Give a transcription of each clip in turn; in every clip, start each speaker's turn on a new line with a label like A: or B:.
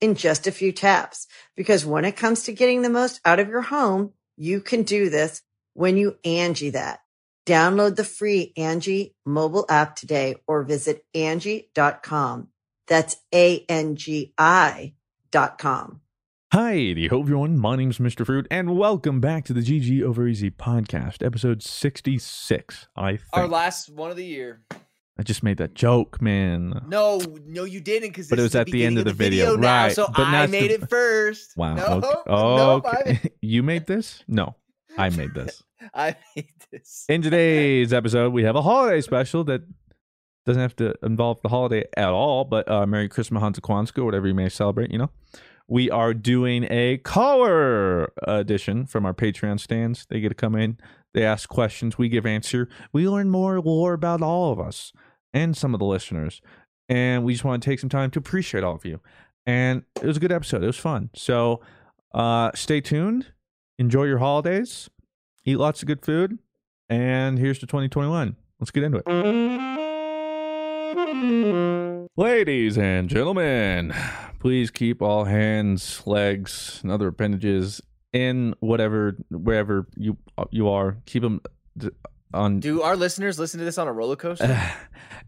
A: in just a few taps. Because when it comes to getting the most out of your home, you can do this when you Angie that. Download the free Angie mobile app today or visit Angie.com. That's A-N-G-I dot com.
B: Hi, the hope everyone. My name's Mr. Fruit, and welcome back to the GG Over Easy podcast, episode sixty-six. I think
C: Our last one of the year.
B: I just made that joke, man.
C: No, no, you didn't. Because
B: But it was at the end of the video,
C: now,
B: right,
C: So
B: but
C: I
B: not
C: made
B: the-
C: it first.
B: Wow.
C: No,
B: okay.
C: no, I
B: okay. you made this? No, I made this.
C: made- I made this.
B: In today's episode, we have a holiday special that doesn't have to involve the holiday at all, but uh, Merry Christmas, Hanukkah, Kwanzaa, whatever you may celebrate, you know. We are doing a caller edition from our Patreon stands. They get to come in, they ask questions, we give answer. We learn more lore about all of us and some of the listeners. And we just want to take some time to appreciate all of you. And it was a good episode. It was fun. So uh, stay tuned. Enjoy your holidays. Eat lots of good food. And here's to 2021. Let's get into it. Ladies and gentlemen, please keep all hands, legs, and other appendages in whatever, wherever you you are. Keep them on.
C: Do our listeners listen to this on a
B: Oh
C: roller coaster?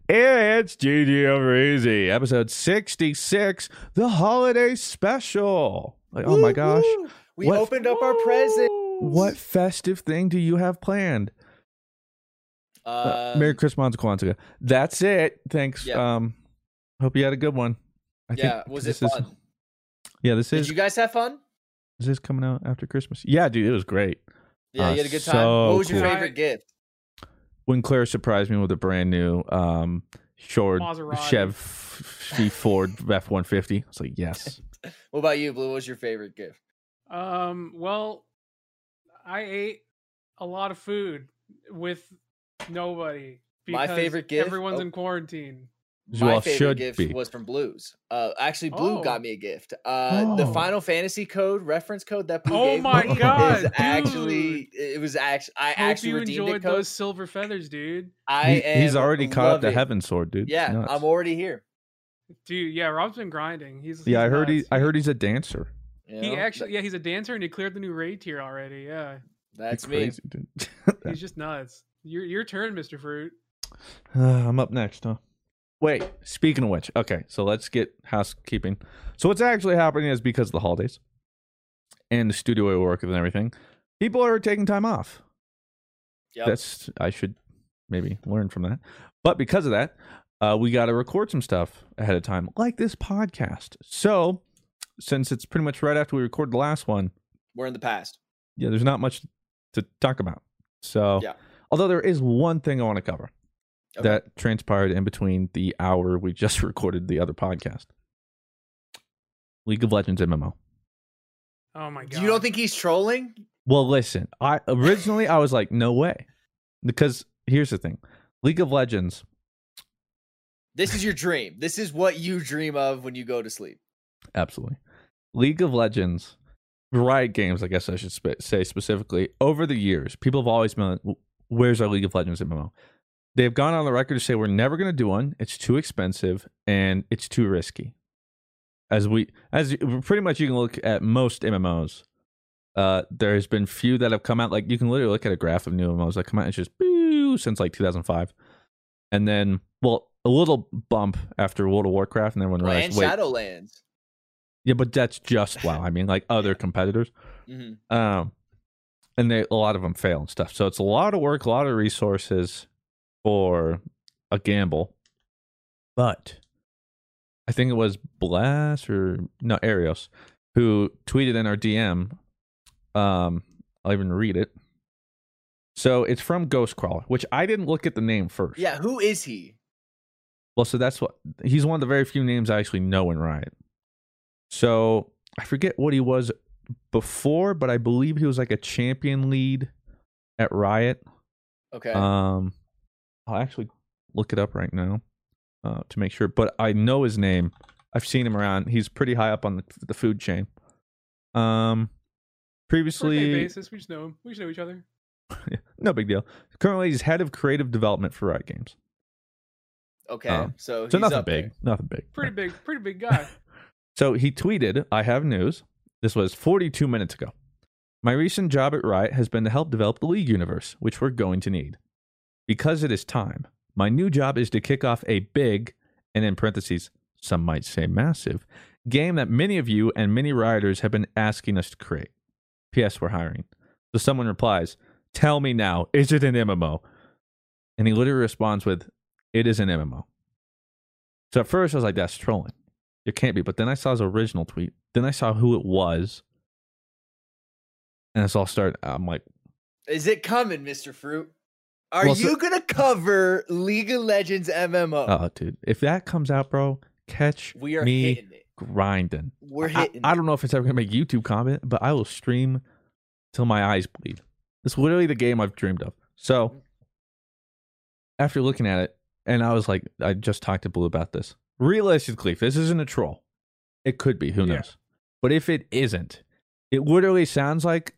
B: it's GG over easy, episode 66, the holiday special. Like, oh my gosh.
C: Woo-hoo. We
B: What-
C: opened up our present.
B: What festive thing do you have planned? Uh, Merry Christmas, Kwanzaa. That's it. Thanks.
C: Yeah.
B: Um, hope you had a good one. I
C: yeah, was it
B: this is-
C: fun?
B: yeah, this
C: Did
B: is
C: you guys have fun?
B: this is coming out after Christmas. Yeah, dude, it was great.
C: Yeah,
B: Uh,
C: you had a good time.
B: so
C: what was your
B: cool.
C: favorite gift?
B: When Claire surprised me with a brand new um short
D: Maserati.
B: Chev V Ford F one fifty, I was like, yes.
C: What about you, Blue? What was your favorite gift?
D: Um, well, I ate a lot of food with nobody.
C: My
D: because
C: favorite gift-
D: Everyone's
C: oh.
D: in quarantine.
B: As
C: My
B: well
C: favorite
B: should
C: gift
B: be.
C: was from Blues. Uh, actually, Blue
D: Oh.
C: got me a gift. Uh, The
B: Oh.
C: Final Fantasy code reference code that Blue
D: Oh
C: gave
D: my
C: me
B: God,
C: is actually it was actually I
D: Hope
C: actually
D: Mm. you
C: redeemed
D: enjoyed
C: it. Code.
D: those silver feathers, dude.
C: I
B: He- he's
C: am
B: already caught up the
C: loving-
B: heaven sword, dude. It's
C: Yeah,
B: nuts.
C: I'm already here.
D: Dude, yeah, Rob's been grinding. He's he's
B: yeah, I heard he
D: nuts.
B: I heard he's a dancer.
C: you
D: he
C: know?
D: actually yeah he's a dancer and he cleared the new raid tier already. Yeah,
C: Th- that's
B: You're
C: me.
B: crazy, dude.
D: he's just nuts. Your your turn, Mister Fruit.
B: Uh, I'm up next, huh? Wait, speaking of which, okay, so let's get housekeeping. So what's actually happening is because of the holidays and the studio I work with and everything, people are taking time off.
C: Yep.
B: That's I should maybe learn from that. But because of that, uh, we got to record some stuff ahead of time, like this podcast. So since it's pretty much right after we record the last one,
C: We're in the past.
B: yeah, there's not much to talk about. So,
C: Yeah.
B: although there is one thing I want to cover
C: Okay.
B: that transpired in between the hour we just recorded the other podcast League of Legends MMO.
D: Oh my god.
C: You don't think he's trolling?
B: Well, listen, I originally I was like, no way. Because here's the thing League of Legends,
C: This is your dream. This is what you dream of when you go to sleep.
B: absolutely. League of Legends, Riot Games, I guess I should sp- say specifically, over the years, people have always been like, where's our League of Legends MMO? They've gone on the record to say we're never going to do one. It's too expensive and it's too risky. As we, as you- pretty much you can look at most MMOs, uh, there's been few that have come out. Like you can literally look at a graph of new MMOs that come out. It's just boo since like 2005, and then well, a little bump after World of Warcraft, and then when
C: Well,
B: realized,
C: and
B: wait,
C: Shadowlands.
B: yeah, but that's just wow. I mean, like other competitors.
C: Mhm.
B: Um, and they, a lot of them fail and stuff. So it's a lot of work, a lot of resources for a gamble. But I think it was Blast or no Arios who tweeted in our DM. Um, I'll even read it. So it's from Ghostcrawler, which I didn't look at the name first.
C: Yeah, who is he?
B: Well, so that's what he's one of the very few names I actually know in Riot. So I forget what he was before, but I believe he was like a champion lead at Riot.
C: Okay.
B: Um, I'll actually look it up right now uh, to make sure. But I know his name. I've seen him around. He's pretty high up on the, the food chain. Um,
D: Birthday
B: previously,
D: basis. We just know him. We just know each other.
B: no big deal. Currently, he's head of creative development for Riot Games.
C: okay.
B: um,
C: so
B: So
C: he's
B: nothing
C: up
B: big,
C: there.
B: nothing big.
D: Pretty big, pretty big guy.
B: So he tweeted, I have news. This was 42 minutes ago. My recent job at Riot has been to help develop the League universe, which we're going to need. Because it is time, my new job is to kick off a big, and in parentheses, some might say massive, game that many of you and many Rioters have been asking us to create. P.S. We're hiring. So someone replies, Tell me now, is it an MMO? And he literally responds with, It is an MMO. So at first I was like, That's trolling. It can't be. But then I saw his original tweet. Then I saw who it was. And it's all started. I'm like,
C: Is it coming, Mr. Fruit? Are
B: Well, so-
C: you gonna cover League of Legends MMO?
B: oh, dude, if that comes out, bro, catch
C: we are
B: me
C: hitting it.
B: grinding.
C: We're
B: I-
C: hitting.
B: I,
C: it.
B: don't know if it's ever gonna make YouTube comment, but I will stream till my eyes bleed. It's literally the game I've dreamed of. So after looking at it, and I was like, I just talked to Blue about this. Realistically, if this isn't a troll, it could be. Who
D: Yeah.
B: knows? But if it isn't, it literally sounds like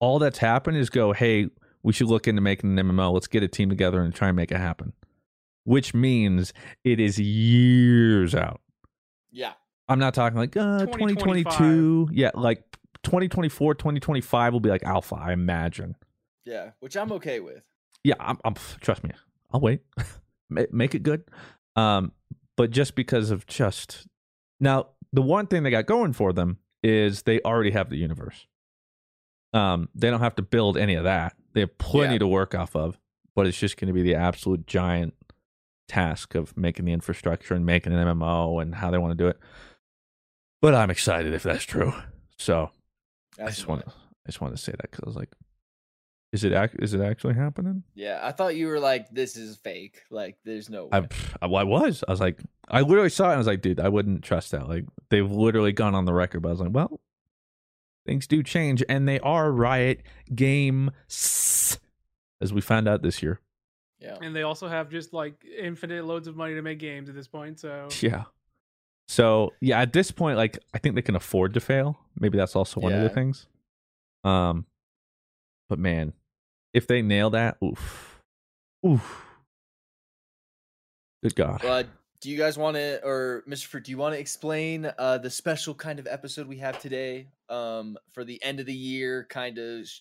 B: all that's happened is go, hey, we should look into making an MMO. Let's get a team together and try and make it happen. Which means it is years out.
C: Yeah.
B: I'm not talking like uh,
D: 2025.
B: 2022. Yeah, like 2024, 2025 will be like alpha, I imagine.
C: Yeah. Which I'm okay with.
B: Yeah, I'm, I'm trust me. I'll wait. Ma- Make it good. Um but just because of just Now, the one thing they got going for them is they already have the universe. Um they don't have to build any of that. They have plenty
C: Yeah.
B: to work off of, but it's just going to be the absolute giant task of making the infrastructure and making an MMO and how they want to do it. But I'm excited if that's true. So, I just want to, I just wanted to say that because I was like, is it ac- is it actually happening?
C: Yeah, I thought you were like, this is fake. Like, there's no.
B: I,
C: way.
B: pff, I well, I was. I was like, I literally saw it. and I was like, dude, I wouldn't trust that. Like, they've literally gone on the record. But I was like, well, things do change, and they are Riot Games, as we found out this year.
C: Yeah.
D: and they also have just like infinite loads of money to make games at this point. So
B: Yeah. So yeah, at this point, like I think they can afford to fail. Maybe that's also one of the
C: Yeah.
B: things. Um, but man, if they nail that, oof, oof, good God.
C: Well, do you guys want to, or Mr. Fruit, do you want to explain uh, the special kind of episode we have today um, for the end of the year, kind of sh-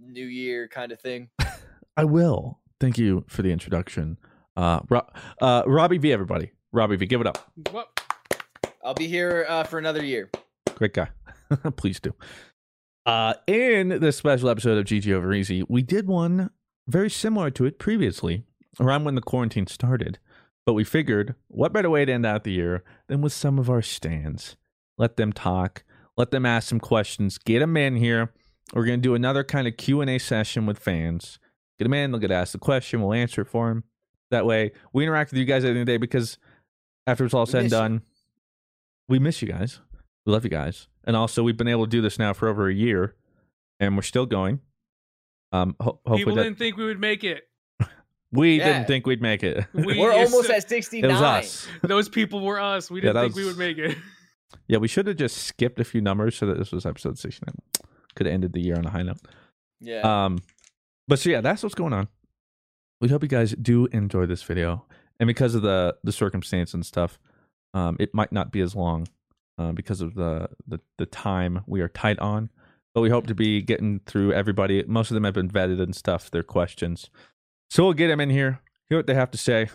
C: new year kind of thing?
B: I will. Thank you for the introduction, uh, Ro- uh, Robbie V. Everybody, Robbie V. Give it up.
D: Whoa.
C: I'll be here uh, for another year.
B: Great guy. Please do. Uh, in this special episode of GG Over Easy, we did one very similar to it previously, around when the quarantine started. But we figured, what better way to end out the year than with some of our stands? Let them talk. Let them ask some questions. Get them in here. We're gonna do another kind of Q and A session with fans. Get them in. They'll get asked the question. We'll answer it for them. That way, we interact with you guys at the end of the day because after it's all
C: We
B: said and
C: miss you.
B: done, we miss you guys. We love you guys. And also, we've been able to do this now for over a year, and we're still going. Um, ho-
D: people
B: hopefully, that-
D: didn't think we would make it.
B: we
C: Yeah.
B: didn't think we'd make it.
D: We-
C: We're
D: It's-
C: almost at
B: it
C: 69.
B: was us.
D: Those people were us. We
B: Yeah,
D: didn't
B: that
D: think we
B: was-
D: would make it.
B: Yeah, we should have just skipped a few numbers so that this was episode 69. Could have ended the year on a high note.
C: Yeah.
B: Um, but so yeah, that's what's going on. We hope you guys do enjoy this video, and because of the the circumstance and stuff, um, it might not be as long, uh, because of the, the the time we are tight on. But we hope to be getting through everybody. Most of them have been vetted and stuff. Their questions, so we'll get them in here, hear what they have to say,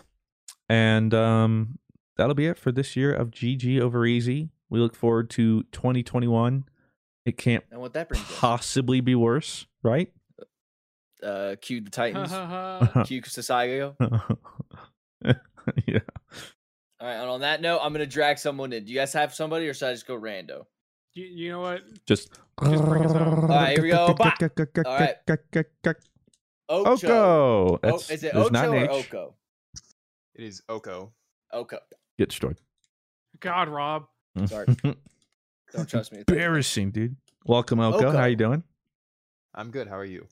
B: and um, that'll be it for this year of GG over easy. We look forward to 2021 It can't
C: and what that brings us.
B: possibly be worse, right?
C: Uh, cue the Titans.
D: Haha.
C: cue Sasago.
B: yeah.
C: All right, and on that note, I'm gonna drag someone in. Do you guys have somebody, or should I just go rando?
D: you, you know what?
B: Just.
D: Just bring us on. All
C: right, here we go. Bah. All right.
B: Oko.
C: Ocho. Oh,
B: That's,
C: is it
B: there's
C: Ocho
B: not an
C: or
B: H.
C: Oko?
E: It is Oko.
C: Oko.
B: Get destroyed.
D: God, Rob.
C: Sorry. Don't trust me.
B: Embarrassing, dude. Welcome, Oko.
C: Oko.
B: How you doing?
E: I'm good. How are you?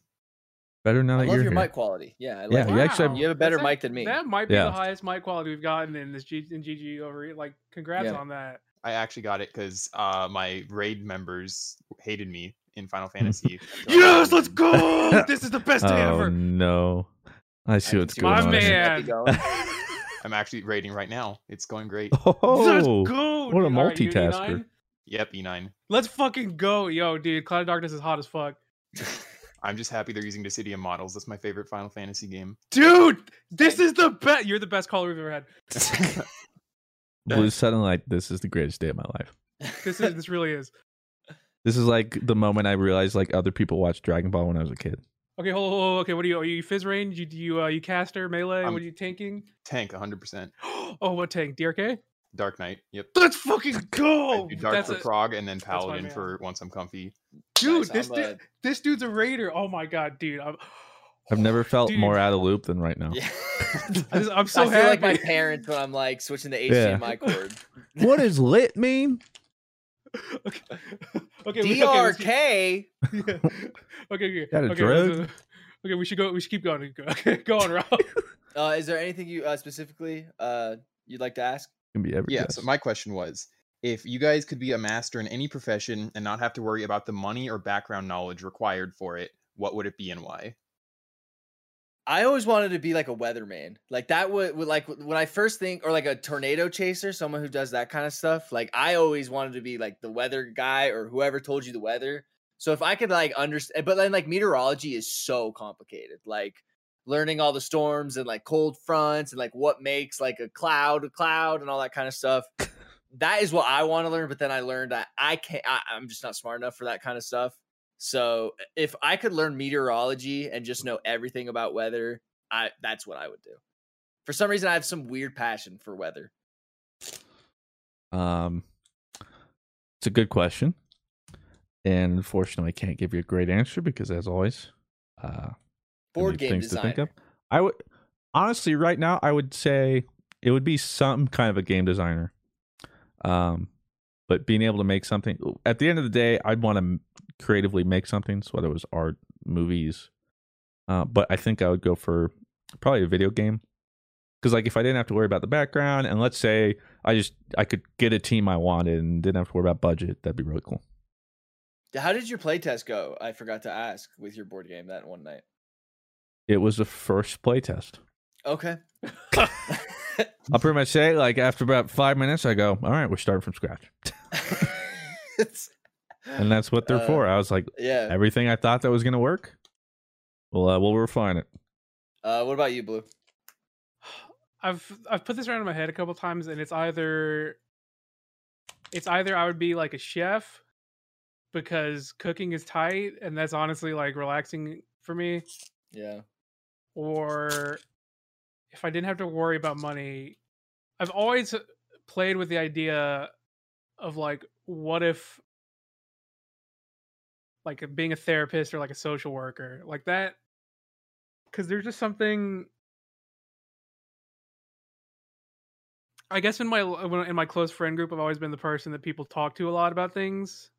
B: Better now
C: I
B: that
C: love
B: you're
C: your
B: here.
C: mic quality. Yeah, I like
B: Yeah,
C: it.
B: you actually
D: Wow.
B: have-
C: You have a better
D: That's
C: mic
D: act-
C: than me.
D: That might be
B: Yeah.
D: the highest mic quality we've gotten in this G in GG over. Like, congrats
C: Yeah.
D: on that.
E: I actually got it because uh, my raid members hated me in Final Fantasy. until I
D: Yes,
E: joined
D: let's
E: them.
D: go. this is the best day
B: Hmm. oh
D: ever.
B: no, I
C: I
B: see
C: can
B: what's
C: see
B: going
C: where
D: My
B: on.
C: this
D: man.
C: might be going.
E: I'm actually raiding right now. It's going great.
D: Let's
B: Oh,
D: go.
B: what a
D: dude. All right, you E
B: multitasker.
D: E9?
E: Yep, E E9.
D: Let's fucking go, yo, dude. Cloud of Darkness is hot as fuck,
E: I'm just happy they're using Dissidium models. That's my favorite Final Fantasy game.
D: dude. This is the best. You're the best caller we've ever had.
B: it was suddenly like this is the greatest day of my life.
D: This is this really is.
B: This is like the moment I realized like other people watched Dragon Ball when I was a kid.
D: Okay, hold, hold, hold, okay. What are you? Are you fizz range? You do you uh, you caster melee?
E: I'm-
D: what are you tanking?
E: Tank, 100%.
D: Oh, what tank? DRK.
E: Dark Knight. Yep.
D: Let's fucking go.
E: I do Dark
D: That's
E: for
D: a,
E: Prog and then
D: my
E: Paladin
D: man.
E: for once I'm comfy.
C: Nice,
D: dude. This
C: I'm,
D: dude,
C: uh,
D: this dude's a raider. Oh my god, dude. I'm,
B: I've never felt
D: Dude.
B: more out of loop than right now.
C: yeah.
D: I just, I'm
C: I
D: so
C: feel
D: happy.
C: like my parents when I'm like switching the
B: Yeah.
C: HDMI cord.
B: What does lit mean?
D: okay. okay, we- okay, let's keep-
C: DRK.
D: yeah. Okay, okay.
B: Got a
D: okay,
B: drug?
D: let's, uh, okay, we should go. We should keep going. Go- Okay, go on, Rob.
C: Uh, is there anything you uh, specifically uh, you'd like to ask?
B: Can be every
E: Yeah,
B: guess.
E: so my question was if you guys could be a master in any profession and not have to worry about the money or background knowledge required for it, what would it be and why?
C: I always wanted to be like a weatherman. Like that would, would like when I first think or like a tornado chaser, someone who does that kind of stuff. Like I always wanted to be like the weather guy or whoever told you the weather. So if I could like understand but then like meteorology is so complicated. Like learning all the storms and like cold fronts and like what makes like a cloud a cloud and all that kind of stuff. that is what I want to learn, but then I learned I, I can't I, I'm just not smart enough for that kind of stuff. So if I could learn meteorology and just know everything about weather, I that's what I would do. For some reason, I have some weird passion for weather.
B: Um, it's a good question, and unfortunately, I can't give you a great answer because, as always, uh, I
C: Board
B: need
C: game
B: things
C: design.
B: to think of. I would honestly, right now, I would say it would be some kind of a game designer. Um, but being able to make something at the end of the day, I'd want to creatively make something, so whether it was art, movies. Uh, but I think I would go for probably a video game because, like, if I didn't have to worry about the background, and let's say I just I could get a team I wanted and didn't have to worry about budget, that'd be really cool.
C: How did your playtest go? I forgot to ask with your board game that one night.
B: It was the first playtest.
C: Okay. Uh,
B: I'll pretty much say, like, after about five minutes, I go, all right, we're starting from scratch.
C: It's-
B: and that's what they're
C: Uh,
B: for. I was like,
C: yeah.
B: everything I thought that was going to work, well, uh, we'll refine it.
C: Uh, what about you, Blue?
D: I've I've put this around in my head a couple times, and it's either it's either I would be like a chef because cooking is tight, and that's honestly like relaxing for me,
C: Yeah.
D: or if I didn't have to worry about money, I've always played with the idea of like what if like being a therapist or like a social worker like that because there's just something i guess in my l- uh, when- in my close friend group i've always been the person that people talk to a lot about things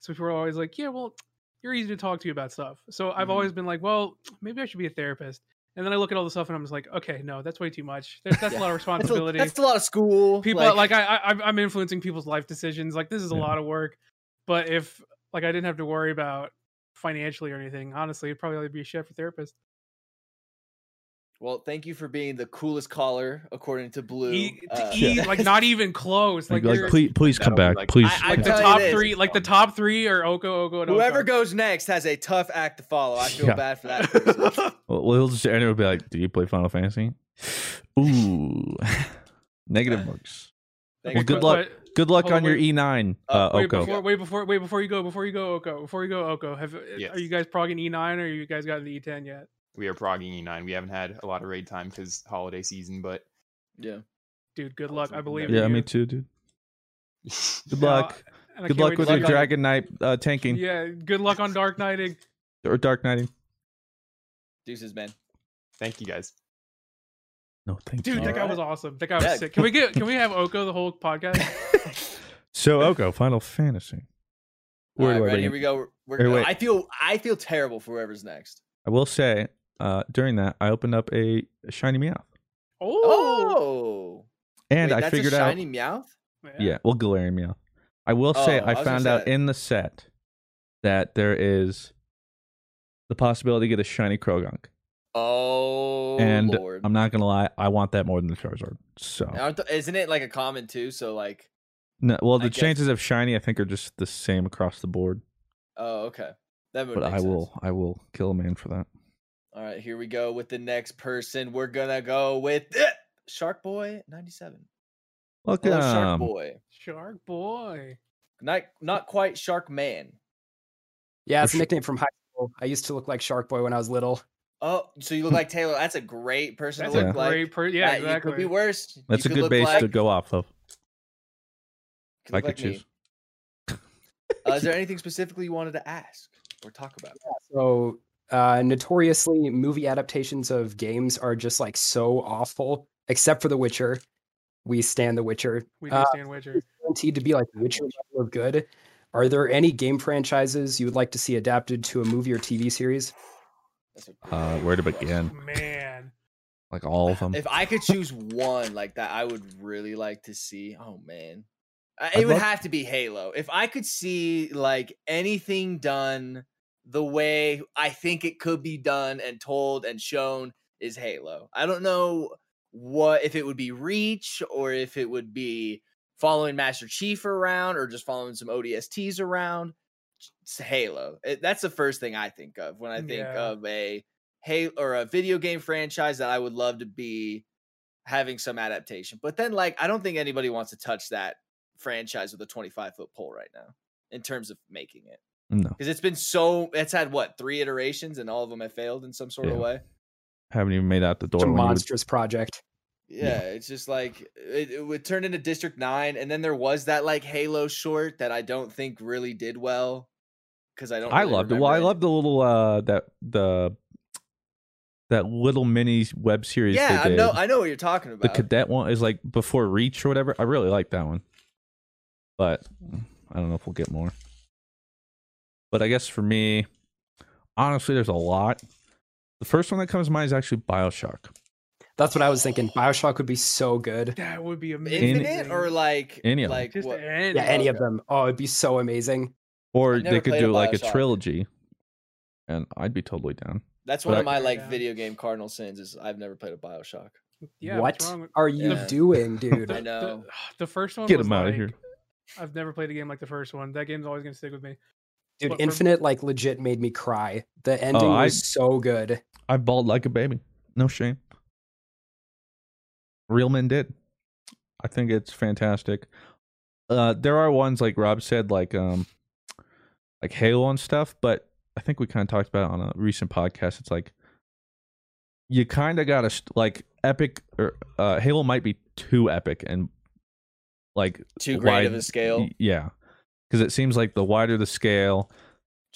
D: so people are always like yeah well you're easy to talk to about stuff so i've
C: Mhm.
D: always been like well maybe i should be a therapist and then i look at all the stuff and i'm just like okay no that's way too much That- that's
C: Yeah.
D: a lot of
C: That's a,
D: responsibility
C: that's a lot of school.
D: people like, I, I I'm- i'm influencing people's life decisions like this is a
B: Yeah.
D: lot of work but if like i didn't have to worry about financially or anything honestly it'd probably be a chef or therapist
C: well, thank you for being the coolest caller, according to Blue.
D: E-
C: Uh,
D: to E, like not even close like,
B: Like, like,
D: you're-
B: please, please come
E: That'll be
B: back.
E: like-
B: please.
C: I- I
D: like the
C: tell you
D: top
C: this.
D: three like the top three are oko oko and
C: Whoever
D: Oko.
C: goes next has a tough act to follow. I feel
B: Yeah.
C: bad for that. person.
B: well, we'll just, and it'll be like, do you play Final Fantasy? Ooh, negative marks. Well, good luck.
D: but-
B: Good luck
D: hold
B: on
D: on,
B: your
D: wait.
B: E9, uh,
C: Uh,
D: Wait
B: Oko.
D: before, wait before, wait before you go, before you go, Oko, before you go, Oko. Have
E: Yes.
D: are you guys progging E nine or you guys got the E ten yet?
E: We are progging E9. We haven't had a lot of raid time because holiday season, but
C: Yeah.
D: Dude, good luck. I
E: Awesome.
D: believe.
B: yeah,
D: in
B: me
D: you.
B: too, dude. Good
D: Now,
B: luck.
D: and I
B: good
D: can't
B: luck
D: wait
B: with
D: to
B: your
D: see
C: luck on-
B: Dragon Knight uh,
D: how-
B: tanking
D: Yeah, good luck on Dark Knighting.
B: or Dark Knighting.
C: Deuces, man.
E: Thank you guys.
B: No, thank
D: Dude,
B: you.
D: that guy was awesome. That guy was
C: Yeah.
D: sick. Can we get? Can we have Oko the whole podcast?
B: So Oko, Final Fantasy. Where
C: All
B: do I
C: right,
B: begin?
C: here we go. We're,
B: Hey,
C: we're,
B: wait.
C: I feel I feel terrible for whoever's next.
B: I will say uh, during that I opened up a shiny meow,
D: Oh,
C: Oh,
B: and
C: Wait,
B: I
C: that's
B: figured
C: a
B: out
C: shiny Meowth.
B: yeah, well, Galarian meow. I will say
C: Oh, I was
B: I
C: gonna
B: found
C: say
B: out
C: that.
B: in the set that there is the possibility to get a shiny Krogunk,
C: Oh,
B: and oh.
C: Lord.
B: I'm not gonna lie, I want that more than the Charizard. So
C: Aren't th- isn't it like a common too? So like,
B: no, well,
C: I
B: the
C: guess-
B: chances of shiny I think are just the same across the board.
C: oh, okay. That would
B: But
C: make
B: I
C: sense.
B: will, I will kill a man for that.
C: All right, here we go with the next person. We're gonna go with Shark Boy ninety seven.
B: Welcome,
C: Hello, Shark Boy.
D: Shark Boy.
C: Not not quite Shark Man.
F: Yeah, it's
B: sh-
F: a nickname from high school. I used to look like Shark Boy when I was little.
C: Oh, so you look
B: Hmm.
C: like Taylor. That's a great person
D: That's
C: to
D: a
C: look like.
D: great person. Yeah,
C: Uh,
D: exactly.
C: You could be worse. You
B: That's a
C: could
B: good
C: look
B: base
C: like-
B: to go off of.
C: could
B: If I
C: look
B: could
C: like me.
B: choose.
C: Uh, is there anything specifically you wanted to ask or talk about?
F: So uh, notoriously, movie adaptations of games are just like so awful, except for The Witcher. We stand The Witcher.
D: we do
F: Uh,
D: stand Witcher.
F: is guaranteed to be like Witcher level of good. Are there any game franchises you would like to see adapted to a movie or TV series?
C: That's a
B: Uh,
C: great
B: where to
C: question.
B: begin?
D: Man,
B: Like all of them.
C: Uh, If I could choose one like that, I would really like to see. Oh man, Uh, it
B: I'd
C: would
B: love-
C: have to be Halo. If I could see like anything done the way I think it could be done and told and shown is Halo. I don't know what if it would be Reach or if it would be following Master Chief around or just following some ODSTs around. It's Halo. It- that's the first thing I think of when I think
D: Yeah.
C: of a hey or a video game franchise that I would love to be having some adaptation. But then like I don't think anybody wants to touch that franchise with a 25 foot pole right now in terms of making it.
B: no,
C: Because it's been so it's had what, three iterations and all of them have failed in some sort of
B: Yeah.
C: way.
B: haven't even made out the
D: Oh,
B: door.
F: It's a
B: when you would-
F: monstrous project.
C: Yeah, it's just like it, it would turn into District Nine, and then there was that like Halo short that I don't think really did well because I don't.
B: I
C: really
B: loved it. Well, I
C: remember
B: loved the little uh that the that little mini web
C: any-
B: series.
C: Yeah,
B: they
C: I
B: did.
C: know. I know what you're talking
B: the
C: about.
B: cadet one is like before Reach or whatever. I really like that one, but I don't know if we'll get more. But I guess for me, honestly, there's a lot. The first one that comes to mind is actually Bioshock.
F: That's what I was thinking. Bioshock would be so good.
D: that would be amazing.
C: Infinite or like
B: Any of them.
C: like
D: just
C: what?
D: end.
F: Yeah, any of
C: Okay.
F: them. Oh, it'd be so amazing.
B: Or
C: I've never
B: they could
C: played a
B: do like a
C: Bioshock.
B: trilogy, and I'd be totally down.
C: That's
B: but
C: one
B: I-
C: of my like
D: Yeah.
C: video game cardinal sins is I've never played a Bioshock.
D: Yeah,
F: what
D: what's wrong with-
F: are you
C: Yeah.
F: doing, dude?
C: I know.
D: The, the first one.
B: Get
D: was
B: him out
D: like-
B: of here.
D: I've never played a game like the first one. That game's always gonna stick with me.
F: Dude,
D: But for- Oh,
F: Infinite like legit made me cry. The ending
B: I-
F: was so good.
B: I bawled like a baby. No shame. Real men did. I think it's fantastic. Uh, there are ones like Rob said, like um, like Halo and stuff. But I think we kind of talked about it on a recent podcast. It's like you kind of got to st- like epic or uh, Halo might be too epic and like
C: Too great of
B: wide-
C: a scale.
B: y- Yeah, because it seems like the wider the scale,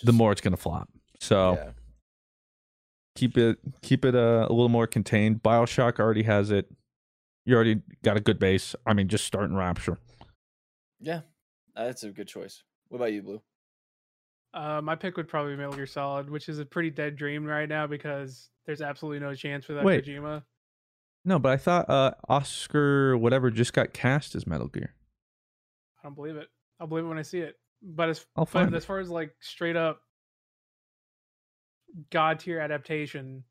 B: the
C: Just-
B: more it's gonna flop. So
C: yeah.
B: keep it keep it uh, a little more contained. Bioshock already has it. You already got a good base. I mean, just start in Rapture.
C: yeah, Uh, that's a good choice. What about you, Blue?
D: Uh, my pick would probably be Metal Gear Solid, which is a pretty dead dream right now because there's absolutely no chance for that
B: Wait.
D: Kojima.
B: No, but I thought uh, Oscar whatever just got cast as Metal Gear.
D: I don't believe it. I'll believe it when I see it. But as
B: I'll
D: but
B: find
D: as
B: it.
D: far as like straight up god tier adaptation,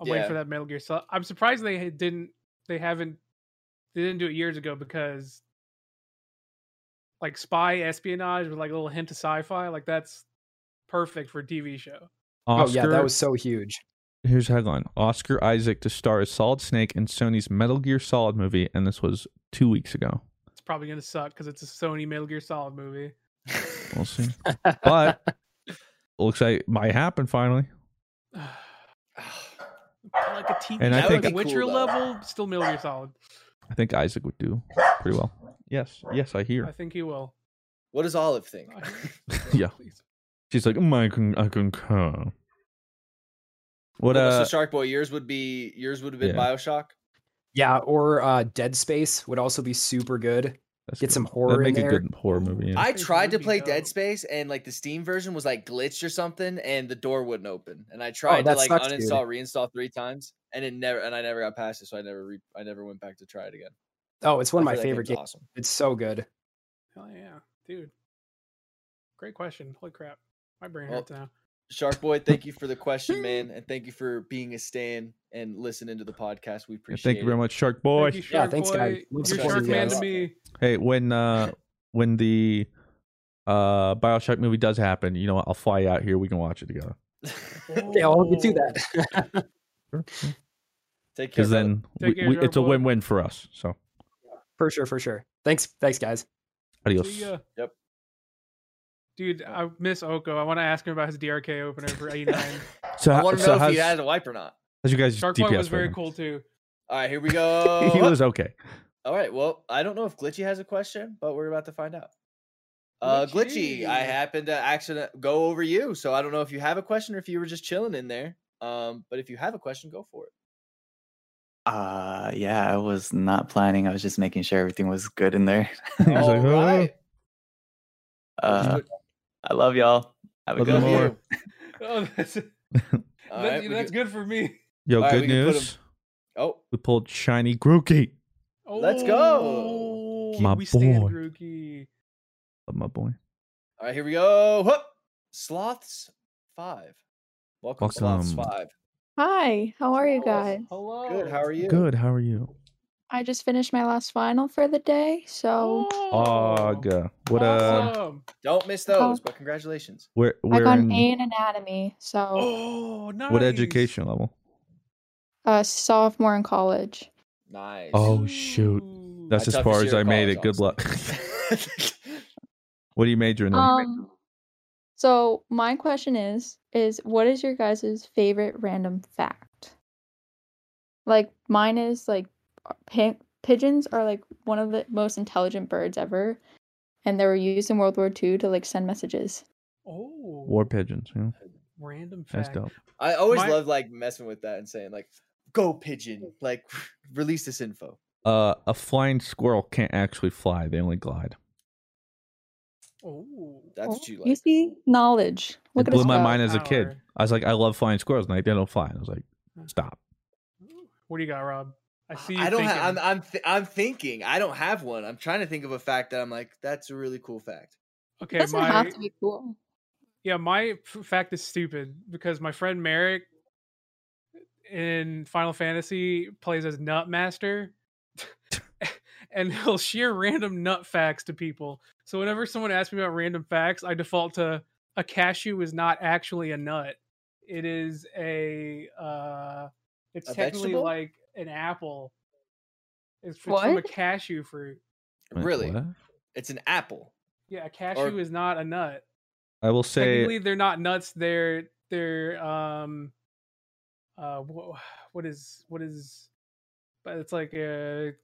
D: I'm waiting for that Metal Gear Solid. I'm surprised they ha- didn't. They haven't. They didn't do it years ago because like spy espionage with like a little hint of sci-fi. Like that's perfect for a TV show.
F: Oh
B: Oscar,
F: yeah, that was so huge.
B: here's a headline: Oscar Isaac to star as Solid Snake in Sony's Metal Gear Solid movie, and this was two weeks ago.
D: probably gonna suck because it's a Sony Metal Gear Solid movie.
B: We'll see. But looks like might happen finally.
D: like a TV
B: And I
D: show,
B: think-
D: like Witcher
C: Cool, though.
D: level, still Metal Gear Solid.
B: I think Isaac would do pretty well. Yes, yes, I
D: I
B: hear.
D: think he will.
C: What does Olive think?
B: Yeah.
D: Please.
B: She's like, mm, I can, I can come. What?
C: so
B: Uh,
C: Shark Boy, yours would be yours would have been
B: yeah.
C: Bioshock.
F: Yeah, or uh, Dead Space would also be super good.
B: that's
F: get
B: good.
F: some horror
B: That'd make
F: in
B: a
F: there.
B: good horror movie. yeah.
C: I
D: Space
C: tried
D: would
C: to
D: be
C: play
D: dope.
C: Dead Space and like the Steam version was like glitched or something, and the door wouldn't open. And I tried to
F: Oh, that
C: like
F: sucks, dude.
C: uninstall, reinstall three times, and it never and I never got past it, so I never re- I never went back to try it again.
F: Oh, it's one of
C: I
F: my
C: heard that
F: favorite
C: game's
F: games.
C: Awesome.
F: It's so good.
D: Hell yeah, dude. Great question. Holy crap. My brain
C: Well,
D: hurts now.
C: Shark Boy, thank you for the question, man, and thank you for being a stan and listening to the podcast. We
B: Yeah,
C: appreciate.
B: Thank you very
C: it.
B: much, Shark Boy.
D: Thank you,
F: Yeah,
D: Shark
F: thanks,
D: Boy.
F: guys.
D: You're
F: Love
D: Shark
C: supporting you
D: Man
C: guys.
D: to me.
B: Hey, when uh when the uh Bioshock movie does happen, you know what? I'll fly out here. We can watch it together.
F: Yeah, I'll have to do that.
C: Take Oh. care.
B: Because
C: brother.
B: then we,
D: Take care,
B: we-
D: Shark
B: it's a
D: Boy.
B: win-win for us. So
F: for sure, for sure. Thanks, thanks, guys.
B: adios.
D: See ya.
C: Yep.
D: uh, Dude, I miss Oko. I want to ask him about his DRK opener for 89.
B: So,
C: I
B: how-
C: want to
B: so
C: know if
B: how's,
C: he had a wipe or not.
B: how's you guys
D: Shark
B: DPS
D: Boy was very
B: rating?
D: cool too.
C: All right, here we go.
B: he was okay.
C: All right. Well, I don't know if Glitchy has a question, but we're about to find out. Uh, Glitchy, I
D: Glitchy.
C: happened to accident go over you, so I don't know if you have a question or if you were just chilling in there. Um, but if you have a question, go for it.
G: Uh, yeah, I was not planning. I was just making sure everything was good in there.
B: He's like,
C: All
B: "Oh,
C: right. Let's
G: Uh,
C: do it.
G: I love y'all. Have a
B: Love
G: good
B: you more.
G: one.
C: you.
D: Oh, that's, that's,
C: All right, we
D: that's
C: good.
D: good for me.
B: Yo,
C: All right,
B: good
C: we can put
B: news.
C: Oh,
B: We pulled shiny Grookey.
D: Oh,
C: Let's
B: Oh.
C: go.
B: My
D: we stand
B: boy.
D: Grookey.
B: Love my boy.
C: all right. Here we go. Whoop. Sloths five. Welcome, Sloths
B: Welcome.
C: five.
H: Hi, how are you guys?
D: Hello.
C: Good. How are you?
B: Good. How are you?
H: I just finished my last final for the day, so
B: Oh, yeah. What uh?
D: Awesome.
C: Don't miss
H: Oh.
C: those, but congratulations.
B: Where
H: I
B: where
H: got
B: in
H: an A in anatomy, so
D: Oh, nice.
B: what education level?
H: uh, sophomore in college.
C: Nice.
B: Oh, shoot.
D: Ooh.
B: That's
C: My
B: as
C: toughest
B: far as
C: year
B: I
C: of
B: made it.
C: college,
B: Good luck.
C: honestly.
B: what do you major in? then?
H: Um, so my question is, is what is your guys' favorite random fact? Like mine is like pi- pigeons are like one of the most intelligent birds ever, and they were used in World War II to like send messages.
D: Oh,
B: War pigeons. Yeah,
D: random
B: that's
D: fact.
B: dope.
C: I always
D: My-
C: love like messing with that and saying like, "Go pigeon!" Like, release this info.
B: Uh, a flying squirrel can't actually fly; they only glide.
D: Oh,
C: That's
H: Oh,
C: what you like.
H: You see, knowledge. Look
B: it
H: at
B: blew
H: us
B: my
H: go.
B: mind as a kid.
D: Power.
B: I was like, I love flying squirrels, and like they don't fly. And I was like, stop.
D: What do you got, Rob? I see. You
C: I don't.
D: Thinking.
C: Ha- I'm. I'm. Th- I'm thinking. I don't have one. I'm trying to think of a fact that I'm like, that's a really cool fact.
H: It
D: okay,
H: doesn't
D: my
H: have to be cool.
D: yeah, my f- fact is stupid because my friend Merrick in Final Fantasy plays as Nut Master, and he'll share random nut facts to people. So whenever someone asks me about random facts, I default to a cashew is not actually a nut. It is a. uh It's
C: A
D: technically
C: vegetable?
D: like an apple. It's f- from a
H: What?
D: cashew fruit.
B: Wait,
C: Really,
B: what?
C: it's an apple.
D: Yeah, a cashew is not a nut.
B: I will say
D: Technically, they're not nuts. They're they're um, uh, wha- what is what is? But it's like uh,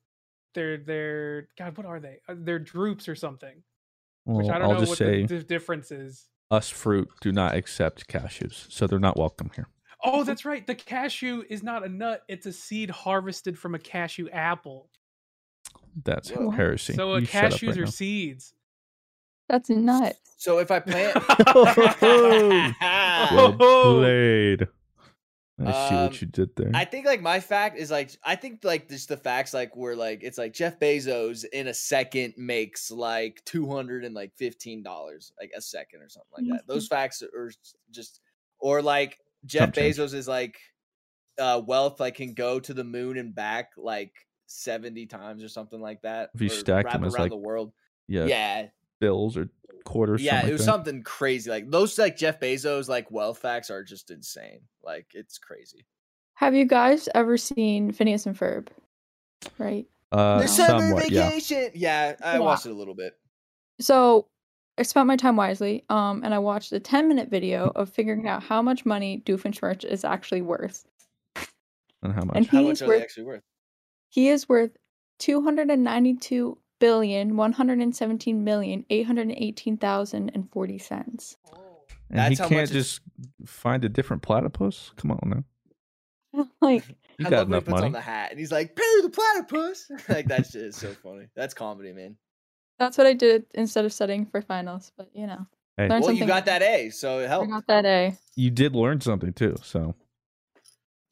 D: they're they're God. What are they? Uh, They're droops or something. Which
B: well,
D: I don't
B: I'll
D: know
B: just
D: what
B: say
D: the, di- difference is.
B: us fruit do not accept cashews, so they're not welcome here.
D: Oh, that's right. The cashew is not a nut. It's a seed harvested from a cashew apple.
B: That's
C: Whoa.
B: heresy.
D: so uh,
B: You shut up
D: cashews
B: right
D: are
B: now.
D: seeds.
H: That's nuts.
C: So if I plant,
B: Well
D: Oh!
B: played. I see
C: Um,
B: what you did there.
C: I think like my fact is like I think like just the facts like were like it's like Jeff Bezos in a second makes like two hundred and like fifteen dollars like a second or something like
B: Hmm.
C: that. Those facts are s- just or like Jeff
B: Chump change.
C: Bezos is like uh wealth like can go to the moon and back like seventy times or something like that.
B: If you
C: or
B: stack
C: wrap
B: them as,
C: around
B: like,
C: the world.
B: yeah,
C: yeah,
B: bills or quarters.
C: yeah,
B: something
C: it was
B: like
C: something crazy. Like those like Jeff Bezos like wealth facts are just insane. Like it's crazy.
H: Have you guys ever seen Phineas and Ferb? Right.
B: Uh,
H: The
C: summer
B: somewhat, yeah.
C: vacation. Yeah, I
H: Yeah.
C: watched it a little bit.
H: So I spent my time wisely, um, and I watched a 10 minute video of figuring out how much money Doofenshmirtz is actually worth.
B: And how much?
H: And
C: How
H: he's
C: much are they
H: worth
C: actually worth?
H: he is worth two hundred and ninety two billion one hundred and seventeen million eight hundred and eighteen thousand and forty cents.
B: and he
C: That's how much it's-
B: can't just find a different platypus. Come on now,
H: like
B: you
C: I love
B: got
C: when he
B: enough
C: puts on
B: money.
C: the hat and he's like, Peter the platypus. like that shit is so funny. That's comedy, man.
H: that's what I did instead of studying for finals, but you know.
B: Hey.
H: Learn
C: Well, you
H: something Mhm.
C: got that A, so it
H: I
C: helped.
H: got that A.
B: You did learn something too, so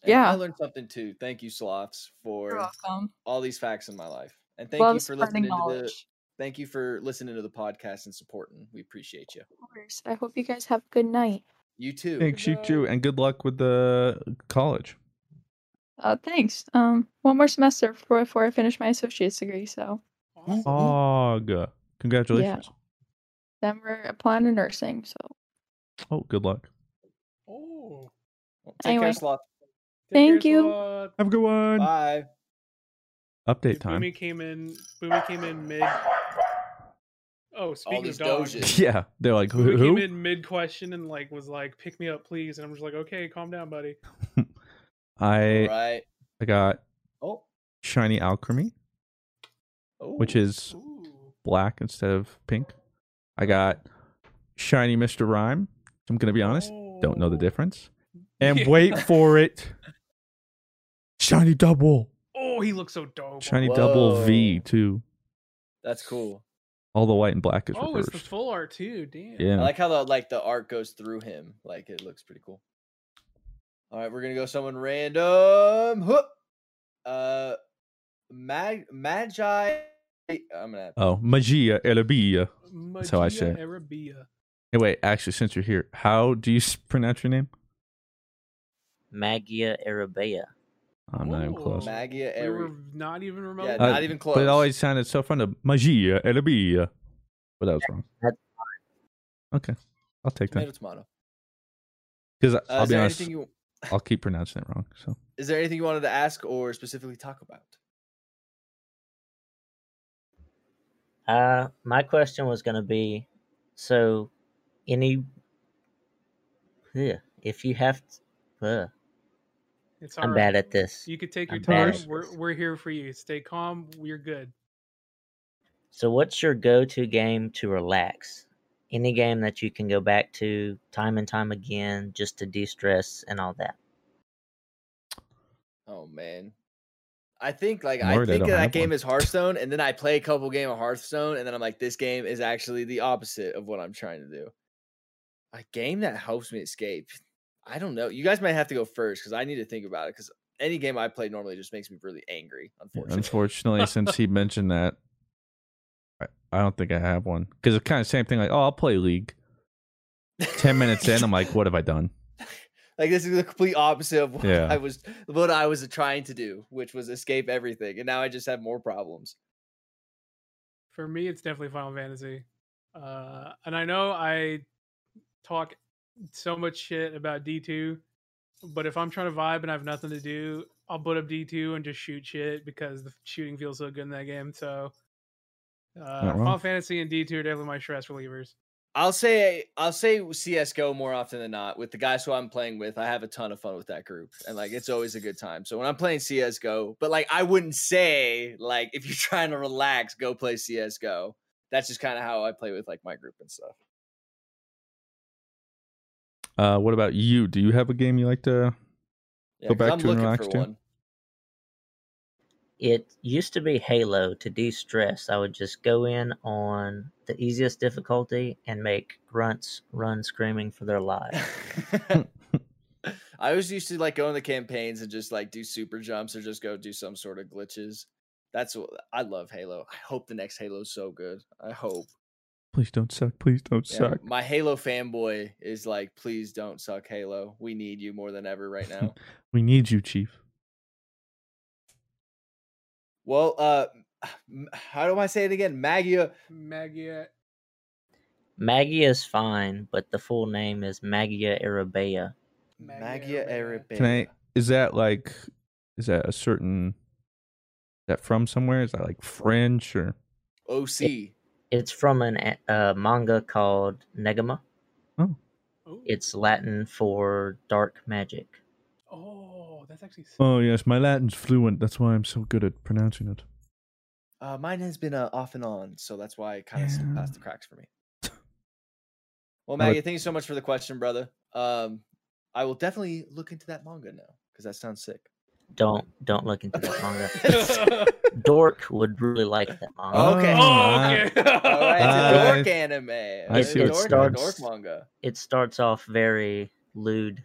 C: And
H: Yeah.
C: I learned something too. Thank you, Sloths,
H: You're
C: for
H: welcome.
C: all these facts in my life. And thank you
H: Love
C: for
H: spreading
C: listening to the
H: knowledge.
C: thank you for listening to the podcast and supporting. We appreciate you.
H: Of course. I hope you guys have a good night.
C: You too.
B: thanks you too, and good luck with the college.
H: Uh, thanks. Um, one more semester before, before I finish my associate's degree, so
D: Awesome.
B: Og, congratulations!
H: then we're applying to nursing. So
B: Oh, good luck.
D: Oh.
C: Well, take
H: Anyway.
C: care, Sloth.
D: Take care,
H: Thank you.
D: Slot.
B: Have a good one.
C: Bye.
B: Update
D: Dude,
B: time.
D: Boomy came in. Boomy came in mid. Oh, speaking
C: these
D: of dogs,
C: doges.
B: Yeah, they're like
D: Boomy
B: who?
D: came
B: who?
D: in mid question and like was like, "Pick me up, please," and I'm just like, "Okay, calm down, buddy."
B: I
C: Right.
B: I got
C: Oh.
B: shiny alchemy,
C: Oh.
B: which is
D: Ooh.
B: black instead of pink. I got shiny Mister Rhyme. I'm gonna be honest, don't know the
D: Oh.
B: difference. And
D: Yeah.
B: wait for it, shiny double,
D: Oh, he looks so dope.
B: shiny double V
C: Whoa.
B: too.
C: That's cool.
B: All the white and black is
D: Oh,
B: reversed.
D: it's the full art too. Damn.
B: yeah.
C: I like how the like the art goes through him. Like it looks pretty cool. All right, we're gonna go someone random. Huh. Uh, Mag Magi. I'm gonna.
B: oh, magia elabia.
D: That's
B: how I say it.
D: Arabia.
B: Hey, wait, actually, since you're here, how do you s- pronounce your name?
I: Magia Arabea.
B: I'm not even
D: Whoa.
B: close.
C: Magia
D: We were
C: Ari.
D: not even remotely.
C: Yeah,
B: Uh,
C: not even close.
B: But it always sounded so fun to magia elabia. But that was wrong.
I: That's
B: Okay, I'll take
C: tomato
B: that
C: tomato.
B: because
C: Uh,
B: I'll
C: is
B: be
C: there
B: honest,
C: anything you
B: I'll keep pronouncing it wrong. So
C: is there anything you wanted to ask or specifically talk about?
I: Uh, my question was going to be, so any, yeah, if you have, to, uh,
D: It's
I: I'm
D: alright.
I: bad at this.
D: You could take your
I: I'm bad
D: time.
I: at
D: We're
I: this.
D: we're here for you. Stay calm. We're good.
I: So what's your go-to game to relax? Any game that you can go back to time and time again just to de-stress and all that.
C: Oh man, I think like
B: I'm
C: I
B: worried I
C: think
B: don't
C: that
B: have
C: that game
B: one.
C: is Hearthstone, and then I play a couple game of Hearthstone, and then I'm like, this game is actually the opposite of what I'm trying to do. A game that helps me escape. I don't know. You guys might have to go first because I need to think about it. Because any game I play normally just makes me really angry.
B: Yeah,
C: Unfortunately,
B: Unfortunately, since he mentioned that, I, I don't think I have one because it's kind of same thing. Like, oh, I'll play League. Ten minutes in, I'm like, what have I done?
C: like this is the complete opposite of what
B: Yeah.
C: I was what I was trying to do, which was escape everything, and now I just have more problems.
D: For me, it's definitely Final Fantasy. Uh, and I know I talk so much shit about D2, but if I'm trying to vibe and I have nothing to do, I'll put up D2 and just shoot shit because the shooting feels so good in that game. So, uh,
B: wrong.
D: Final Fantasy and D2 are definitely my stress relievers.
C: I'll say I'll say CS:GO more often than not with the guys who I'm playing with. I have a ton of fun with that group, and like it's always a good time. So when I'm playing CS:GO, but like I wouldn't say like if you're trying to relax, go play CS:GO. That's just kind of how I play with like my group and stuff.
B: Uh, what about you? Do you have a game you like to?
C: Yeah,
B: Go
C: 'cause
B: back
C: I'm
B: to and
C: looking
B: relax
C: for
B: too.
C: one.
I: It used to be Halo to de-stress. I would just go in on the easiest difficulty and make grunts run screaming for their lives.
C: I always used to like go in the campaigns and just like do super jumps or just go do some sort of glitches. That's what I love Halo. I hope the next Halo's so good. I hope.
B: Please don't suck. Please don't
C: Yeah,
B: suck.
C: My Halo fanboy is like, please don't suck Halo. We need you more than ever right now.
B: We need you, Chief.
C: well, uh, m- how do I say it again? Magia.
D: Magia.
I: Maggie is fine, but the full name is Magia Arabea.
D: Magia
C: Magia
D: Arabea.
C: Arabea.
B: Can I? Is that like? Is that a certain that from somewhere? Is that like French or
C: OC.
I: It's from an a- uh, manga called Negama.
D: Ooh.
I: It's Latin for dark magic.
D: Oh, that's actually. s-
B: Oh yes, my Latin's fluent. That's why I'm so good at pronouncing it.
C: Uh, mine has been uh, off and on, so that's why it kind of slipped past the cracks for me. Well,
B: Now it-
C: Maggie, thank you so much for the question, brother. Um, I will definitely look into that manga now because that sounds sick.
I: Don't don't look into that manga. Dork would really like that manga.
C: Oh, okay.
D: Oh,
B: I-
D: okay.
C: All right, it's a dork
B: I-
C: anime.
B: I
C: It's
B: see
C: a
B: what
C: dork,
B: starts-
C: dork manga.
I: It starts off very lewd,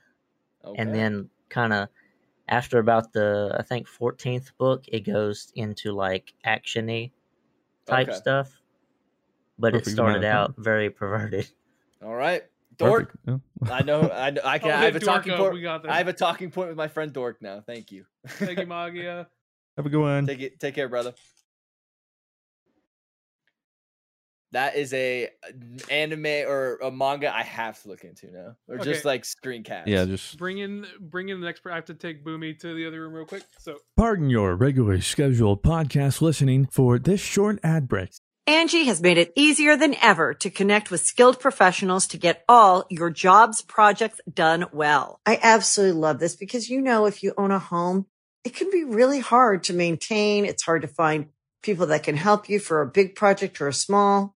C: Okay.
I: and then kind of after about the I think fourteenth book, it goes into like actiony type
C: Okay.
I: stuff. But
B: Perfect
I: it
B: amount
I: started
B: of
I: out
B: time.
I: very perverted.
C: all right, dork.
B: Perfect. Yeah.
C: I know. I know. I
D: Oh,
C: can. I
D: hit
C: have a
D: Dork
C: talking
D: up,
C: point.
D: We got this.
C: I have a talking point with my friend Dork now. Thank you.
D: Thank you, Magia.
B: Have a good one.
C: Take it. Take care, brother. That is a an anime or a manga I have to look into now, or just
D: Okay.
C: like screen caps.
B: Yeah, just
D: Bring in, bring in the next. per- I have to take Boomy to the other room real quick. So
B: pardon your regularly scheduled podcast listening for this short ad break.
A: Angie has made it easier than ever to connect with skilled professionals to get all your jobs projects done well. I absolutely love this because, you know, if you own a home, it can be really hard to maintain. It's hard to find people that can help you for a big project or a small.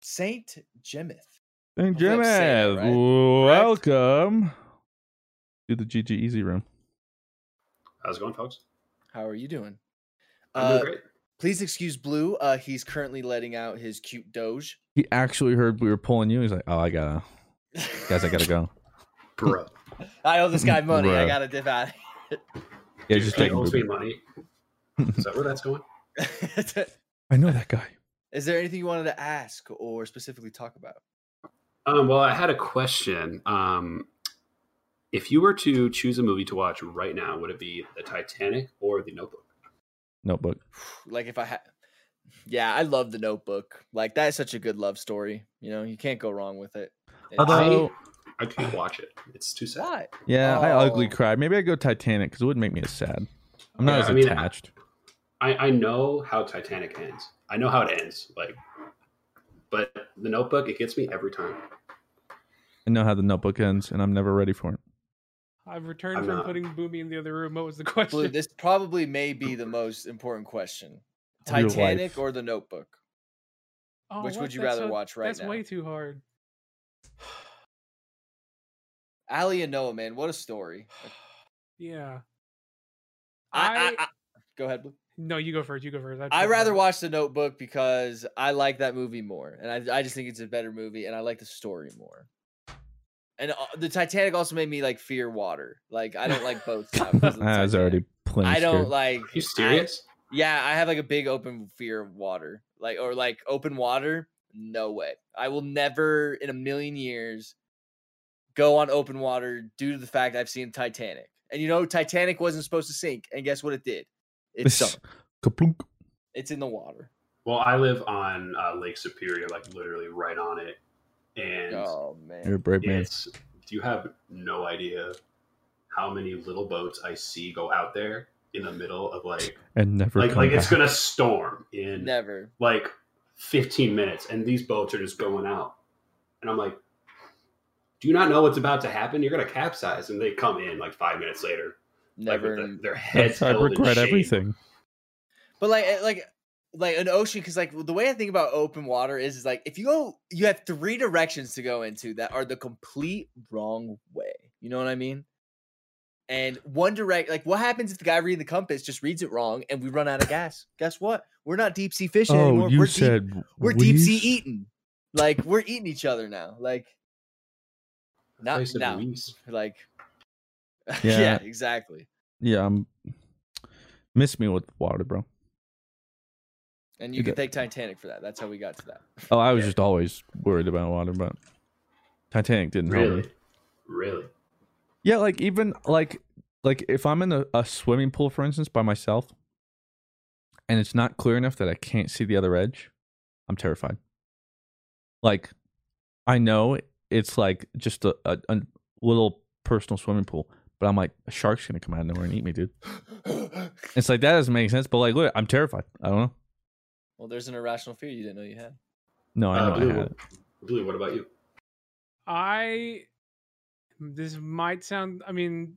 C: Saint Jemith.
B: Thank
C: Hopefully I'm saying
B: Jimmy.
C: that right.
B: Welcome to the GG Easy Room.
J: How's it going, folks?
C: How are you doing?
J: I'm
C: Uh,
J: doing great.
C: Please excuse Blue. Uh, he's currently letting out his cute Doge.
B: He actually heard we were pulling you. He's like, "Oh, I gotta, guys, I gotta go."
J: Bro.
C: I owe this guy money. I
B: Bruh.
C: gotta dip out.
B: Yeah,
J: Dude,
B: just
J: he
B: take
J: owes me money. Is that where that's going?
B: I know that guy.
C: Is there anything you wanted to ask or specifically talk about?
J: Um, well, I had a question. Um, if you were to choose a movie to watch right now, would it be The Titanic or The Notebook?
B: Notebook.
C: Like if I had, yeah, I love The Notebook. Like that's such a good love story. You know, you can't go wrong with it. It's-
B: Although-
J: I, I can't watch it. It's too sad.
C: why?
B: Yeah, I ugly
C: Oh.
B: cried. Maybe I go Titanic because it wouldn't make me as sad. I'm not
J: Yeah,
B: as
J: I mean, I-
B: attached.
J: I, I know how Titanic ends. I know how it ends. Like, but The Notebook, it gets me every time.
B: I know how the Notebook ends, and I'm never ready for it.
D: I've returned
J: I'm
D: from
J: not.
D: putting Boomy in the other room. What was the question?
C: Blue, this probably may be the most important question:
B: Of your life.
C: Titanic or The Notebook?
D: Oh,
C: Which
D: what?
C: would you
D: That's
C: rather watch right
D: That's
C: now?
D: way too hard.
C: Ali and Noah, man, what a story!
D: Yeah.
C: I, I,
D: I-
C: I- go ahead, Blue.
D: No, you go first. You go first.
C: I rather watch The Notebook because I like that movie more, and I, I just think it's a better movie, and I like the story more. And uh, the Titanic also made me like fear water. Like I don't like boats. now 'cause of the
B: I was already playing.
C: I don't like.
J: you serious?
C: I- yeah, I have like a big open fear of water, like or like open water. No way. I will never in a million years go on open water due to the fact I've seen Titanic. And you know, Titanic wasn't supposed to sink, and guess what it did? It sunk.
B: Kaplunk.
C: It's in the water.
J: Well, I live on uh, Lake Superior, like literally right on it, and
C: Oh man.
B: You're a brave man.
J: it's you have no idea how many little boats I see go out there in the middle of like
B: And never
J: like
B: come
J: like it's
B: back.
J: gonna storm in
C: Never.
J: like 15 minutes and these boats are just going out and i'm like do you not know what's about to happen you're going to capsize and they come in like five minutes later like
C: Never.
J: with the,
C: in-
J: their heads
B: That's- I
J: held in
B: regret
J: shame.
B: everything.
C: But like uh, like like an ocean because like the way I think about open water is is like if you go you have three directions to go into that are the complete wrong way. You know what I mean? And one direct like what happens if the guy reading the compass just reads it wrong and we run out of gas? Guess what? We're not deep sea fishing
B: Oh,
C: anymore.
B: you
C: we're deep,
B: said
C: we're
B: we-
C: deep sea eating. Like we're eating each other now. Like not
J: Place of
C: now.
J: Luis.
C: Like yeah.
B: Yeah.
C: exactly.
B: Yeah, I'm. Miss me with water, bro.
C: And
B: You
C: you can
B: got-
C: thank Titanic for that. That's how we got to that.
B: Oh, I was just always worried about water, but Titanic didn't help
J: really
B: me.
J: really
B: Yeah, like even like like if I'm in a, a swimming pool, for instance, by myself, and it's not clear enough that I can't see the other edge, I'm terrified. Like, I know it's like just a, a, a little personal swimming pool, but I'm like a shark's gonna come out of nowhere and eat me, dude. It's like that doesn't make sense, but like, look, I'm terrified. I don't know.
C: Well, there's an irrational fear you didn't know you had.
B: No,
J: Uh,
B: I know I
J: Blue,
B: had
J: what-
B: it.
J: Blue, what about you
D: I this might sound I mean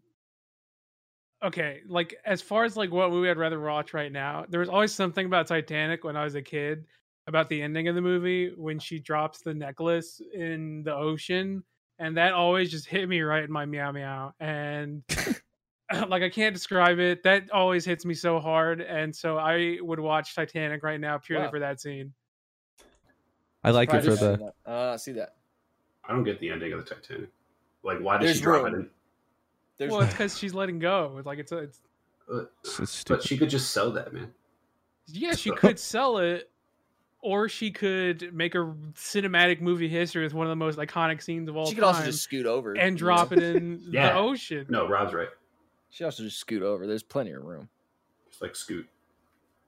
D: okay, like as far as like what movie I'd rather watch right now, there was always something about Titanic when I was a kid about the ending of the movie when she drops the necklace in the ocean and that always just hit me right in my meow meow and like I can't describe it. That always hits me so hard and so I would watch Titanic right now purely
C: Wow.
D: for that scene.
B: I like it
C: Surprised
B: for
C: I didn't
B: the
C: know that. Uh, I see that.
J: i don't get the ending of the titanic like why did
C: There's
J: she drop it
C: room.
J: in
C: There's
D: well, it's cuz she's letting go. It's Like it's a, it's
J: uh,
B: it's, it's stupid.
J: but she could just sell that man
D: Yeah, she could sell it, or she could make a cinematic movie history with one of the most iconic scenes of all
C: she could
D: time,
C: also just scoot over
D: and drop it in
J: Yeah.
D: the ocean.
J: no rob's right
C: She also just scoot over. There's plenty of room.
J: just like scoot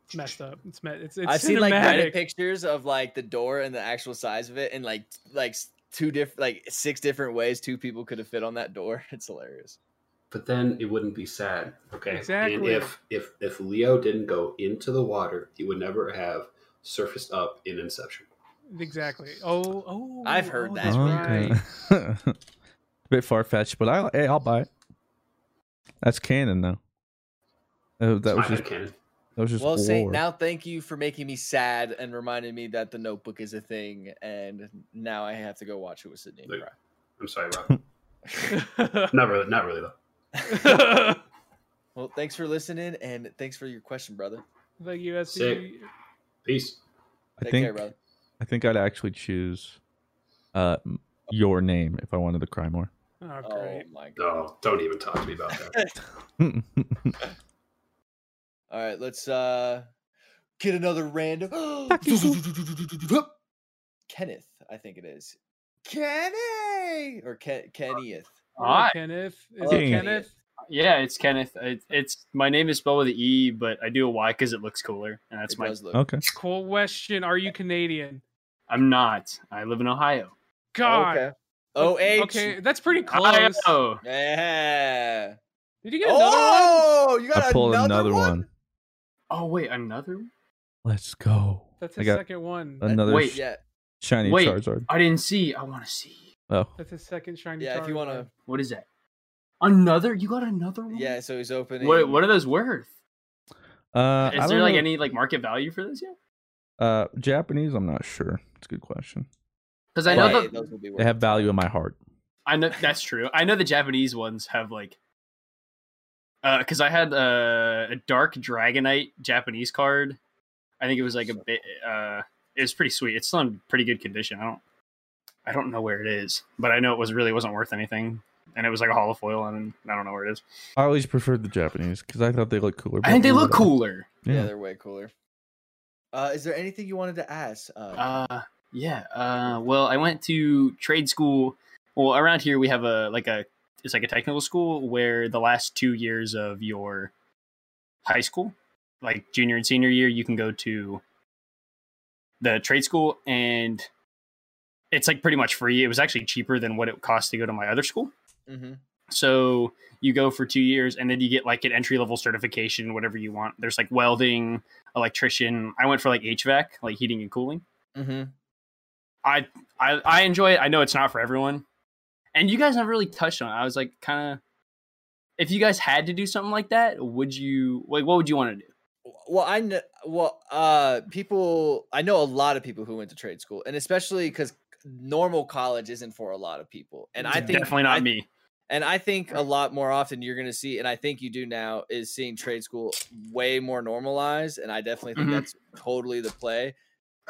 D: It's messed up. It's me- it's, it's
C: I've
D: cinematic.
C: seen like Reddit pictures of like the door and the actual size of it, and like t- like s- two different like six different ways two people could have fit on that door. It's hilarious.
J: but then it wouldn't be sad okay and
D: Exactly.
J: if if if leo didn't go into the water he would never have surfaced up in inception
D: exactly. Oh, oh,
C: I've heard
D: oh,
C: that.
D: That's
C: Okay.
D: right.
B: a bit far fetched, but I hey, I'll buy it. That's canon though. Uh, that was
J: My
B: just
J: head canon.
B: that was just
C: well, Saint,
B: lore.
C: now thank you for making me sad and reminding me that the Notebook is a thing, and now I have to go watch it with Sydney. and
J: Like-
C: cry.
J: I'm sorry, Rob. not really. Not really though.
C: Well, thanks for listening, and thanks for your question, brother.
D: Thank you, SC.
J: Sick. Peace.
B: I
C: Take
B: think
C: care, brother.
B: I think I'd actually choose uh m- your name if I wanted to cry more.
D: Oh,
C: Oh
D: great.
C: my god.
J: No, don't even talk to me about that.
C: All right, let's uh get another random. Kenneth, I think it is. Kenny or Ken- Oh, Kennyeth.
D: Hello,
K: Hi.
D: Kenneth. Is
B: Oh,
C: Hello,
D: it Kenneth?
K: Yeah, it's Kenneth. It, it's my name is spelled with an E, but I do a Y because it looks cooler, and that's
C: It
K: my.
C: does look. Oh,
B: okay.
D: Cool question. Are you Canadian?
K: I'm not. I live in Ohio.
D: God.
C: Okay. Oh, H.
D: Okay, that's pretty
K: I
D: close.
K: know.
C: Yeah.
D: Did you get another one?
C: Oh, you got
B: I pulled another, one.
K: Oh wait, another. one?
B: Let's go.
D: That's
B: I
D: his
B: got
D: second one.
B: another
K: Wait.
B: sh-
C: Yeah,
B: shiny
K: Wait.
B: Charizard.
K: I didn't see. I want to see.
B: Oh,
D: That's his second shiny.
C: yeah. If you want to,
K: What is that? Another? You got another one?
C: yeah. So he's opening.
K: What What are those worth?
B: uh, I
K: Is
B: don't
K: there like
B: know.
K: any like market value for those yet?
B: uh Japanese? I'm not sure. It's a good question.
K: Because I know
C: Right,
K: the
C: those will be
B: They
C: worth
B: have
C: it.
B: value in my heart.
K: I know that's true. I know the Japanese ones have like because uh, I had uh, a, a dark dragonite Japanese card. I think it was like a bit. Uh, it was pretty sweet. It's still in pretty good condition. I don't, I don't know where it is, but I know it was really wasn't worth anything, and it was like a hollow foil, and I don't know where it is.
B: I always preferred the Japanese because I thought they looked cooler.
K: I think they look cooler.
B: Yeah.
C: they're way cooler. Uh, is there anything you wanted to ask? Uh,
K: Uh, yeah. Uh, well, I went to trade school. Well, around here we have a like a it's like a technical school where the last two years of your high school, like junior and senior year, you can go to the trade school and it's like pretty much free. It was actually cheaper than what it cost to go to my other school.
C: mhm.
K: So you go for two years and then you get like an entry level certification, whatever you want. There's like welding, electrician. I went for like HVAC, like heating and cooling.
C: Mm-hmm.
K: I I, I enjoy it. I know it's not for everyone. And you guys never really touched on it. I was like kind of if you guys had to do something like that, would you like what would you want to do?
C: Well, I know. Well, uh, people. I know a lot of people who went to trade school, and especially because normal college isn't for a lot of people. And I
K: Yeah.
C: think
K: definitely not
C: I-
K: me.
C: And I think a lot more often you're going to see, and I think you do now, is seeing trade school way more normalized. And I definitely think
K: Mhm.
C: that's totally the play.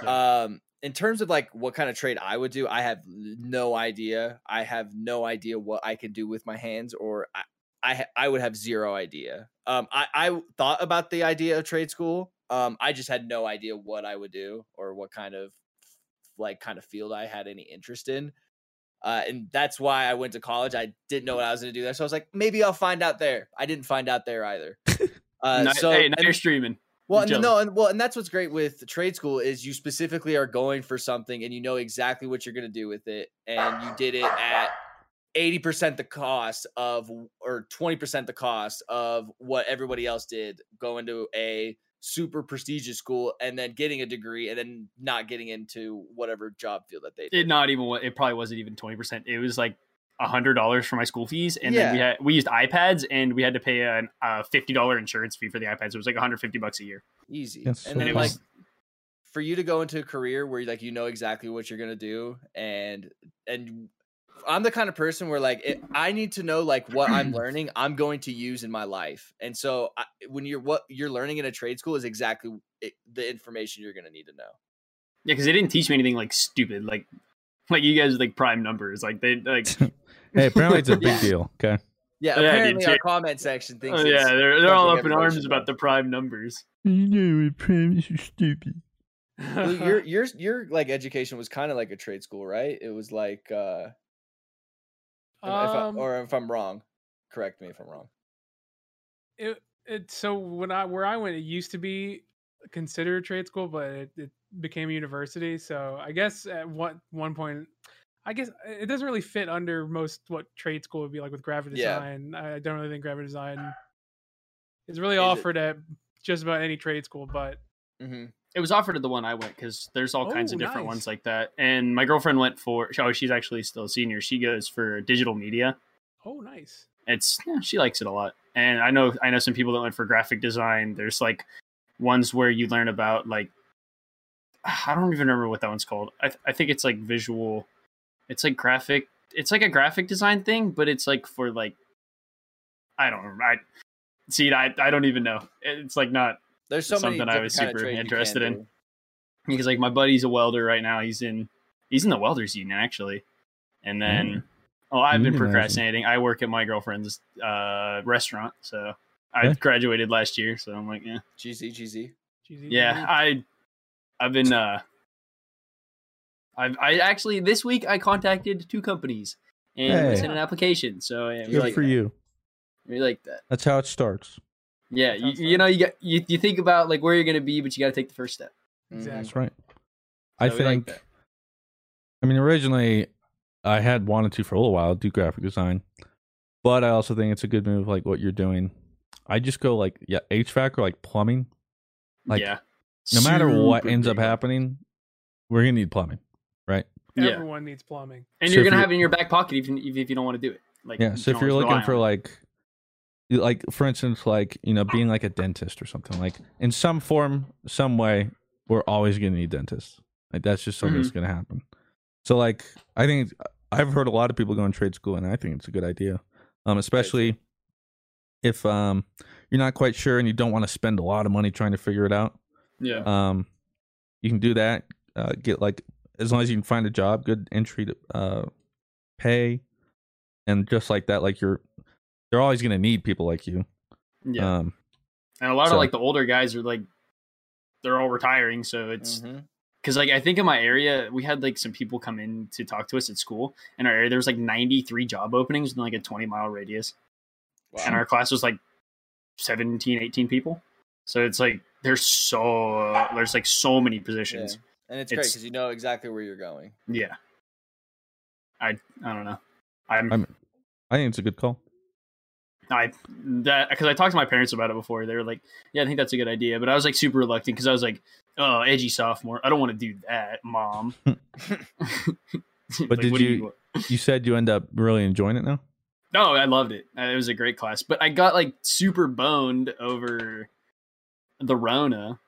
C: Um, in terms of like what kind of trade I would do, I have no idea. I have no idea what I can do with my hands, or I, I, ha- I would have zero idea. Um, I, I thought about the idea of trade school. Um, I just had no idea what I would do or what kind of like kind of field I had any interest in uh, and that's why I went to college. I didn't know what I was going to do there, so I was like, maybe I'll find out there. I didn't find out there either. Uh,
K: Now-
C: so
K: hey, now
C: and-
K: you're streaming.
C: well,
K: I'm
C: and
K: jealous.
C: no, and well, and that's what's great with trade school is you specifically are going for something and you know exactly what you're going to do with it, and you did it at eighty percent the cost of or twenty percent the cost of what everybody else did going to a super prestigious school and then getting a degree and then not getting into whatever job field that they did.
K: it not even wa- it probably wasn't even 20%. It was like $100 for my school fees and then we
C: Yeah.
K: had we used iPads and we had to pay an uh, $50 insurance fee for the iPads. It was like 150 bucks a year.
C: easy.
B: That's
C: and
B: so
C: then
B: dumb.
C: like for you to go into a career where like you know exactly what you're gonna do and and I'm the kind of person where like it, I need to know like what I'm learning I'm going to use in my life, and so I, when you're what you're learning in a trade school is exactly it, the information you're gonna need to know.
K: Yeah, cuz they didn't teach me anything like stupid like like you guys like prime numbers. Like they like
B: Hey, apparently it's a big
K: Yeah.
B: deal. Okay.
K: Yeah,
C: Yeah,
K: dude,
C: apparently our
K: yeah.
C: comment section thinks.
K: Oh,
C: it's
K: yeah, they're they're all
C: something
K: up in
C: everyone should
K: arms about the prime numbers.
B: You know, premise is stupid.
C: know. Lou, your your your like education was kind of like a trade school, right? It was like, uh, if I,
D: Um,
C: or if I'm wrong, correct me if I'm wrong.
D: it, it so when I where I went, it used to be considered trade school, but it, it became a university. So I guess at one one point, I guess uh, it doesn't really fit under most what trade school would be like with graphic
C: Yeah.
D: design. I don't really think graphic design is really
C: Is it-
D: offered at just about any trade school, but
C: Mm-hmm.
K: It was offered at the one I went because there's all kinds
D: Oh,
K: of different
D: nice.
K: ones like that. And my girlfriend went for oh she's actually still a senior. She goes for digital media.
D: oh, nice.
K: It's yeah, she likes it a lot. And I know I know some people that went for graphic design. There's like ones where you learn about like I don't even remember what that one's called. I th- I think it's like visual. It's like graphic. It's like a graphic design thing, but it's like for like I don't remember. I see. I I don't even know. It's like not
C: There's so many
K: something I
C: different
K: was
C: kind of
K: super
C: trades you can
K: interested in.
C: do.
K: because like my buddy's a welder right now. He's in he's in the welders union actually, and then
C: Mm.
K: oh I've been
B: Unionizing.
K: procrastinating. I work at my girlfriend's uh, restaurant, so I
B: Yeah.
K: graduated last year. So I'm like, yeah,
C: GZ, GZ.
D: GZ.
K: yeah. I I've been uh I've I actually this week I contacted two companies and
B: Hey.
K: sent an application. So yeah, we
B: Good
K: like
B: for you.
K: we like that.
B: That's how it starts.
K: Yeah, you, you know you got you, you think about like where you're gonna be, but you got to take the first step.
D: Exactly.
B: That's right. I
K: So we like
B: think. I mean, originally, I had wanted to for a little while do graphic design, but I also think it's a good move, like what you're doing. I just go like yeah, HVAC or like plumbing. Like
K: yeah,
B: no matter what
K: Super
B: ends up
K: big.
B: happening, we're gonna need plumbing, right?
K: Yeah.
D: Everyone needs plumbing.
K: and
B: So
K: you're
B: if
K: gonna
B: you're-
K: have it in your back pocket even even if you don't want to do it. Like
B: yeah.
K: you
B: So if
K: can
B: you're
K: always
B: looking
K: rely
B: for
K: on it.
B: like, like for instance, like you know, being like a dentist or something, like in some form, some way, we're always gonna need dentists. Like that's just something that's gonna happen. So like, I think I've heard a lot of people go in trade school, and I think it's a good idea, um, especially if um you're not quite sure and you don't want to spend a lot of money trying to figure it out.
K: Yeah.
B: Um, you can do that. Uh, get like as long as you can find a job, good entry to uh pay, and just like that, like you're they're always gonna need people like you.
K: Yeah.
B: Um,
K: and a lot
B: so-
K: of like the older guys are like they're all retiring, so it's
C: Mm-hmm.
K: because like I think in my area we had like some people come in to talk to us at school. In our area, there was like 93 job openings in like a 20 mile radius, and our class was like 17, 18 people. So it's like there's so there's like so many positions.
C: And it's, great because you know exactly where you're going.
K: Yeah. I I don't know. I'm,
B: I'm I think it's a good call.
K: I that because I talked to my parents about it before. They were like, "Yeah, I think that's a good idea," but I was like super reluctant because I was like, "Oh, edgy sophomore. I don't want to do that, mom."
B: But
K: Like,
B: did
K: what do
B: you you said you end up really enjoying it now?
K: No, I loved it. Uh, It was a great class, but I got like super boned over the Rona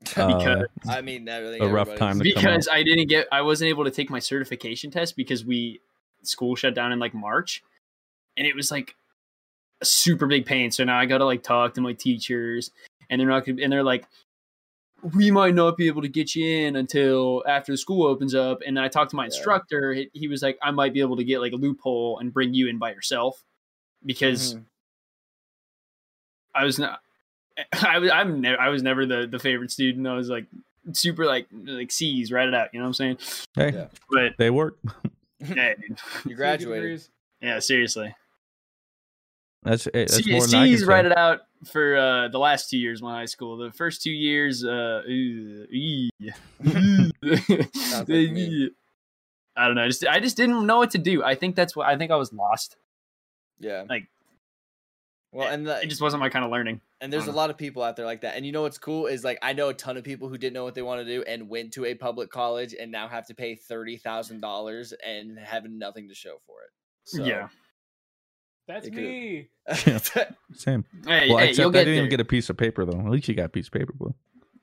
K: because
C: I mean, that really
B: Uh, a rough time to come
K: because
B: out.
K: I didn't get I wasn't able to take my certification test because we school shut down in like March and it was like a super big pain. So now I gotta like talk to my teachers and they're not gonna and they're like we might not be able to get you in until after the school opens up. And then I talked to my instructor. He, he was like, I might be able to get like a loophole and bring you in by yourself because
C: Mm-hmm.
K: I was not. I was I'm never I was never the the favorite student. I was like super like like C's write it out. You know what I'm saying?
B: Hey,
K: But
B: they work.
K: Yeah, dude.
C: you graduated.
K: Yeah, seriously.
B: That's, hey, that's
K: C-
B: more than I can
K: C's
B: say.
K: write it out for uh, the last two years of my high school. The first two years, uh, ooh, ee. Ee. I don't know. I just I just didn't know what to do. I think that's what I think I was lost.
C: Yeah.
K: Like
C: Well, and the,
K: it just wasn't my kind of learning.
C: And there's a lot of people out there like that. And you know what's cool is like I know a ton of people who didn't know what they want to do and went to a public college and now have to pay thirty thousand dollars and have nothing to show for it. So,
D: Yeah. That's
C: It could-
D: me.
B: Yeah. Same.
K: Hey,
B: well,
K: hey,
B: except
K: you'll
B: I
K: get
B: didn't even
K: there.
B: get a piece of paper though. At least you got a piece of paper, Blue.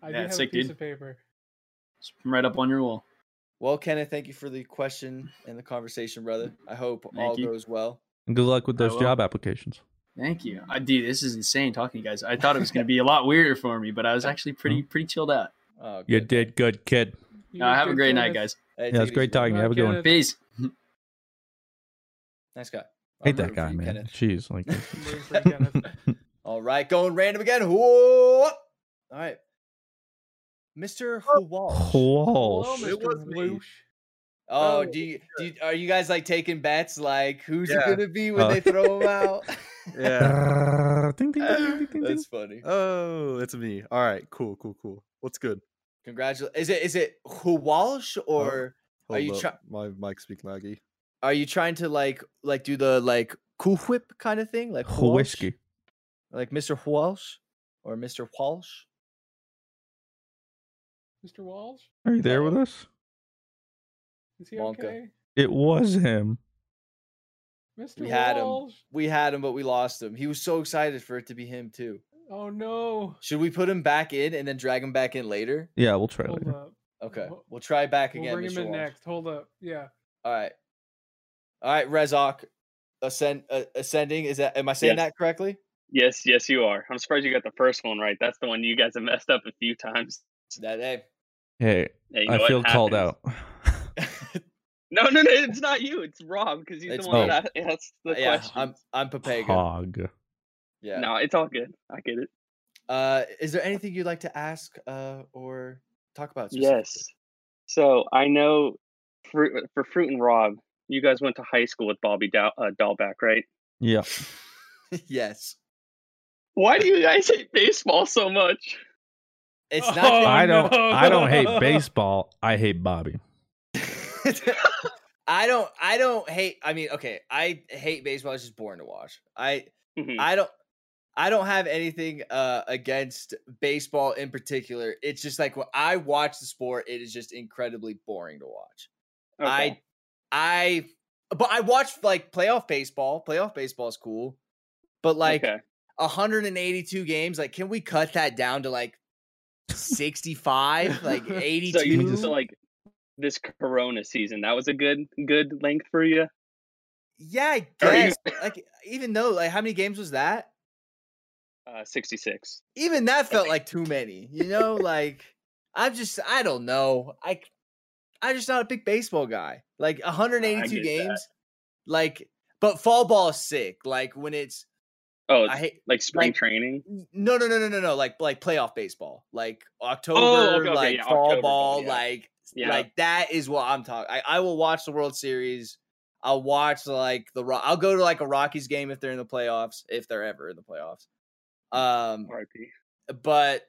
D: I
K: Yeah,
D: do have
K: sick,
D: a piece
K: dude.
D: of paper.
K: Right up on your wall.
C: Well, Kenneth, thank you for the question and the conversation, brother. I hope all
K: you.
C: goes well.
B: And good luck with
K: I
B: those
K: will.
B: job applications.
K: Thank you, I, dude. This is insane talking to you guys. I thought it was going to be a lot weirder for me, but I was actually pretty pretty chilled out.
C: Oh,
B: You did good, kid.
K: Uh, have a great night, guys.
B: yeah, it's great talking. to you. Have a good one.
K: Peace.
C: Nice guy.
B: Hate that guy, man. Jeez, like
C: All right, going random again. Whoop. All right. Mr. Walsh.
B: Walsh.
C: It was me. Oh, do you, do you, are you guys like taking bets? Like, who's
L: Yeah.
C: it gonna be when
L: Uh.
C: they throw him out?
L: Yeah.
C: That's funny.
L: Oh, it's me. All right, cool, cool, cool. What's good?
C: Congratulations. Is it is it who Walsh or are
L: Hold
C: you
L: up,
C: trying?
L: My mic's being laggy.
C: Are you trying to like like do the like cool whip kind of thing? Like
B: Who
C: Walsh?
B: whiskey?
C: Like Mr. Walsh or Mr. Walsh?
D: Mr. Walsh,
B: Are you there with us?
D: is he
C: Wonka.
D: okay?
B: It was him.
D: Mr.
C: We had him.
D: Walsh.
C: We had him, but we lost him. He was so excited for it to be him too.
D: Oh no.
C: Should we put him back in and then drag him back in later?
B: Yeah, we'll try
D: Hold
B: later.
D: up.
C: Okay, we'll try back
D: We'll
C: again.
D: bring him
C: Mr.
D: in
C: Walsh.
D: next. Hold up. Yeah.
C: All right, all right, Rezok, ascend uh, ascending. Is that am I saying
M: Yes.
C: that correctly?
M: Yes, yes, you are. I'm surprised you got the first one right. That's the one you guys have messed up a few times.
C: That hey.
B: Hey,
M: Yeah, you know
B: I
M: what
B: feel called out.
M: No, no, no. It's not you. It's Rob because he's
C: It's
M: the one
C: me. Uh,
M: that asked the
C: yeah,
M: question.
C: I'm I'm Papega.
B: Hog.
C: Yeah.
M: No, it's all good. I get it.
C: Uh, is there anything you'd like to ask uh, or talk about?
M: Yes. So I know for, for Fruit and Rob, you guys went to high school with Bobby Dow- uh, Dahlback, right?
B: Yeah.
C: specifically? yes.
M: Why do you guys hate baseball so much?
C: It's
M: not.
B: Oh, I don't. I don't hate baseball. I hate Bobby.
C: I don't. I don't hate. I mean, okay. I hate baseball. It's just boring to watch. I.
M: Mm-hmm.
C: I don't. I don't have anything uh, against baseball in particular. It's just like when I watch the sport, it is just incredibly boring to watch. I, I, but I watch like playoff baseball. Playoff baseball is cool, but like 182 games, like can we cut that down to like 65, like
M: So, you
C: 82?
M: just like this Corona season, that was a good good length for you.
C: yeah, I
M: Are you-
C: guess. but, Like even though, like how many games was that?
M: uh, 66.
C: Even that felt like too many. You know, like I'm just I don't know. I I'm just not a big baseball guy. Like
M: I
C: 182
M: get
C: games. Like but fall ball is sick. Like when it's
M: Oh,
C: I hate
M: like spring
C: like,
M: training.
C: no no no no no no like like playoff baseball. Like October,
M: Oh, okay, okay,
C: like
M: yeah,
C: fall
M: October ball,
C: ball,
M: yeah.
C: like
M: Yeah.
C: like that is what I'm talking. I, I will watch the World Series. I'll watch like the Ro- I'll go to like a Rockies game if they're in the playoffs, if they're ever in the playoffs. Um
M: RIP.
C: but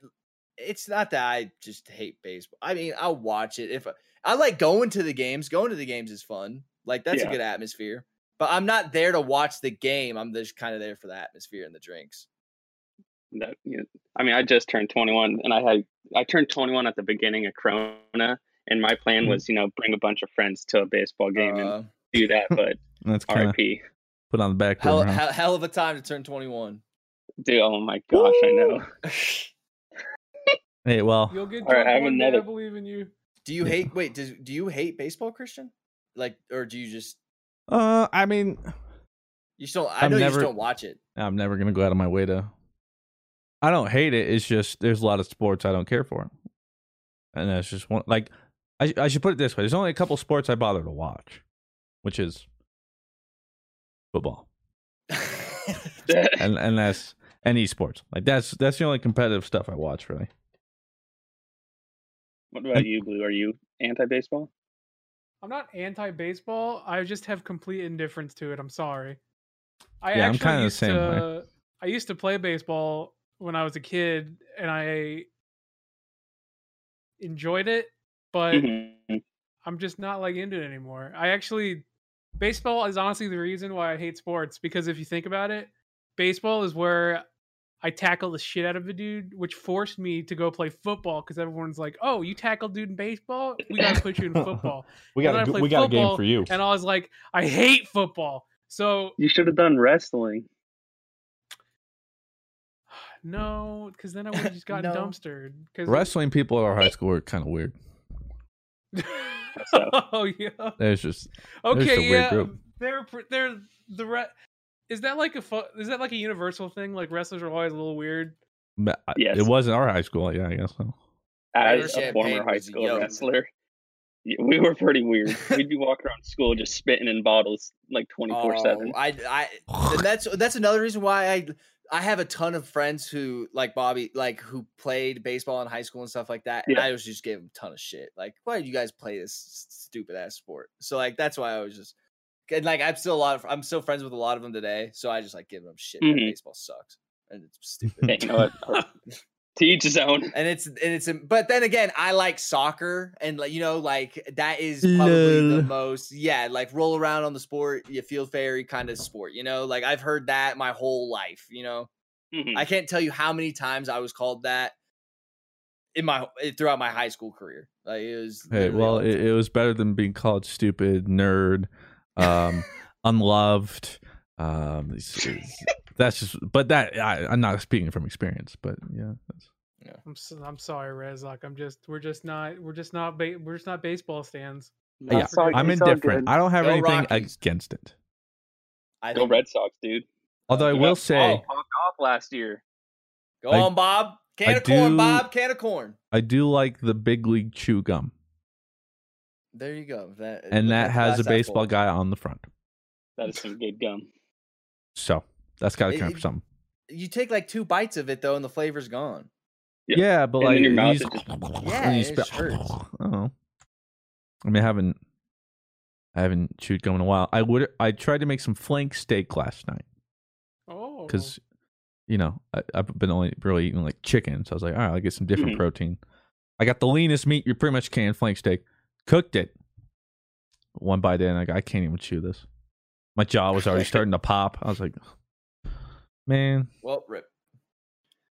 C: it's not that I just hate baseball. I mean, I'll watch it if I, I like going to the games. Going to the games is fun. Like that's
M: Yeah.
C: a good atmosphere. But I'm not there to watch the game. I'm just kind of there for the atmosphere and the drinks.
M: That, you know, I mean, I just turned 21 and I had, I turned 21 at the beginning of Corona. And my plan
C: Mm-hmm.
B: Mhm.
M: was, you know, bring a bunch of friends to a baseball game
C: Uh.
M: and do that. But
B: That's kind of
M: RIP.
B: put on the back
C: Hell,
B: burner.
M: Uh-huh.
B: huh?
C: hell, hell of a time to turn 21.
M: Dude, oh my gosh, I know.
B: Hey, well,
D: You'll get
M: All right,
D: drunk
M: I have
D: one day.
M: another-
D: I believe in you.
C: Do you hate? Wait, does do you hate baseball, Christian? Like, or do you just
B: uh, I mean,
C: you just don't? I
B: I've
C: know you
B: never-
C: just don't watch it.
B: I'm never gonna go out of my way to. I don't hate it. It's just there's a lot of sports I don't care for, and that's just one. Like, I I should put it this way: there's only a couple sports I bother to watch, which is football. and and that's and esports. Like that's that's the only competitive stuff I watch really.
M: What about you, Blue? Are you anti baseball?
D: I'm not anti baseball. I just have complete indifference to it. I'm sorry. I
B: Yeah, I'm
D: actually
B: kinda the
D: used
B: same way.
D: to, I used to play baseball when I was a kid, and I enjoyed it, but
B: Mm-hmm.
D: I'm just not like into it anymore. I actually baseball is honestly the reason why I hate sports because if you think about it, baseball is where I tackle the shit out of a dude, which forced me to go play football because everyone's like, "Oh, you tackled dude in baseball? We gotta put you in football."
B: We
D: And
B: got a
D: then I
B: g-
D: played
B: we got a game
D: football,
B: for you.
D: And I was like, "I hate football." So
M: You should have done wrestling.
D: no, because then I would have just gotten
C: No.
D: dumpstered. Because
B: Wrestling people at our high school are kind of weird.
D: oh yeah.
B: There's just there's just a
D: Okay,
B: weird
D: yeah,
B: group.
D: they're pr- they're the re- is that like a fu- is that like a universal thing? Like wrestlers are always a little weird.
B: But I-
M: Yes.
B: It wasn't our high school. Yeah, I guess so.
M: As
D: Irish
M: a former
D: champagne
M: high
D: was
M: school
D: yum.
M: wrestler, y- we were pretty weird. We'd be walking around school just spitting in bottles like 24 7.
C: Oh, I, I, and that's that's another reason why I, I have a ton of friends who like Bobby, like who played baseball in high school and stuff like that. And
M: Yeah.
C: I was just gave them a ton of shit. Like, why do you guys play this s- stupid ass sport? So like that's why I was just, and like I'm still a lot of I'm still friends with a lot of them today. So I just like give them shit. that
M: Mhm.
C: baseball sucks and it's stupid.
M: you know what? to each his own.
C: And it's and it's but then again, I like soccer and like you know like that is probably the
B: Lol.
C: most yeah like roll around on the sport, you feel fairy kind of sport. You know, like I've heard that my whole life. You know,
M: Mm-hmm.
C: I can't tell you how many times I was called that in my throughout my high school career. Like it was
B: Hey,
C: literally
B: well,
C: all the
B: it, it was better than being called stupid, nerd, um, unloved. Um, it's- it's- that's just. But that I, I'm not speaking from experience. But yeah, that's,
D: I'm s I'm sorry, Rez. Like I'm just we're just not we're just not ba- we're just not baseball stands.
C: Uh,
B: yeah. I'm indifferent. I don't have
C: Go
B: anything
C: Rockies.
B: against it.
C: I
M: Go
C: think-
M: Red Sox, dude.
B: Uh, Although I
M: We
B: will
M: got
B: say,
M: all popped off last year.
C: Go
B: I-
C: on, Bob. Can
B: I
C: of corn,
B: do-
C: Bob. Can of corn.
B: I do like the big league chew gum,
C: There you go. That uh,
B: and that
C: that's
B: has a
C: glass half
B: baseball
C: full.
B: guy on the front.
M: That is some good gum.
B: So that's got to
C: It-
B: count
C: it-
B: for something.
C: You take like two bites of it though, and the flavor's gone.
B: Yeah, but
M: And
B: like
M: in your
B: you
M: mouth, it
B: just-
M: just-
B: and you
C: Yeah, it
B: spit-
C: hurts.
B: Oh, I mean, I haven't, I haven't chewed gum in a while. I would, I tried to make some flank steak last night
D: Oh,
B: because, you know, I, I've been only really eating like chicken, so I was like, all right, I'll get some different
M: Mhm.
B: protein. I got the leanest meat you pretty much can, flank steak. Cooked it one bite in, I go, I can't even chew this. My jaw was already starting to pop. I was like, man,
C: Well, rip.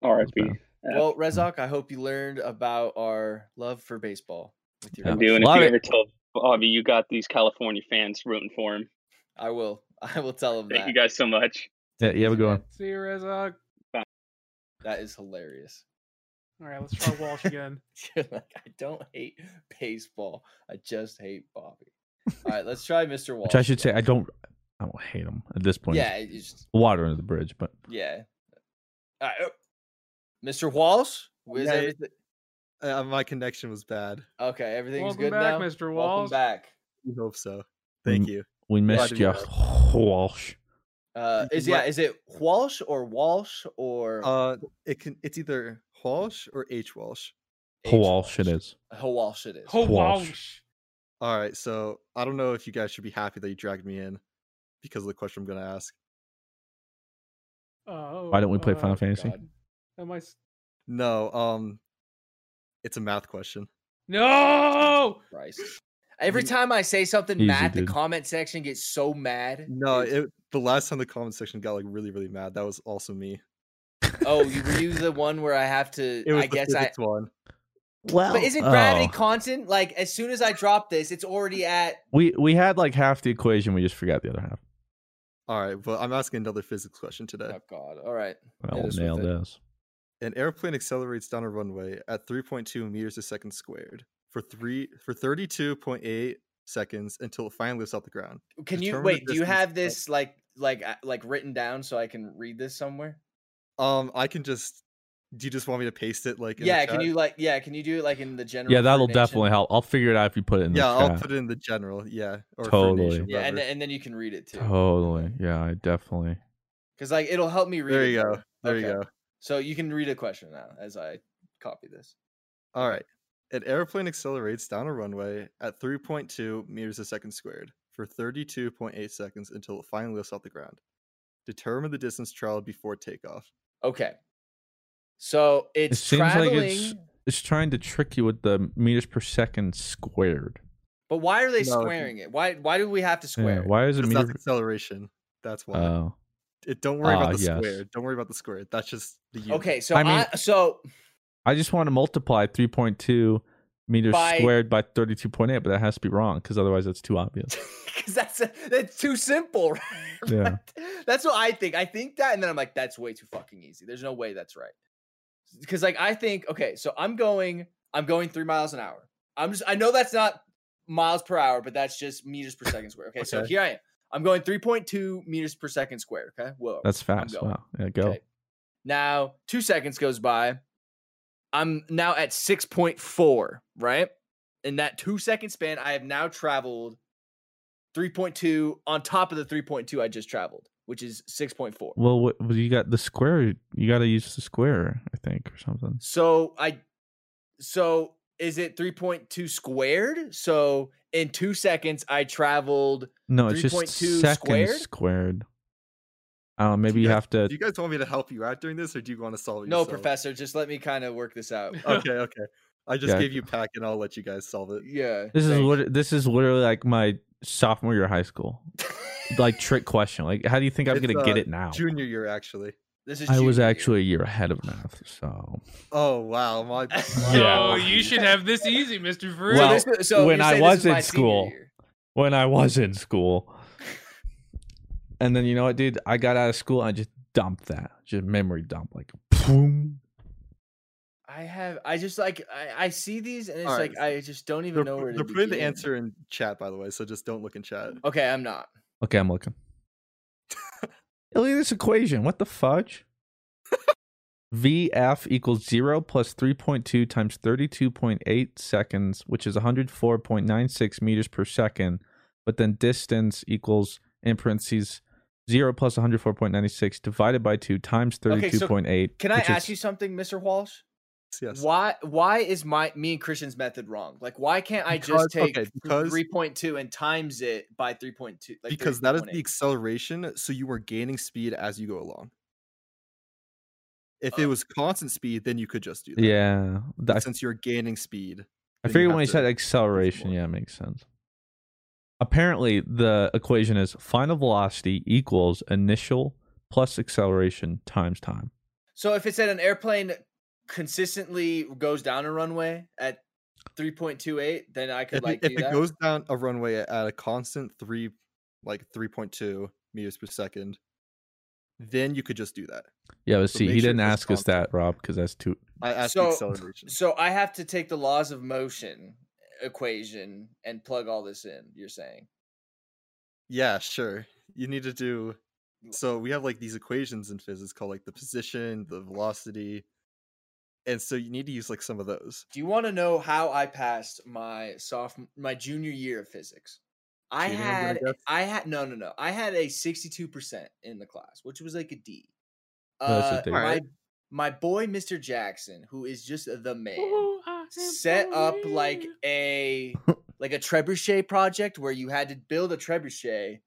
M: RIP.
C: Well, Rezok, I hope you learned about our love for baseball. With your
B: Yeah.
C: doing
M: Dude, and if
B: Love
M: you
B: it.
M: ever tell Bobby you got these California fans rooting for him,
C: I will. I will tell him
M: thank
C: that.
M: you guys so much.
B: yeah, you have a good one.
D: See you, Rezok.
C: That is hilarious.
D: All right, let's try Walsh again.
C: You're like, I don't hate baseball. I just hate Bobby. All right, let's try Mr. Walsh.
B: Which I should say, I don't, I don't hate them at this point.
C: Yeah, it's-
B: water under the bridge, but
C: yeah. All right. Mr. Walsh, is
L: Yeah,
C: everything-
L: Uh, my connection was bad.
C: okay, everything's
D: Welcome
C: good
D: back,
C: now.
D: Mr.
C: Welcome
D: Walsh.
C: back.
L: We hope so. Thank you.
B: We
L: Glad
B: missed
L: to
B: you,
L: hear it.
B: Walsh.
C: Uh, is yeah, is it Walsh or Walsh or
L: Uh, it can. It's either Walsh or H Walsh.
B: Walsh it is.
C: how Walsh it is?
L: Ho
B: Walsh.
L: All right, so I don't know if you guys should be happy that you dragged me in because of the question I'm going to ask.
D: Oh,
B: Why don't we play Final
D: uh,
B: Fantasy?
D: Am I? s-
L: No, um, it's a math question.
D: No.
C: Christ. Every time I say something,
L: Easy,
C: Matt,
L: dude.
C: the comment section gets so mad.
L: No, it, the last time the comment section got like really, really mad, that was also me.
C: Oh, you were you the one where I have to?
L: It was
C: I
L: the
C: guess I.
L: physics one.
A: Well,
C: but isn't gravity
B: oh.
C: constant? Like as soon as I drop this, it's already at.
B: We we had like half the equation. We just forgot the other half.
L: All right, but I'm asking another physics question today.
C: Oh God! All right.
B: Well,
L: is what
B: nailed
L: they-
B: this.
L: An airplane accelerates down a runway at 3.2 meters a second squared for three for 32.8 seconds until it finally lifts off the ground.
C: Can you
L: Determine the
C: wait? Do you
L: distance
C: have
L: of-
C: this like like uh, like written down so I can read this somewhere?
L: Um, I can just. Do you just want me to paste it like? In the
C: yeah. Can
L: chat?
C: you like yeah? Can you do it like in the general?
B: Yeah, that'll
C: coordination?
B: definitely help. I'll figure it out if you put it in
L: Yeah,
B: the
L: I'll
B: chat.
L: put it in the general. Yeah, or Fruit
B: Totally.
L: Nation,
C: Yeah,
L: whatever.
C: and then, and then you can read it too.
B: Totally. Yeah, I definitely.
C: Because like it'll help me read.
L: There
C: it
L: you
C: better.
L: go. There you
C: Okay.
L: go.
C: So you can read a question now as I copy this.
L: All right. An airplane accelerates down a runway at 3.2 meters a second squared for 32.8 seconds until it finally lifts off the ground. Determine the distance traveled before takeoff.
C: Okay. So
B: It
C: it's
B: seems
C: traveling,
B: like it's it's trying to trick you with the meters per second squared.
C: but why are they
L: No, it-
C: squaring it? Why why do we have to
B: Yeah,
C: square? it?
B: why is it
L: That's not
B: meter?
L: acceleration. That's why.
B: Oh,
L: It, don't worry
B: Ah,
L: about the
B: yes.
L: square. Don't worry about the square. That's just the unit.
C: Okay, so
B: I
C: I,
B: mean-
C: so
B: I just want to multiply three point two meters
C: By-
B: squared by thirty two point eight, but that has to be wrong because otherwise that's too obvious.
C: because that's that's too simple. Right?
B: yeah.
C: That's what I think. I think that, and then I'm like, that's way too fucking easy. There's no way that's right. Because like I think, okay, so I'm going, I'm going three miles an hour. I'm just, I know that's not miles per hour, but that's just meters per second squared. Okay, so
B: Okay.
C: here I am. I'm going 3.2 meters per second squared. Okay, whoa,
B: That's
C: I'm
B: fast.
C: going.
B: Wow. Yeah, go.
C: Okay. Now two seconds goes by. I'm now at 6.4. Right in that two second span, I have now traveled 3.2 on top of the 3.2 I just traveled, which is 6.4.
B: Well, what, well, you got the square. You got to use the square, I think, or something.
C: So I, so is it 3.2 squared? So in two seconds, I traveled
B: No, it's just
C: 3.2
B: seconds
C: squared.
B: squared. Uh, maybe you have to.
L: Do you guys want me to help you out during this, or do you want to solve it?
C: No,
L: yourself?
C: professor, just let me kind of work this out.
L: Okay, okay. I just
B: Yeah.
L: gave you pack, and I'll let you guys solve it.
C: yeah.
B: This is
C: thanks.
B: what. This is literally like my sophomore year of high school, like trick question. Like, how do you think I'm
L: It's,
B: gonna get
L: uh,
B: it now?
L: Junior year, actually.
C: This
B: I was actually a year ahead of math, so.
L: Oh wow, my.
D: So you should have this easy, Mr. Fruit.
B: Well, when I was in school, when I was in school, and then you know what, dude? I got out of school. and I just dumped that, just memory dump, like boom.
C: I have, I just like, I, I see these and it's
L: Alright,
C: like, I just don't even
L: they're,
C: know where to
L: they're putting the
C: begin.
L: answer in chat, by the way. So just don't look in chat.
C: Okay, I'm not.
B: Okay, I'm looking. Look at this equation. What the fudge? VF equals 0 plus 3.2 times 32.8 seconds, which is 104.96 meters per second. But then distance equals, in parentheses, 0 plus 104.96 divided by 2 times 32.8.
C: Okay, so Can I
B: which
C: ask
B: is-
C: you something, Mr. Walsh?
L: Yes.
C: Why why is my me and Christian's method wrong? Like why can't I
L: Because-
C: just take
L: okay, because-
C: 3.2 and times it by 3.2? Like
L: because that is the
C: 3.8?
L: acceleration, so you are gaining speed as you go along. If
C: Oh.
L: it was constant speed, then you could just do that.
B: Yeah.
L: But
B: That-
L: since you're gaining speed,
B: I
L: then
B: figured
L: have
B: when you
L: to-
B: said acceleration, yeah, it makes sense. Apparently, the equation is final velocity equals initial plus acceleration times time.
C: So if it's at an airplane consistently goes down a runway at 3.28, then I
L: if,
C: could
L: it-
C: like
L: if
C: do
L: it
C: that.
L: goes down a runway at a constant three, like three point two meters per second, then you could just do that.
B: Yeah, but
L: So
B: see,
L: make
B: he
L: sure
B: didn't
L: it's
B: ask us that, Rob, because that's too.
L: I asked the
C: so,
L: acceleration.
C: so I have to take the laws of motion equation and plug all this in, you're saying.
L: Yeah, sure. You need to do so we have like these equations in physics called like the position, the velocity, and so you need to use like some of those.
C: Do you want to know how I passed my sophomore, my junior year of physics? I
L: Cheating, I'm gonna
C: had,
L: guess?
C: I had no, no, no. I had a sixty-two percent in the class, which was like a D.
B: Oh, that's a
C: Uh,
B: D.
C: my,
B: Alright.
C: my boy, Mr. Jackson, who is just the man, set up like a like a trebuchet project where you had to build a trebuchet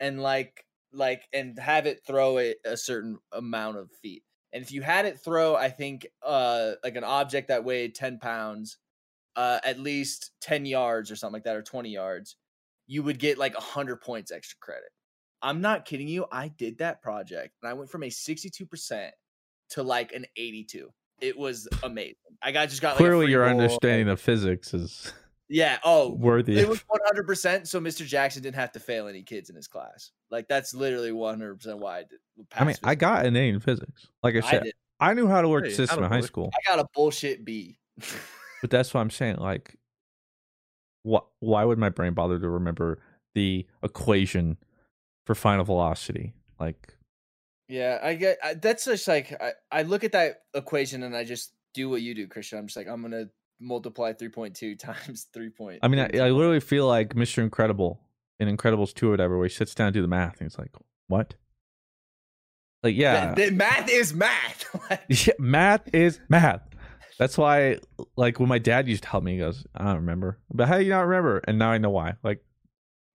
C: and like like and have it throw it a certain amount of feet. And if you had it throw, I think uh like an object that weighed ten pounds, uh at least ten yards or something like that, or twenty yards, you would get like hundred points extra credit. I'm not kidding you. I did that project and I went from a 62% to like an 82. It was amazing. I got just got like a
B: Clearly,
C: free
B: your
C: roll.
B: understanding of physics is
C: Yeah. Oh,
B: worthy.
C: It
B: of
C: was 100%. So Mr. Jackson didn't have to fail any kids in his class. Like that's literally 100% why I did.
B: I mean, I got an A in physics. Like I
C: I
B: said,
C: did.
B: I, knew how to work
C: Hey,
B: system in high
C: attaboy.
B: school,
C: I got a bullshit B.
B: but that's what I'm saying. Like, what? Why would my brain bother to remember the equation for final velocity? Like,
C: Yeah, I get I, that's just like I, I look at that equation and I just do what you do, Christian. I'm just like I'm gonna multiply 3.2 times 3. Point.
B: I mean, I, I literally feel like Mr. Incredible in Incredibles two or whatever, where he sits down to do the math, and he's like, "What? Like, yeah,
C: The, math is math.
B: Yeah, math is math. That's why, like, when my dad used to help me, he goes, I don't remember. But how do you not remember? And now I know why. Like,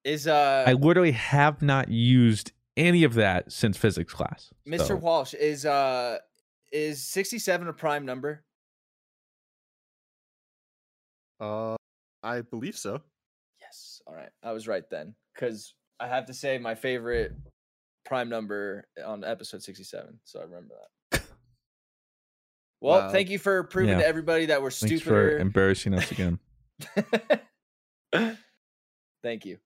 C: Is uh
B: I literally have not used any of that since physics class.
C: Mr.
B: So,
C: Walsh is uh is 67 a prime number?
L: Uh, I believe so.
C: Yes. All right. I was right then cuz I have to say my favorite prime number on episode 67, so I remember that. Well,
B: Wow.
C: thank you for proving
B: Yeah.
C: to everybody that we're
B: thanks for
C: stupider.
B: embarrassing us again.
C: thank you.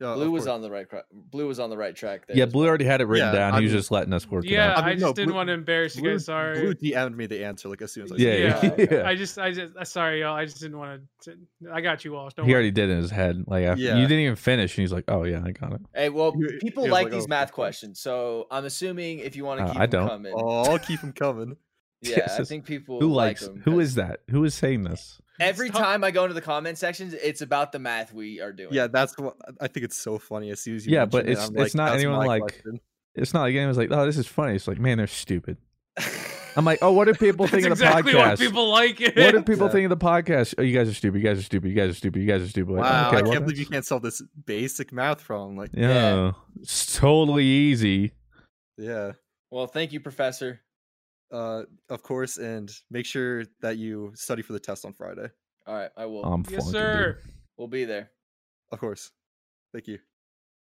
L: of
C: Blue was
L: course.
C: on the right cra- Blue was on the right track there.
B: yeah,
C: as
B: Blue already had it written
L: Yeah,
B: down.
L: I
B: he was
L: mean-
B: just letting us work it
D: Yeah,
B: out.
D: I, just didn't want to embarrass you
L: Blue-
D: guys. Sorry.
L: Blue DM'd me the answer like as soon as I
B: Yeah,
L: said
B: yeah.
L: it.
D: Yeah,
B: Yeah.
D: I just, I just, uh, sorry, y'all. I just didn't want to. I got you, Walsh. Don't
B: he
D: worry.
B: already did in his head. Like, after,
L: Yeah.
B: you didn't even finish. And he's like, oh, yeah, I got it.
C: Hey, well,
L: You-
C: people
L: yeah,
C: like,
L: like,
C: these
L: oh,
C: math questions, so I'm assuming if you want to
B: Uh,
C: keep
B: I
C: them
B: don't.
C: coming,
L: Oh, I'll keep him coming.
C: yeah,
B: Yes,
C: I
B: yes.
C: think people
B: Who
C: like
B: likes,
C: them.
B: who is that? Who is saying this?
C: Every time I go into the comment sections, it's about the math we are doing.
L: Yeah, that's what I think it's so funny. As soon as you
B: Yeah, but
L: mentioned it,
B: it's
L: I'm
B: it's not
L: "That's
B: anyone
L: my
B: like
L: question."
B: it's not like anyone's like, oh, this is funny. It's like, man, they're stupid. I'm like, oh, what do people think of the
D: exactly why
B: podcast?
D: people like it.
B: What do people
L: Yeah.
B: think of the podcast? Oh, you guys are stupid. You guys are stupid. You guys are stupid. You guys are stupid. Like,
L: Wow,
B: uh, okay,
L: I
B: well,
L: can't believe
B: that's-
L: you can't solve this basic math problem. Like,
B: yeah. it's totally easy.
L: yeah.
C: Well, thank you, Professor.
L: Uh, of course, and make sure that you study for the test on Friday.
C: All right, I will.
B: I'm Yes, flunking, dude. sir.
C: We'll be there.
L: Of course. Thank you.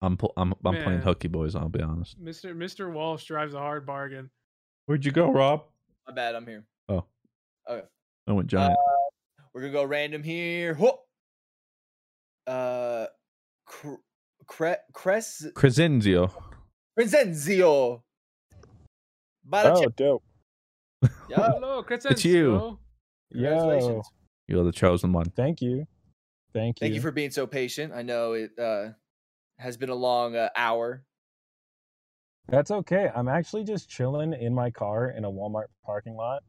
B: I'm pu- I'm I'm
D: Man.
B: playing hooky boys. I'll be honest.
D: Mr. Mr. Walsh drives a hard bargain.
B: Where'd you go, Rob?
C: My bad, I'm here.
B: Oh,
C: Okay,
B: I went giant.
C: we're gonna go random here. Whoa! Uh, Cre- Cre- Cres
B: Crescenzio.
C: Crescenzio.
N: Oh, dope.
D: Hello, Crescenzio.
B: It's you.
N: Yo.
B: You're the chosen one.
N: Thank you. Thank you.
C: Thank you for being so patient. I know it uh, has been a long uh, hour.
N: That's okay. I'm actually just chilling in my car in a Walmart parking lot.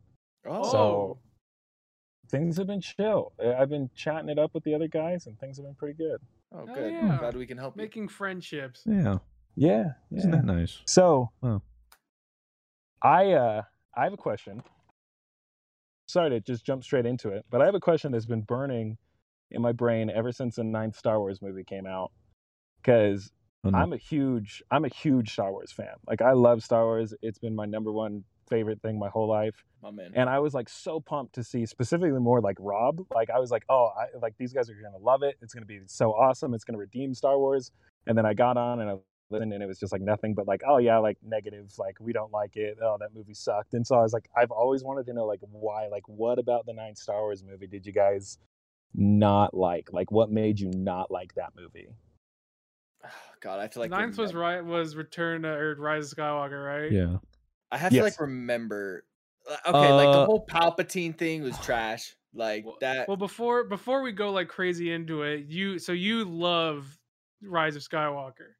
B: Oh,
C: Oh.
N: So things have been chill. I- I've been chatting it up with the other guys, and things have been pretty good.
C: Oh,
D: Hell
C: good.
D: yeah.
C: Glad we can help you.
D: Making friendships.
B: Yeah.
N: Yeah.
B: Isn't
N: yeah.
B: that nice?
N: So
B: Wow.
N: I uh I have a question. Sorry to just jump straight into it, but I have a question that's been burning in my brain ever since the ninth Star Wars movie came out. Because
B: Oh, no.
N: I'm a huge I'm a huge Star Wars fan. Like I love Star Wars. It's been my number one favorite thing my whole life.
C: My man.
N: And I was like so pumped to see specifically more like Rob. Like I was like, oh, I, like these guys are gonna love it. It's gonna be so awesome. It's gonna redeem Star Wars. And then I got on and I listened, and it was just like nothing but like, oh yeah, like negative. Like we don't like it. Oh, that movie sucked. And so I was like, I've always wanted to know like why. Like what about the ninth Star Wars movie did you guys not like? Like what made you not like that movie?
C: God, I feel like
D: Ninth was right was Return uh, or Rise of Skywalker, right?
N: Yeah.
C: I have to
N: Yes.
C: like remember. uh, Okay, like the
D: Uh,
C: whole Palpatine thing was trash. Like that.
D: Well, before before we go like crazy into it, you so you love Rise of Skywalker.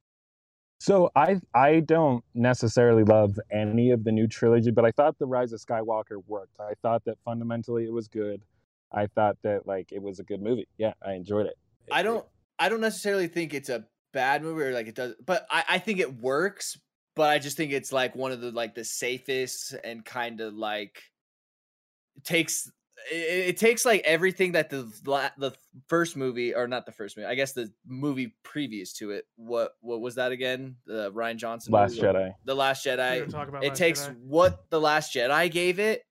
N: So I I don't necessarily love any of the new trilogy, but I thought the Rise of Skywalker worked. I thought that fundamentally it was good. I thought that like it was a good movie. Yeah, I enjoyed it.
C: I don't I don't necessarily think it's a bad movie or like it does but I, I think it works, but I just think it's like one of the like the safest and kind of like takes it, it takes like everything that the la- the first movie or not the first movie, I guess the movie previous to it. What what was that again? The Ryan Johnson
N: Last
C: movie?
N: Jedi.
C: The Last
D: We
C: Jedi.
D: were talking about
C: it
D: Last
C: takes
D: Jedi.
C: what the Last Jedi gave it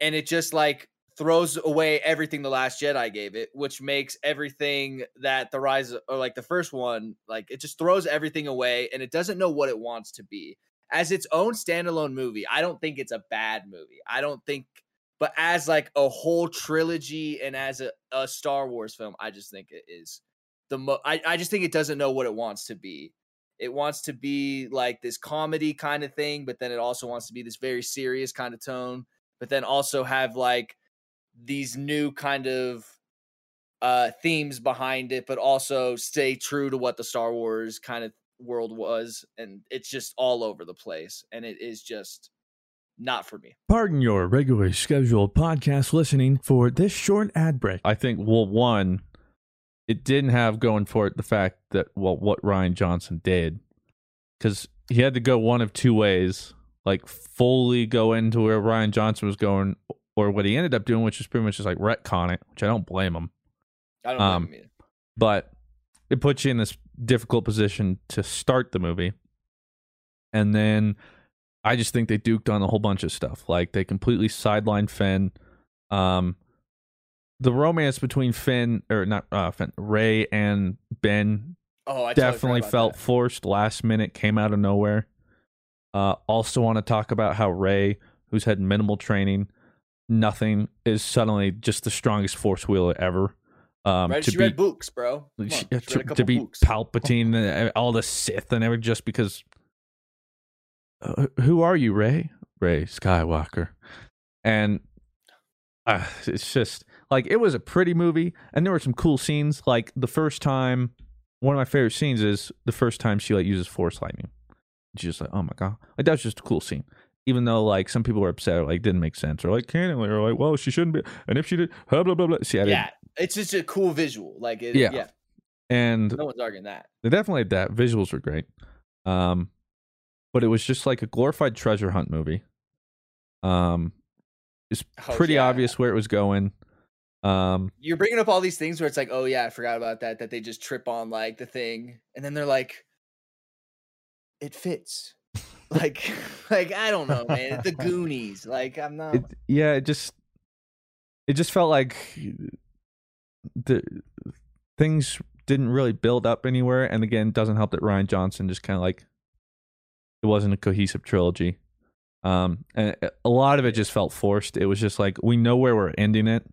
C: and it just like throws away everything the last jedi gave it which makes everything that the rise of- or like the first one like it just throws everything away and it doesn't know what it wants to be as its own standalone movie i don't think it's a bad movie i don't think but as like a whole trilogy and as a, a star wars film i just think it is the mo- I, I just think it doesn't know what it wants to be it wants to be like this comedy kind of thing but then it also wants to be this very serious kind of tone but then also have like these new kind of uh themes behind it but also stay true to what the star wars kind of world was and it's just all over the place and it is just not for me
B: Pardon your regular scheduled podcast listening for this short ad break. I think, well, one, it didn't have going for it the fact that, well, what Ryan Johnson did, because he had to go one of two ways, like fully go into where Ryan Johnson was going, or what he ended up doing, which is pretty much just like retcon it, which I don't blame him. Um,
C: I don't blame him either.
B: But it puts you in this difficult position to start the movie. And then I just think they duked on a whole bunch of stuff. Like they completely sidelined Finn. Um the romance between Finn or not uh Finn, Ray and Ben
C: Oh, I totally forgot
B: definitely
C: about
B: felt forced last minute, came out of nowhere. Uh also want to talk about how Ray, who's had minimal training, nothing, is suddenly just the strongest force wheeler ever. Um
C: right
B: to
C: she
B: be,
C: read books bro Come on,
B: she-
C: she read a
B: to, to
C: couple
B: beat
C: books.
B: Palpatine and e, all the Sith and everything just because. Uh, who are you, Ray? Ray Skywalker, and uh, it's just like it was a pretty movie, and there were some cool scenes. Like the first time, one of my favorite scenes is the first time she like uses Force lightning. She's just like, oh my god, like that was just a cool scene. Even though like some people were upset, or, like didn't make sense, or like cannily, or like, well, she shouldn't be, and if she did, blah blah blah. blah. See, I didn't,
C: yeah it's just a cool visual like it,
B: Yeah.
C: yeah.
B: and
C: no one's arguing that
B: they definitely had that. Visuals were great. Um, but it was just like a glorified treasure hunt movie. Um, it's
C: Oh,
B: pretty obvious where it was going. Um,
C: you're bringing up all these things where it's like, oh yeah, I forgot about that. That they just trip on like the thing, and then they're like, it fits. like, like I don't know, man. It's The Goonies. Like I'm not.
B: it, yeah, it just, it just felt like the things didn't really build up anywhere. And again, doesn't help that Ryan Johnson just kind of like it wasn't a cohesive trilogy. Um, and a lot of it just felt forced. It was just like we know where we're ending it,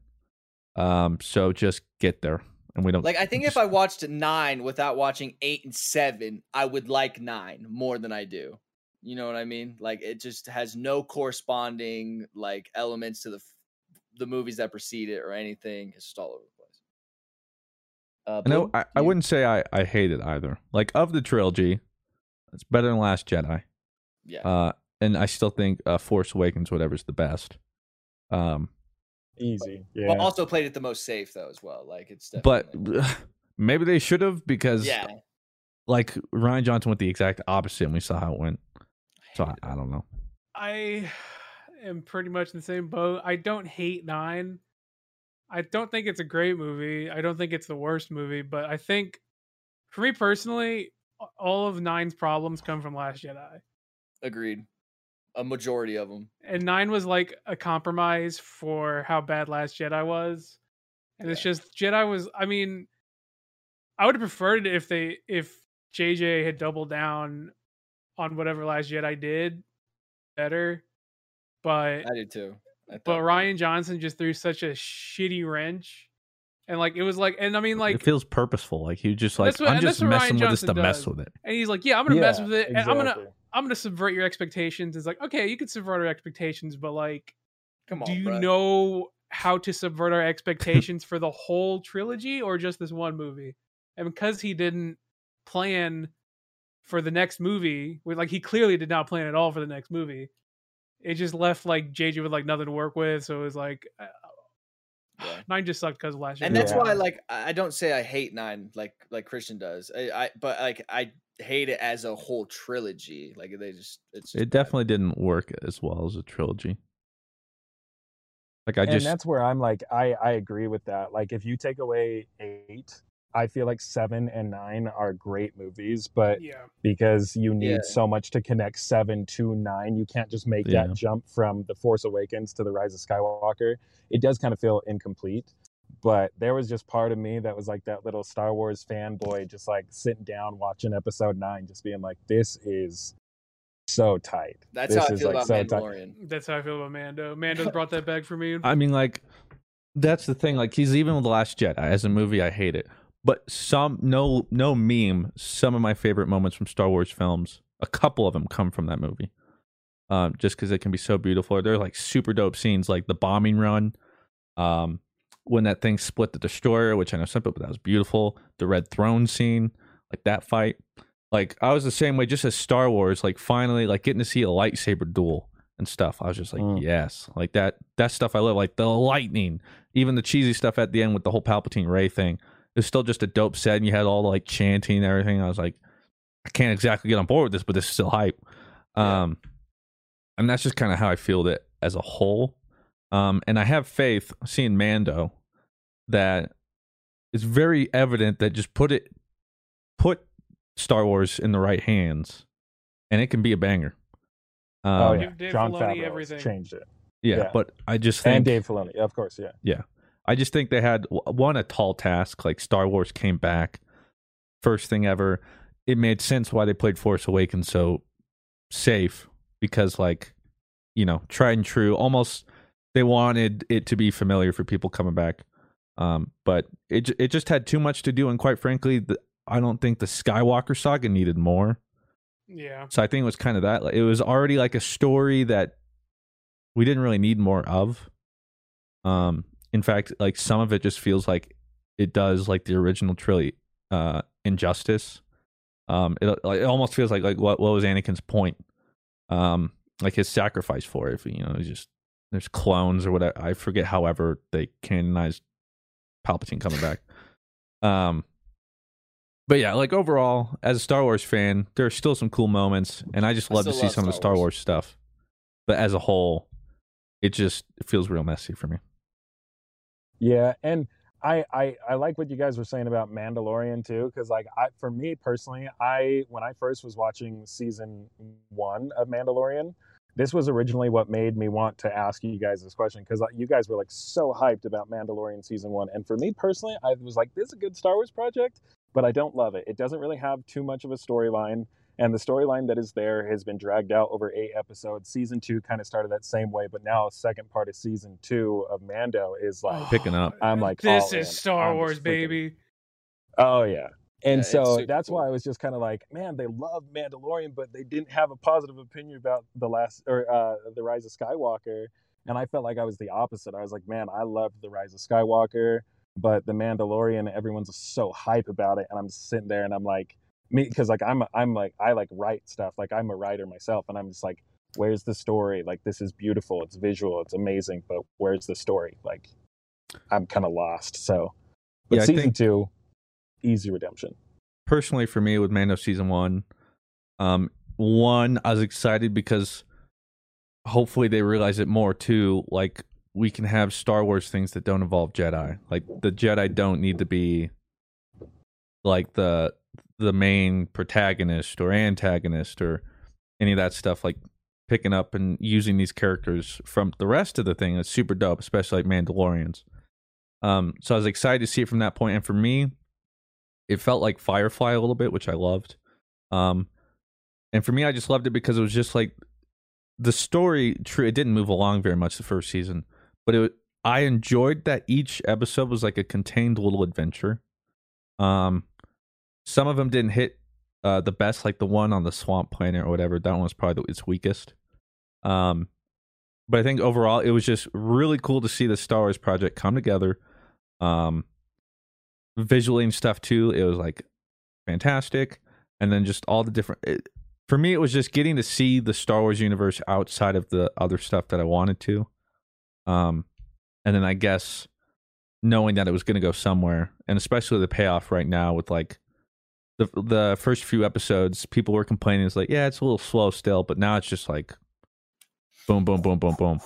B: um, so just get there, and we don't
C: like I think if I watched nine without watching eight and seven, I would like nine more than I do. You know what I mean? Like it just has no corresponding like elements to the f- the movies that precede it or anything. It's just all over the place. Uh,
B: And
C: Blue?
B: I, I, I wouldn't say I, I hate it either. Like of the trilogy, it's better than Last Jedi.
C: Yeah.
B: Uh, and I still think uh, Force Awakens, whatever's the best. Um,
N: Easy. Yeah.
C: But also played it the most safe though as well. Like it's definitely.
B: but maybe they should have because
C: Yeah.
B: like Ryan Johnson went the exact opposite, and we saw how it went. So I, I don't know.
D: I am pretty much in the same boat. I don't hate Nine. I don't think it's a great movie. I don't think it's the worst movie, but I think for me personally, a- all of Nine's problems come from Last Jedi.
C: Agreed. A majority of them.
D: And Nine was like a compromise for how bad Last Jedi was. And it's just Jedi was I mean I would have preferred it if they if JJ had doubled down on whatever Last Jedi did better. But
C: I did too.
D: but Ryan Johnson just threw such a shitty wrench. And like it was like and I mean like
B: it feels purposeful. Like he just like
D: that's what,
B: I'm
D: and
B: just
D: that's what
B: messing
D: Ryan
B: with this to
D: Johnson
B: mess
D: does.
B: with it.
D: And he's like, yeah, I'm gonna mess
B: Yeah,
D: with it, and I'm gonna
B: exactly.
D: I'm gonna subvert your expectations. It's like, okay, you can subvert our expectations, but like,
C: Come on,
D: do you
C: bruh.
D: know how to subvert our expectations for the whole trilogy or just this one movie? And because he didn't plan for the next movie. where, Like he clearly did not plan at all for the next movie. It just left like JJ with like nothing to work with, so it was like uh, nine just sucked because of last year.
C: and that's why like i I don't say i hate nine like like christian does I, I but like i hate it as a whole trilogy like they just it's just
B: It definitely didn't work as well as a trilogy. Like I
N: and
B: just
N: that's where I'm like, I I agree with that. Like, if you take away eight, I feel like seven and nine are great movies, but because you need
K: Yeah.
N: so much to connect seven to nine, you can't just make
B: Yeah.
N: that jump from the Force Awakens to the Rise of Skywalker. It does kind of feel incomplete. But there was just part of me that was like that little Star Wars fanboy, just like sitting down watching Episode Nine, just being like, "This is so tight."
D: That's
N: this
D: how I
N: is,
D: feel about
N: so tight."
D: That's how I feel about Mando. Mando's brought that back for me.
B: I mean, like, that's the thing. Like, he's even with The Last Jedi as a movie, I hate it. But some, no, no meme. Some of my favorite moments from Star Wars films, a couple of them come from that movie. Um, just because it can be so beautiful. They're like super dope scenes, like the bombing run, um, when that thing split the destroyer, which I know simple, but that was beautiful. The Red Throne scene, like that fight. Like I was the same way, just as Star Wars. Like finally, like getting to see a lightsaber duel and stuff. I was just like, yes, like that that stuff I love, like the lightning, even the cheesy stuff at the end with the whole Palpatine Ray thing. It's still just a dope set, and you had all the like chanting and everything. I was like, I can't exactly get on board with this, but this is still hype. Um, and that's just kind of how I feel it as a whole. Um, and I have faith seeing Mando that it's very evident that just put it put Star Wars in the right hands, and it can be a banger. Um,
N: oh yeah,
D: Dave
N: John
D: Filoni,
N: Favreau
D: everything.
N: changed it.
B: yeah, but I just think
N: and Dave Filoni, of course, yeah.
B: yeah. I just think they had w- one a tall task. Like Star Wars came back, first thing ever. It made sense why they played Force Awakens so safe because, like, you know, tried and true. Almost they wanted it to be familiar for people coming back, um, but it ju- it just had too much to do. And quite frankly, the, I don't think the Skywalker saga needed more.
D: Yeah.
B: So I think it was kind of that. like, It was already like a story that we didn't really need more of. Um, in fact, like some of it just feels like it does like the original trilogy, uh, injustice. Um, it like it almost feels like like what what was Anakin's point? Um, like his sacrifice for it, if you know, he's just there's clones or whatever. I forget. However, they canonized Palpatine coming back. Um, but yeah, like overall, as a Star Wars fan, there are still some cool moments, and I just
C: I
B: love to
C: still
B: see
C: love
B: some of the
C: Star
B: Star Wars. stuff. But as a whole, it just it feels real messy for me.
N: Yeah, and I, I I like what you guys were saying about Mandalorian too, because like I for me personally, I when I first was watching season one of Mandalorian, this was originally what made me want to ask you guys this question because you guys were like so hyped about Mandalorian season one, and for me personally, I was like, this is a good Star Wars project, but I don't love it. It doesn't really have too much of a storyline. And the storyline that is there has been dragged out over eight episodes. Season two kind of started that same way, but now second part of season two of Mando is like
B: Picking up,
N: I'm like,
D: This
N: all in.
D: is Star
N: I'm just
D: Wars,
N: freaking-
D: baby.
N: Oh yeah. And
D: it's
N: so
D: super
N: that's why I was just kind of like, man, they love Mandalorian, but they didn't have a positive opinion about the last or uh, the Rise of Skywalker. And I felt like I was the opposite. I was like, man, I loved the Rise of Skywalker, but the Mandalorian, everyone's so hype about it, and I'm sitting there and I'm like, me, because like I'm I'm like I like write stuff, like I'm a writer myself, and I'm just like, where's the story? Like this is beautiful, it's visual, it's amazing, but where's the story? Like I'm kind of lost. So, but
B: Yeah, I
N: season
B: think-
N: two, easy redemption.
B: personally for me with Mando season one. Um, one, I was excited because hopefully they realize it more too. Like we can have Star Wars things that don't involve Jedi. Like the Jedi don't need to be like the the main protagonist or antagonist or any of that stuff. Like picking up and using these characters from the rest of the thing is super dope, especially like Mandalorians. Um, so I was excited to see it from that point. And for me, it felt like Firefly a little bit, which I loved. Um, and for me, I just loved it because it was just like the story. True, it didn't move along very much the first season, but it. wa- I enjoyed that each episode was like a contained little adventure. Um, some of them didn't hit uh, the best, like the one on the swamp planet or whatever. That one was probably the, its weakest. Um, but I think overall, it was just really cool to see the Star Wars project come together. Um, visually and stuff too. It was like fantastic. and then just all the different. It, for me, it was just getting to see the Star Wars universe outside of the other stuff that I wanted to, um, and then I guess knowing that it was going to go somewhere, and especially the payoff right now with like the the first few episodes, people were complaining it's like, yeah, it's a little slow still, but now it's just like, boom, boom, boom, boom, boom.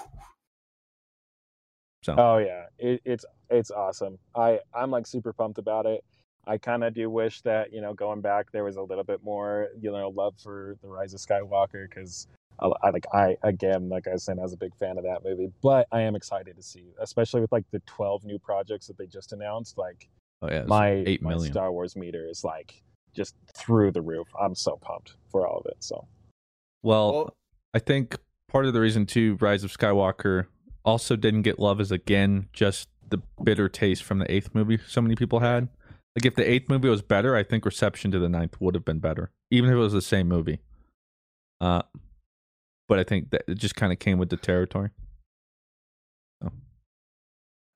B: So
N: Oh yeah, it, it's it's awesome. I I'm like super pumped about it. I kind of do wish that you know going back there was a little bit more you know love for the Rise of Skywalker because I, I like I again like I was saying I was a big fan of that movie, but I am excited to see, especially with like the 12 new projects that they just announced. Like
B: oh yeah, it's
N: my
B: like eight
N: my
B: million.
N: Star Wars meter is like just through the roof. I'm so pumped for all of it. So
B: Well, I think part of the reason too, Rise of Skywalker also didn't get love is again just the bitter taste from the eighth movie so many people had. Like if the eighth movie was better, I think reception to the ninth would have been better, even if it was the same movie. Uh, but I think that it just kind of came with the territory.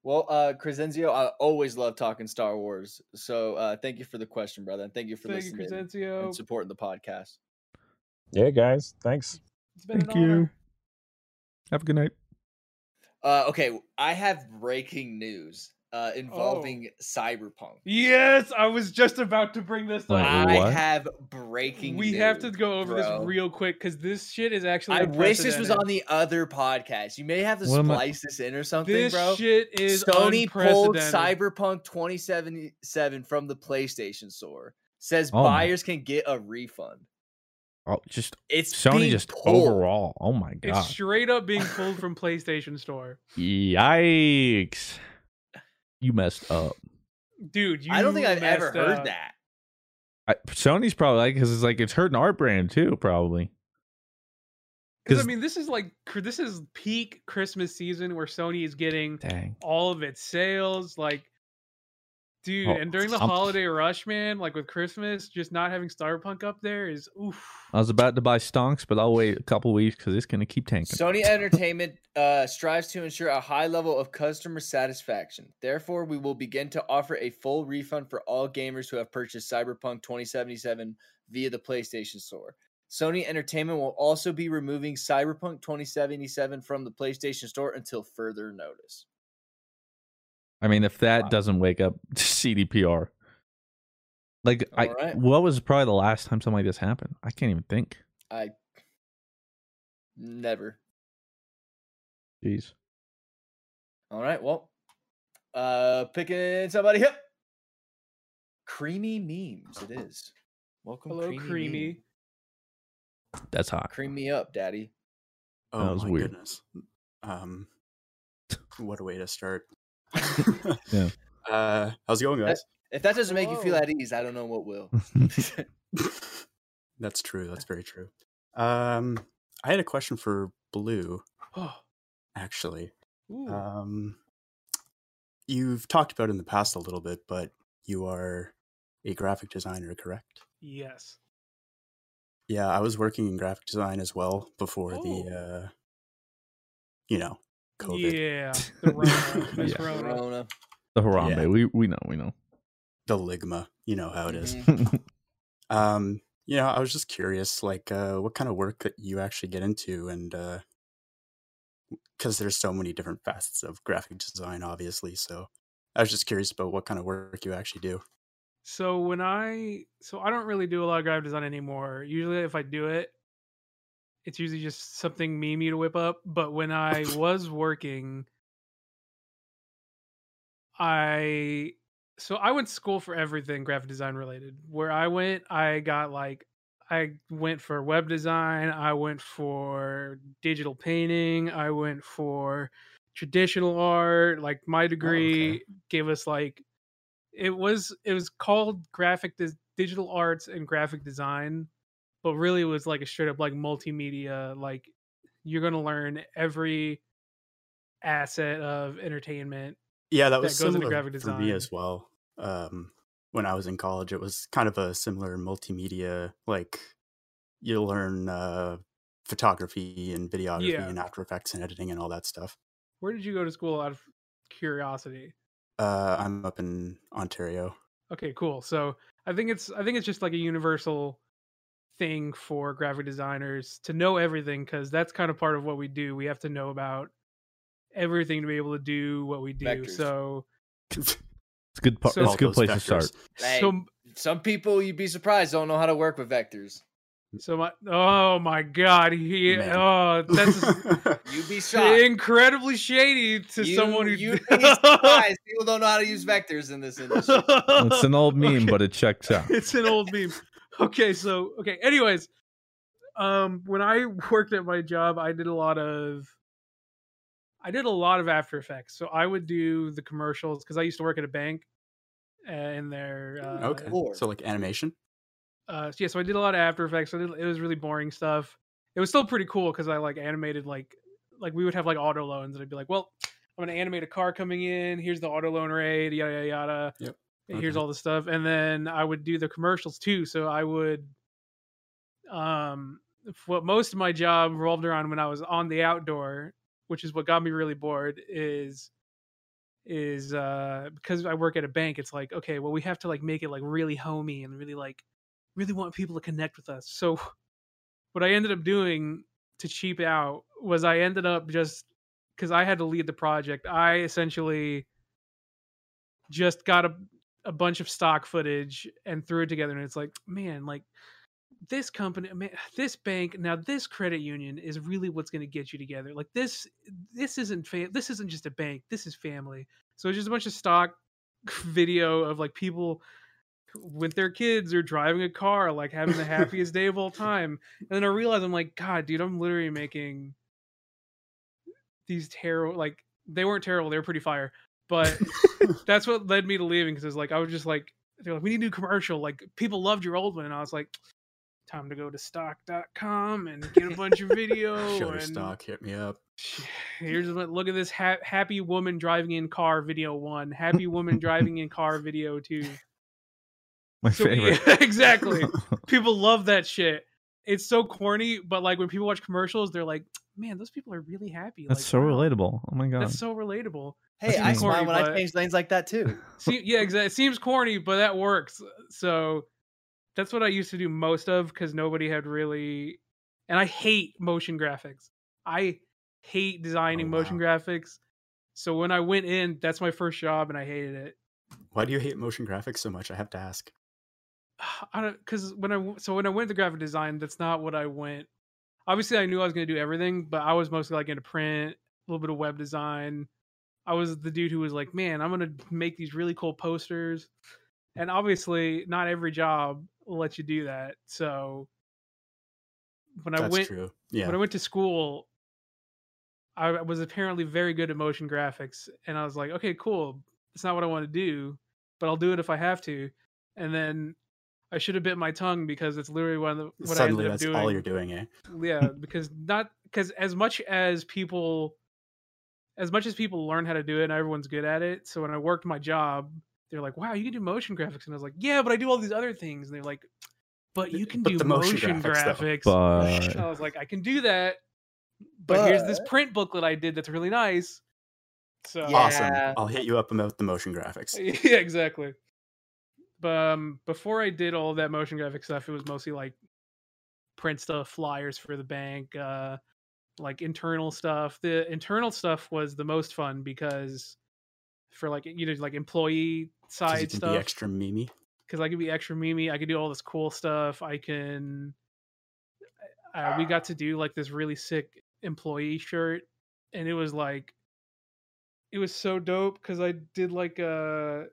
C: Well, uh, Crescenzio, I always love talking Star Wars. So uh, thank you for the question, brother. And thank you for
D: Thank you,
C: listening and supporting the podcast.
N: yeah, guys, thanks.
B: Thank you. Have a good night.
C: Uh, okay, I have breaking news
D: Oh.
C: uh, involving Cyberpunk.
D: Yes, I was just about to bring this up.
C: I have breaking
D: we
C: news.
D: have to go over
C: bro.
D: this real quick because this shit is actually.
C: I wish this was
D: unprecedented.
C: on the other podcast. You may have to
D: What am I-
C: splice this in or something,
D: This
C: bro.
D: shit is
C: Sony pulled
D: unprecedented.
C: Cyberpunk 2077 from the PlayStation Store. Says
B: Oh my-
C: buyers can get a refund.
B: Oh, just
C: It's
B: Sony
C: being
B: just
C: pulled.
B: overall. Oh my
D: It's
B: god!
D: straight up being pulled from PlayStation Store,
B: Yikes! You messed up.
D: dude. You
C: I don't think I've ever
D: messed
C: heard
D: up.
C: that.
B: I, Sony's probably like because it's like it's hurting our brand too, probably.
D: Because I
B: 'Cause-
D: mean, this is like cr- this is peak Christmas season where Sony is getting
B: Dang.
D: all of its sales. Like, dude,
B: Oh,
D: and during the
B: I'm-
D: holiday rush, man, like with Christmas, just not having Starpunk up there is oof.
B: I was about to buy stonks, but I'll wait a couple weeks because it's gonna keep tanking.
C: Sony Entertainment uh, strives to ensure a high level of customer satisfaction. Therefore, we will begin to offer a full refund for all gamers who have purchased Cyberpunk 2077 via the PlayStation Store. Sony Entertainment will also be removing Cyberpunk 2077 from the PlayStation Store until further notice.
B: I mean, if that doesn't wake up CDPR, like I,
C: All right.
B: what was probably the last time something like this happened? I can't even think.
C: I never.
B: Jeez.
C: All right, well, uh, picking somebody up. Creamy memes, it is. Welcome,
D: Hello,
C: creamy.
D: creamy.
C: Meme.
B: That's hot.
C: Cream me up, daddy.
B: That
O: Oh
B: was
O: my
B: weird.
O: goodness. Um, what a way to start.
B: Yeah.
O: Uh, how's it going,
C: That-
O: guys?
C: if that doesn't make you feel at ease, I don't know what will.
O: That's true. That's very true. Um, I had a question for Blue, actually.
D: Ooh.
O: Um, you've talked about it in the past a little bit, but you are a graphic designer, correct?
D: Yes.
O: Yeah, I was working in graphic design as well before the,
B: Oh.
O: uh, you know, COVID.
D: Yeah. The Rona. Miss
B: Yeah.
D: Rona.
B: The Harambe. We we know we know.
O: the ligma you know how it is.
D: Mm-hmm.
O: um you know i was just curious like uh what kind of work that you actually get into and uh because there's so many different facets of graphic design obviously so i was just curious about what kind of work you actually do
D: So when I so I don't really do a lot of graphic design anymore. Usually if I do it, it's usually just something memey to whip up. But when I was working, I so I went to school for everything graphic design related. Where I went, I got like I went for web design, I went for digital painting, I went for traditional art. Like
O: Oh,
D: my degree gave us like it was it was called graphic des- digital arts and graphic design, but really it was like a straight up like multimedia like you're going to learn every asset of entertainment
O: yeah that was
D: goes into
O: similar
D: graphic
O: for
D: design.
O: me as well um when i was in college it was kind of a similar multimedia like you learn uh photography and videography
D: Yeah.
O: and after effects and editing and all that stuff
D: Where did you go to school out of curiosity?
O: Uh, I'm up in Ontario.
D: Okay, cool. So I think it's I think it's just like a universal thing for graphic designers to know everything because that's kind of part of what we do. We have to know about everything to be able to do what we do.
C: Vectors.
D: So
B: it's a good part.
D: So-
B: it's
D: All
B: a good
D: those
B: place
D: vectors.
B: to start.
C: Hey,
D: So-
C: some people you'd be surprised don't know how to work with vectors.
D: so my oh my god, he oh that's
C: You'd be
D: just
C: shocked.
D: incredibly shady to
C: You-
D: someone who
C: you'd be surprised. People don't know how to use vectors in this industry.
B: It's an old meme, but it checks out.
D: it's an old meme. Okay, so okay. Anyways, um, when I worked at my job, I did a lot of, I did a lot of After Effects. So I would do the commercials because I used to work at a bank, uh, in their uh,
O: okay. So like animation.
D: uh, so yeah, so I did a lot of After Effects. I did, it was really boring stuff. It was still pretty cool because I like animated like like we would have like auto loans, and I'd be like, well, I'm gonna animate a car coming in. Here's the auto loan rate, yada yada yada.
O: Yep.
D: And Here's
O: Okay.
D: all the stuff, and then I would do the commercials too. So I would, um, f- what most of my job revolved around when I was on the outdoor, which is what got me really bored. Is is uh because I work at a bank, it's like, okay, well we have to like make it like really homey and really like really want people to connect with us. So what I ended up doing to cheap out was I ended up just because I had to lead the project, I essentially just got a a bunch of stock footage and threw it together and it's like, man, like this company man, this bank now this credit union is really what's going to get you together like this this isn't fa- this isn't just a bank this is family so it's just a bunch of stock video of like people with their kids or driving a car like having the happiest day of all time and then i realized i'm like god dude i'm literally making these terrible like they weren't terrible they were pretty fire but that's what led me to leaving because it's like i was just like they're like we need a new commercial like people loved your old one and i was like time to go to stock.com and get a bunch of video Oh, and
O: Shutterstock hit me up.
D: here's what look at this ha- happy woman driving in car video one happy woman driving in car video two
B: My
D: So we-
B: favorite.
D: exactly people love that shit it's so corny but like when people watch commercials they're like man those people are really happy
B: That's
D: like,
B: so relatable. Oh my god.
D: that's so relatable
C: Hey,
D: Seems
C: I smile
D: corny,
C: when I
D: but-
C: change lanes like that too.
D: See, yeah, exactly. It seems corny, but that works. So that's what I used to do most of because nobody had really. And I hate motion graphics. I hate designing motion graphics. So when I went in, that's my first job, and I hated it.
O: Why do you hate motion graphics so much? I have to ask.
D: I don't because when I w- so when I went to graphic design, that's not what I went. Obviously, I knew I was going to do everything, but I was mostly like into print, a little bit of web design. I was the dude who was like, "Man, I'm going to make these really cool posters," and obviously, not every job will let you do that. So when I
O: That's
D: went,
O: true. Yeah.
D: when I went to school, I was apparently very good at motion graphics, and I was like, "Okay, cool. It's not what I want to do, but I'll do it if I have to." And then I should have bit my tongue because it's literally one of the, what
O: Suddenly,
D: I ended up
O: that's
D: doing.
O: all you're doing, eh?
D: Yeah, because not because as much as people, as much as people learn how to do it, and everyone's good at it. So when I worked my job, they're like, "Wow, you can do motion graphics," and I was like, "Yeah, but I do all these other things." And they're like, "But you can
O: But
D: do
O: the
D: motion,
O: motion
D: graphics."
O: graphics, though.
B: But-
D: And I was like, "I can do that." But, here's this print booklet I did that's really nice. So
O: Awesome. Oh, I'll hit you up about the motion graphics.
D: yeah, exactly. But um, before I did all that motion graphic stuff, it was mostly like print stuff, flyers for the bank, uh, like internal stuff. The internal stuff was the most fun because for like you know like employee
O: 'Cause you
D: side
O: can
D: stuff
O: be extra memey.
D: because I could be extra mimi. I could do all this cool stuff. I can. Uh, we got to do like this really sick employee shirt, and it was like, it was so dope because I did like a.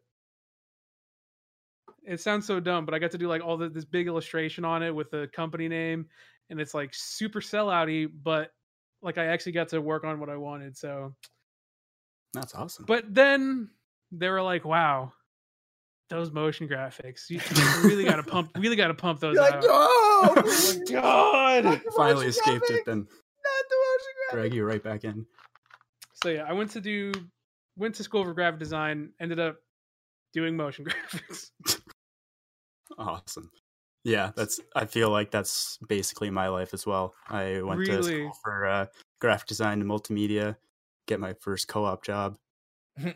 D: It sounds so dumb, but I got to do like all the, this big illustration on it with the company name, and it's like super sellouty, but like I actually got to work on what I wanted. So
O: That's awesome.
D: but then they were like, "Wow, those motion graphics. You you really gotta pump. Really gotta pump those out."
O: "No!"
D: Oh my god!
O: Finally escaped it then. Drag you right back in.
D: So yeah, I went to do went to school for graphic design. Ended up doing motion graphics.
O: Awesome. Yeah, that's. I feel like that's basically my life as well. I went to
D: Really?
O: school for uh, graphic design and multimedia. Get my first co-op job.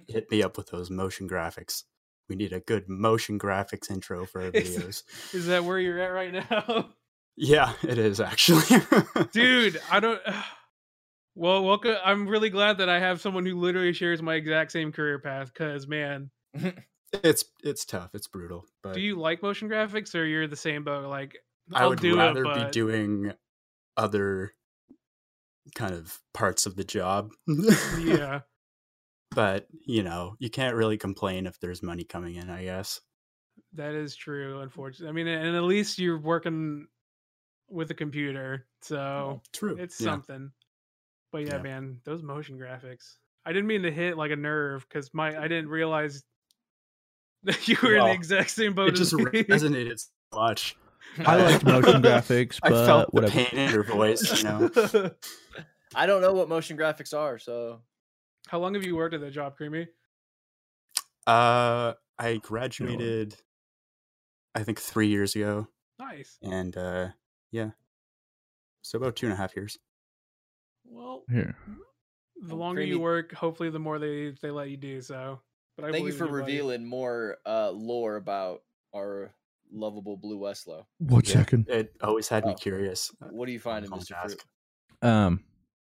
O: Hit me up with those motion graphics. We need a good motion graphics intro for our
D: Is-
O: videos.
D: Is that where you're at right now?
O: Yeah, it is actually.
D: dude i don't well welcome i'm really glad that i have someone who literally shares my exact same career path because man
O: it's it's tough. It's brutal. But
D: do you like motion graphics or you're the same boat like
O: I
D: I'll
O: would
D: do it,
O: rather be
D: but-
O: doing other kind of parts of the job.
D: yeah
O: But, you know, you can't really complain if there's money coming in, I guess.
D: that is true unfortunately i mean and at least you're working with a computer so
O: Oh, true
D: it's
O: yeah.
D: something but yeah,
O: Yeah.
D: man those motion graphics i didn't mean to hit like a nerve because my i didn't realize that you were in
O: Well,
D: the exact same boat
O: It just
D: as me.
O: resonated so much.
B: I liked motion graphics,
O: I
B: but
O: felt
B: whatever.
O: the pain in your voice, you know.
C: I don't know what motion graphics are, so
D: how long have you worked at that job creamy
O: Uh, I graduated, I think, three years ago.
D: Nice.
O: And uh, yeah, so about two and a half years.
D: well
B: Here.
D: the longer you
C: creamy-
D: work hopefully the more they they let you do so but I
C: thank you
D: believe in
C: for
D: buddy.
C: revealing more uh, lore about our lovable Blue Westlow.
B: One second.
O: It always had me
C: Oh.
O: curious.
C: What do you find in Mr. Fruit?
B: Um,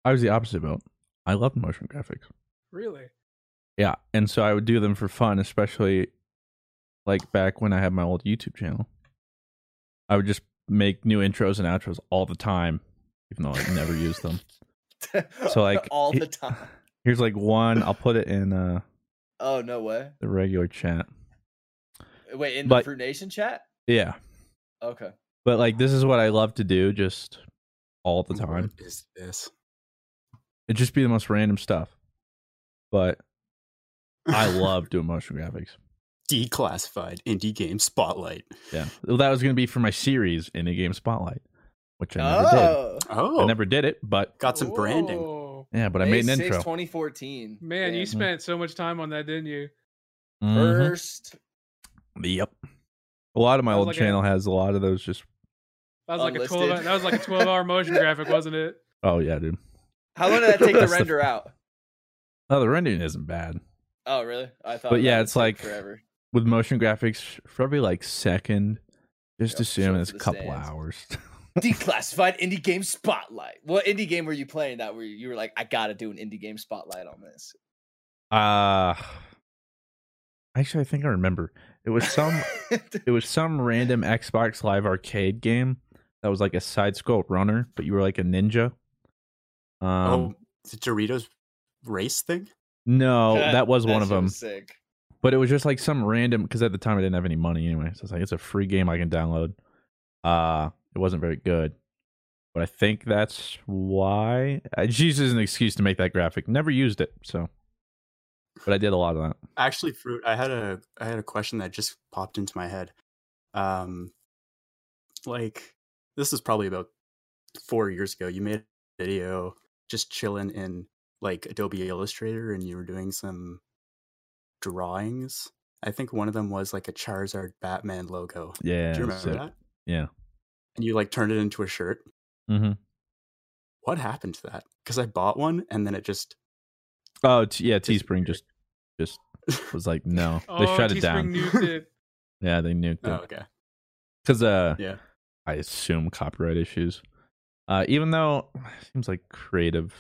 B: I was the opposite boat. I loved motion graphics.
D: really
B: Yeah, and so I would do them for fun, especially like back when I had my old YouTube channel. I would just make new intros and outros all the time, even though I never used them. So like
C: all
B: he-
C: the time.
B: Here's like one. I'll put it in uh
C: Oh no way!
B: the regular chat.
C: Wait, in the
B: But-
C: Fruit Nation chat?
B: Yeah,
C: Okay.
B: but like this is what I love to do, just all the time.
O: What is this?
B: It'd just be the most random stuff. But I love doing motion graphics.
O: Declassified indie game spotlight.
B: Yeah. Well, that was going to be for my series in the game spotlight, which I never
C: Oh.
B: did.
O: Oh.
B: I never did it, but
O: got some branding.
D: Oh
B: Yeah, but I
C: May
B: made an
C: 6th,
B: intro. Mm-hmm.
C: 2014.
D: man, you
C: Damn.
D: spent so much time on that, didn't you?
B: Mhm.
C: First,
B: Yep. A lot of my
D: Sounds
B: old
D: like a-
B: channel has a lot of those. Just
D: That was like a
C: Unlisted.
D: twelve. That was like a twelve-hour motion graphic, wasn't it?
B: oh yeah, dude.
C: how long did that take to
B: That's the-
C: render out?
B: Oh, the rendering isn't bad,
C: Oh really? I thought.
B: but yeah,
C: that
B: it's
C: would
B: like
C: take forever.
B: with motion graphics for every like second. Just
C: Yeah,
B: assume
C: show it
B: it's a
C: to the
B: couple
C: stands.
B: hours.
C: Declassified indie game spotlight. What indie game were you playing that where you were like, I gotta do an indie game spotlight on this?
B: Uh actually I think I remember. It was some it was some random Xbox Live arcade game that was like a side scroll runner, but you were like a ninja. Um
O: oh, the Doritos race thing?
B: no, that was one
C: shit
B: of them.
C: sick.
B: But it was just like some random because at the time I didn't have any money anyway. So it's like it's a free game I can download. Uh it wasn't very good. But I think that's why I just used it as an excuse to make that graphic. Never used it, so but I did a lot of that.
O: Actually, fruit. I had a I had a question that just popped into my head. Um, like this is probably about four years ago. You made a video just chilling in like Adobe Illustrator, and you were doing some drawings. I think one of them was like a Charizard Batman logo.
B: Yeah.
O: do you
B: that's
O: remember
B: it.
O: that?
B: Yeah.
O: And you like turned it into a shirt.
B: Mm-hmm.
O: What happened to that? Because I bought one, and then it just
B: Oh t- yeah, Teespring just just was like no, they
D: Oh,
B: shut
D: Teespring
B: it down.
D: nuked it.
B: yeah, they nuked
O: oh,
B: it
O: okay.
B: because uh
O: Yeah.
B: I assume copyright issues. Uh, even though it seems like creative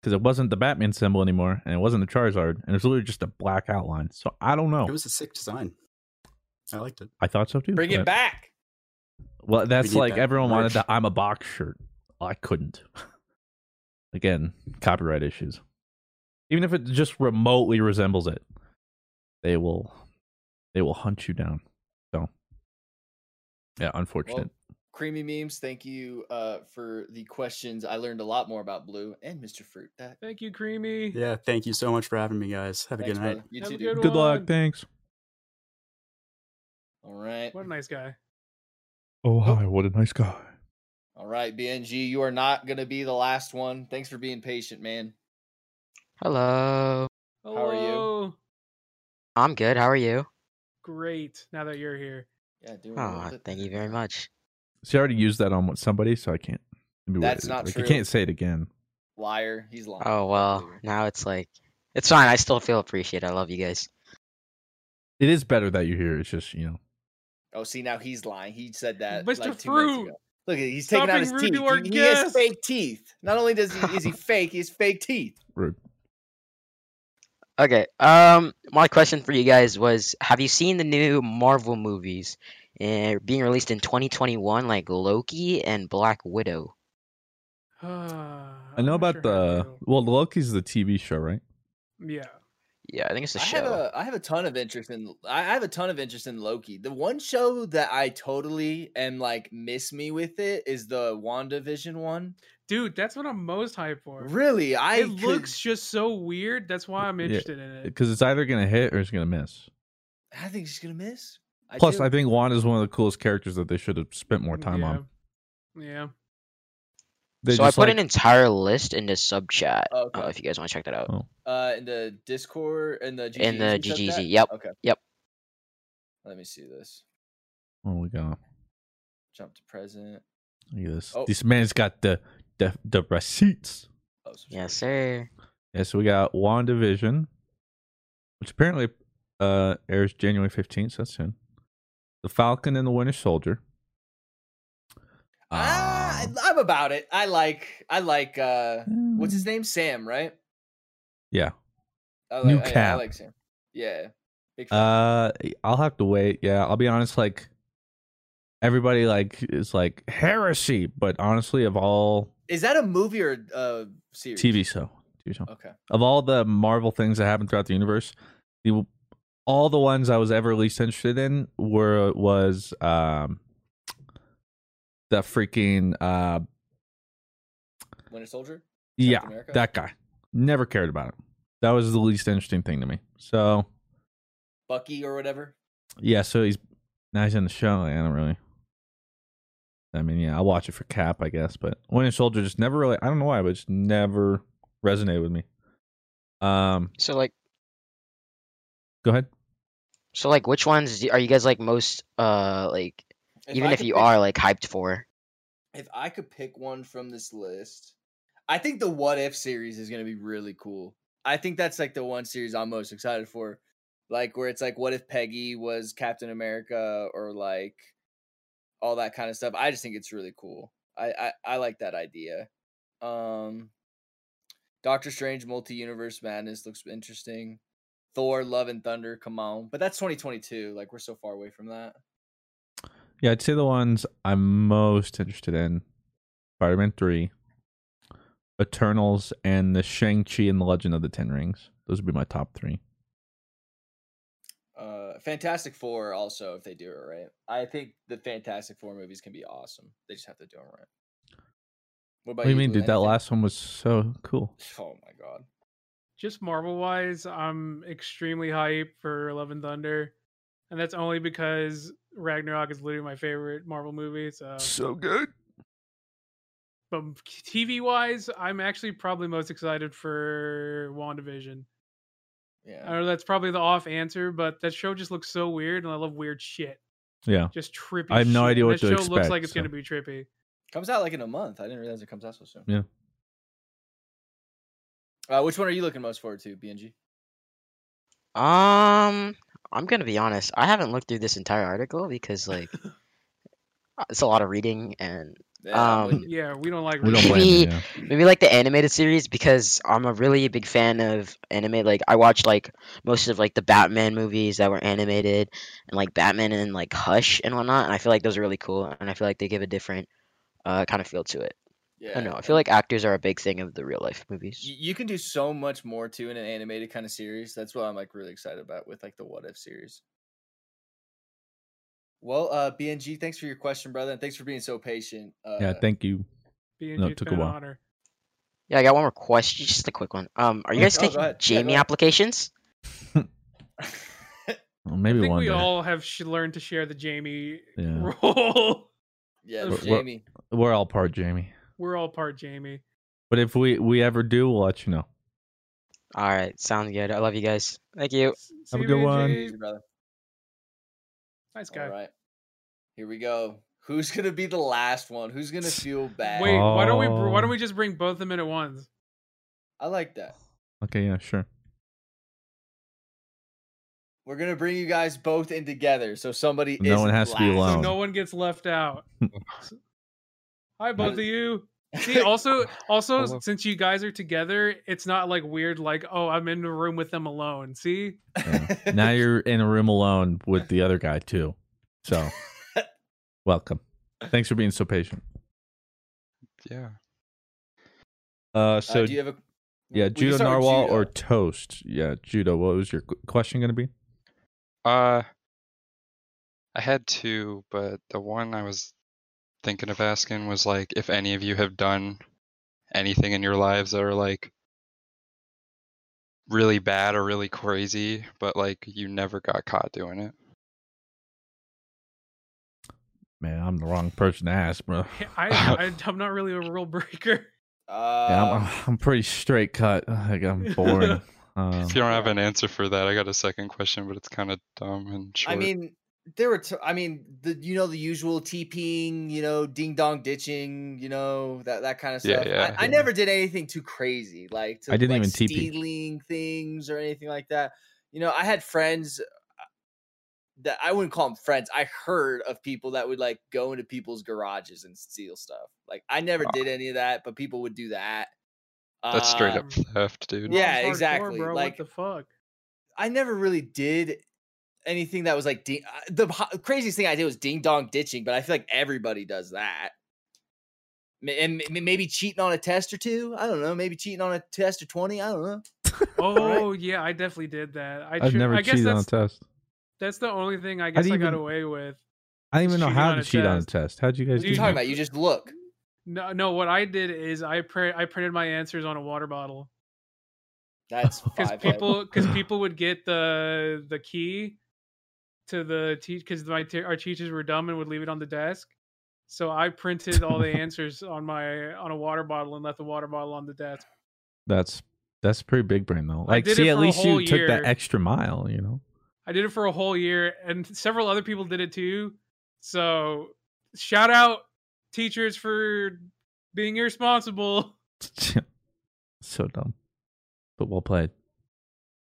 B: because it wasn't the Batman symbol anymore, and it wasn't the Charizard, and it was literally just a black outline. So I don't know.
O: It was a sick design. I liked it.
B: I thought so too.
C: Bring
B: but-
C: it back.
B: Well, that's
O: need
B: like
O: that
B: everyone wanted
O: merch.
B: the I'm a box shirt. I couldn't. Again, copyright issues. Even if it just remotely resembles it, they will they will hunt you down. So Yeah, unfortunate.
C: Creamy memes. Thank you uh, for the questions. I learned a lot more about Blue and Mr. Fruit. That
D: Thank you, Creamy.
O: Yeah, thank you so much for having me, guys. Have a
C: Thanks,
O: good night.
C: brother. You
D: Have
C: too,
D: a
C: dude.
D: good
B: Good luck,
D: one.
B: thanks.
C: All right,
D: What a nice guy.
B: Oh hi, what a nice guy.
C: all right, BNG. You are not gonna be the last one. Thanks for being patient, man.
P: Hello.
C: How are you?
D: Hello.
P: I'm good. How are you?
D: Great. Now that you're here,
C: Yeah, doing a little
P: Oh,
C: bit.
P: thank you very much.
B: She already used that on somebody, so I can't. maybe what
C: That's
B: it is.
C: not
B: like,
C: true.
B: I can't say it again.
C: Liar. He's lying.
P: Oh well, now it's like it's fine. I still feel appreciated. I love you guys.
B: It is better that you're here. It's just you know.
C: Oh, see now he's lying. He said that
D: Mr.
C: like two minutes
D: Fruit.
C: ago. Look, he's taking
D: Stop
C: out his
D: being rude
C: teeth.
D: to our
C: He, he has
D: guest.
C: fake teeth. Not only does he is he fake, he has fake teeth.
P: Okay. Um, my question for you guys was: Have you seen the new Marvel movies uh, being released in 2021, like Loki and Black Widow?
B: Ah.
D: Uh,
B: I know about the Uh, well, Loki's the TV show, right?
D: Yeah.
P: Yeah, I think it's a
C: I
P: show.
C: have a I have a ton of interest in I I have a ton of interest in Loki. The one show that I totally am like miss me with it is the WandaVision one.
D: Dude, that's what I'm most hyped for.
C: Really? I
D: it
C: could-
D: looks just so weird. That's why I'm interested in it.
B: Because it's either gonna hit or it's gonna miss.
C: I think she's gonna miss. I
B: Plus,
C: do.
B: I think Wanda is one of the coolest characters that they should have spent more time on.
D: Yeah.
B: They
P: so I
B: just,
P: put
B: like-
P: an entire list in the sub chat.
C: Oh, okay.
P: uh, if you guys want to check that out.
B: Oh.
C: uh in the Discord and the GGs
P: In the
C: and stuff like
P: GGZ.
C: that?
P: Yep.
C: Okay.
P: Yep.
C: Let me see this.
B: Oh my god!
C: Jump to present.
B: Look at this.
C: Oh.
B: This man's got the the the receipts.
P: Yes, sir.
B: Yeah, so we got WandaVision, which apparently uh, airs January 15th, so that's soon. The Falcon and the Winter Soldier. Uh,
C: I, I'm about it. I like I like uh what's
B: Mm.
C: his name? Sam, right?
B: Yeah.
C: I like,
B: New
C: I- I,
B: Cap.
C: like Sam. Yeah. Big fan.
B: Uh, I'll have to wait. Yeah, I'll be honest. Like everybody, like is like heresy, but honestly, of all
C: Is that a movie or uh series?
B: TV show, TV show,
C: Okay.
B: of all the Marvel things that happen throughout the universe, the all the ones I was ever least interested in were was um the freaking uh
C: Winter Soldier?
B: yeah
C: America?
B: that guy never cared about it. That was the least interesting thing to me. So
C: Bucky or whatever?
B: yeah, so he's now he's in the show. like, I don't really. I mean, yeah, I'll watch it for Cap, I guess, but Winter Soldier just never really. I don't know why, but it just never resonated with me. Um,
P: So like,
B: go ahead.
P: so like, which ones do- are you guys like most uh like?
C: If
P: even
C: I
P: if
C: could
P: you
C: pick-
P: are like hyped for.
C: If I could pick one from this list, I think the What If series is going to be really cool. I think that's like the one series I'm most excited for. Like where it's like what if Peggy was Captain America or like all that kind of stuff. I just think it's really cool. I I, I like that idea. Um Doctor Strange Multi-Universe Madness looks interesting. Thor Love and Thunder, come on. But that's 2022. Like we're so far away from that.
B: Yeah, I'd say the ones I'm most interested in: Spider-Man Three, Eternals, and the Shang Chi and the Legend of the Ten Rings. Those would be my top three.
C: Uh, Fantastic Four also, if they do it right, I think the Fantastic Four movies can be awesome. They just have to do them right. What about
B: What do you mean,
C: Blue?
B: dude? That
C: Anything-
B: last one was so cool.
C: Oh my god!
D: Just Marvel wise, I'm extremely hype for Love and Thunder. And that's only because Ragnarok is literally my favorite Marvel movie. So,
B: So good.
D: but TV wise, I'm actually probably most excited for WandaVision.
C: Yeah.
D: I know that's probably the off answer, but that show just looks so weird, and I love weird shit.
B: Yeah.
D: Just trippy.
B: I have no
D: shit.
B: idea what
D: that
B: to
D: show looks like
B: expect,
D: it's
B: so-
D: gonna be trippy.
C: Comes out like in a month. I didn't realize it comes out so soon.
B: Yeah.
C: Uh, which one are you looking most forward to, BNG?
P: Um, I'm gonna be honest. I haven't looked through this entire article because like uh, it's a lot of reading and
D: Yeah,
P: um
D: yeah, we don't like.
B: We don't blame
P: maybe
B: you. Yeah.
P: maybe like the animated series because I'm a really big fan of anime. Like I watched like most of like the Batman movies that were animated and like Batman and like Hush and whatnot. And I feel like those are really cool and I feel like they give a different uh kind of feel to it. I don't
C: Yeah,
P: know. I feel like actors are a big thing of the real life movies.
C: You, you can do so much more too in an animated kind of series. That's what I'm like really excited about with like the What If series. Well, uh, BNG, thanks for your question, brother, and thanks for being so patient. Uh,
B: yeah, thank you.
D: BNG,
B: No, it
D: it's
B: took a
D: been an
B: while.
D: honor.
P: Yeah, I got one more question. Just a quick one. Um, are you
C: Yeah,
P: guys
C: Oh, go- go
P: taking
C: ahead. Yeah, go
P: Jamie
C: ahead.
P: applications?
B: Well,
D: I
B: maybe
D: think
B: one
D: we
B: day.
D: all have sh- learned to share the Jamie
B: Yeah.
D: role.
C: Yeah,
B: We're-
D: Of-
B: we're- We're, all part Jamie.
D: We're all part Jamie.
B: But if we we ever do, we'll let you know.
P: All right, sounds good. I love you guys. Thank you.
B: Have a good one.
C: Easy, brother.
D: Nice guy.
C: All right, here we go. Who's gonna be the last one? Who's gonna feel bad?
D: Wait, why don't we? br- Why
B: Oh.
D: don't we just bring both of them in at once?
C: I like that.
B: Okay, yeah, sure.
C: We're gonna bring you guys both in together, so somebody.
B: No
C: is
B: one has to be
C: last.
B: alone.
D: No one gets left out. Hi, both of you. See, also, also, since you guys are together, it's not like weird. Like, oh, I'm in the room with them alone. See,
B: now you're in a room alone with the other guy too. So, welcome. Thanks for being so patient.
O: Yeah.
B: Uh, so
C: do you have a-
B: yeah,
C: we can
B: judo
C: start with
B: narwhal
C: judo.
B: or toast? Yeah, judo. What was your qu- question going to be?
Q: Uh, I had two, but the one I was thinking of asking was like if any of you have done anything in your lives that are like really bad or really crazy, but like you never got caught doing it.
B: Man, I'm the wrong person to ask, bro.
D: I, I I'm not really a rule breaker.
B: yeah, I'm, I'm- I'm pretty straight cut. Like I'm boring. Um,
Q: if you don't have an answer for that, I got a second question, but it's kind of dumb and short.
C: I mean, there were. T- I mean, the you know the usual TPing, you know, ding dong ditching, you know that that kind of
Q: Yeah,
C: stuff.
Q: yeah,
C: I, I
Q: yeah.
C: never did anything too crazy, like to,
B: I didn't
C: like,
B: even TP.
C: stealing things or anything like that. You know, I had friends uh, that I wouldn't call them friends. I heard of people that would like go into people's garages and steal stuff. Like I never did any of that, but people would do that.
Q: That's straight
C: Um,
Q: up theft, dude.
C: Yeah,
D: Mom's hardcore,
C: exactly.
D: bro.
C: Like
D: what the fuck?
C: I never really did anything that was like ding- uh, the ho- craziest thing I did was ding dong ditching, but I feel like everybody does that. Ma- And m- maybe cheating on a test or two. I don't know. Maybe cheating on a test or twenty. I don't know.
D: Oh yeah, I definitely did that. I
B: I've
D: should-
B: never
D: I guess
B: cheated on a
D: that's
B: test.
D: that's the only thing I guess I
B: do you
D: got
B: even-
D: away with.
B: I don't even know
D: cheating
B: how
D: on
B: to
D: a
B: cheat on a test. How'd you guys?
D: What are you
B: do
D: talking
B: that?
D: about?
C: You just look.
D: No, no. What I did is I print I printed my answers on a water bottle.
C: That's
D: because
C: five
D: people because people would get the the key to the teach because my te- our teachers were dumb and would leave it on the desk. So I printed all the answers on my on a water bottle and left the water bottle on the desk.
B: That's that's pretty big brain though.
D: I
B: Like,
D: did it
B: see, at
D: for a
B: least
D: whole
B: you took
D: year.
B: that extra mile. You know.
D: I did it for a whole year, and several other people did it too. So shout out teachers for being irresponsible.
B: so dumb, but well played.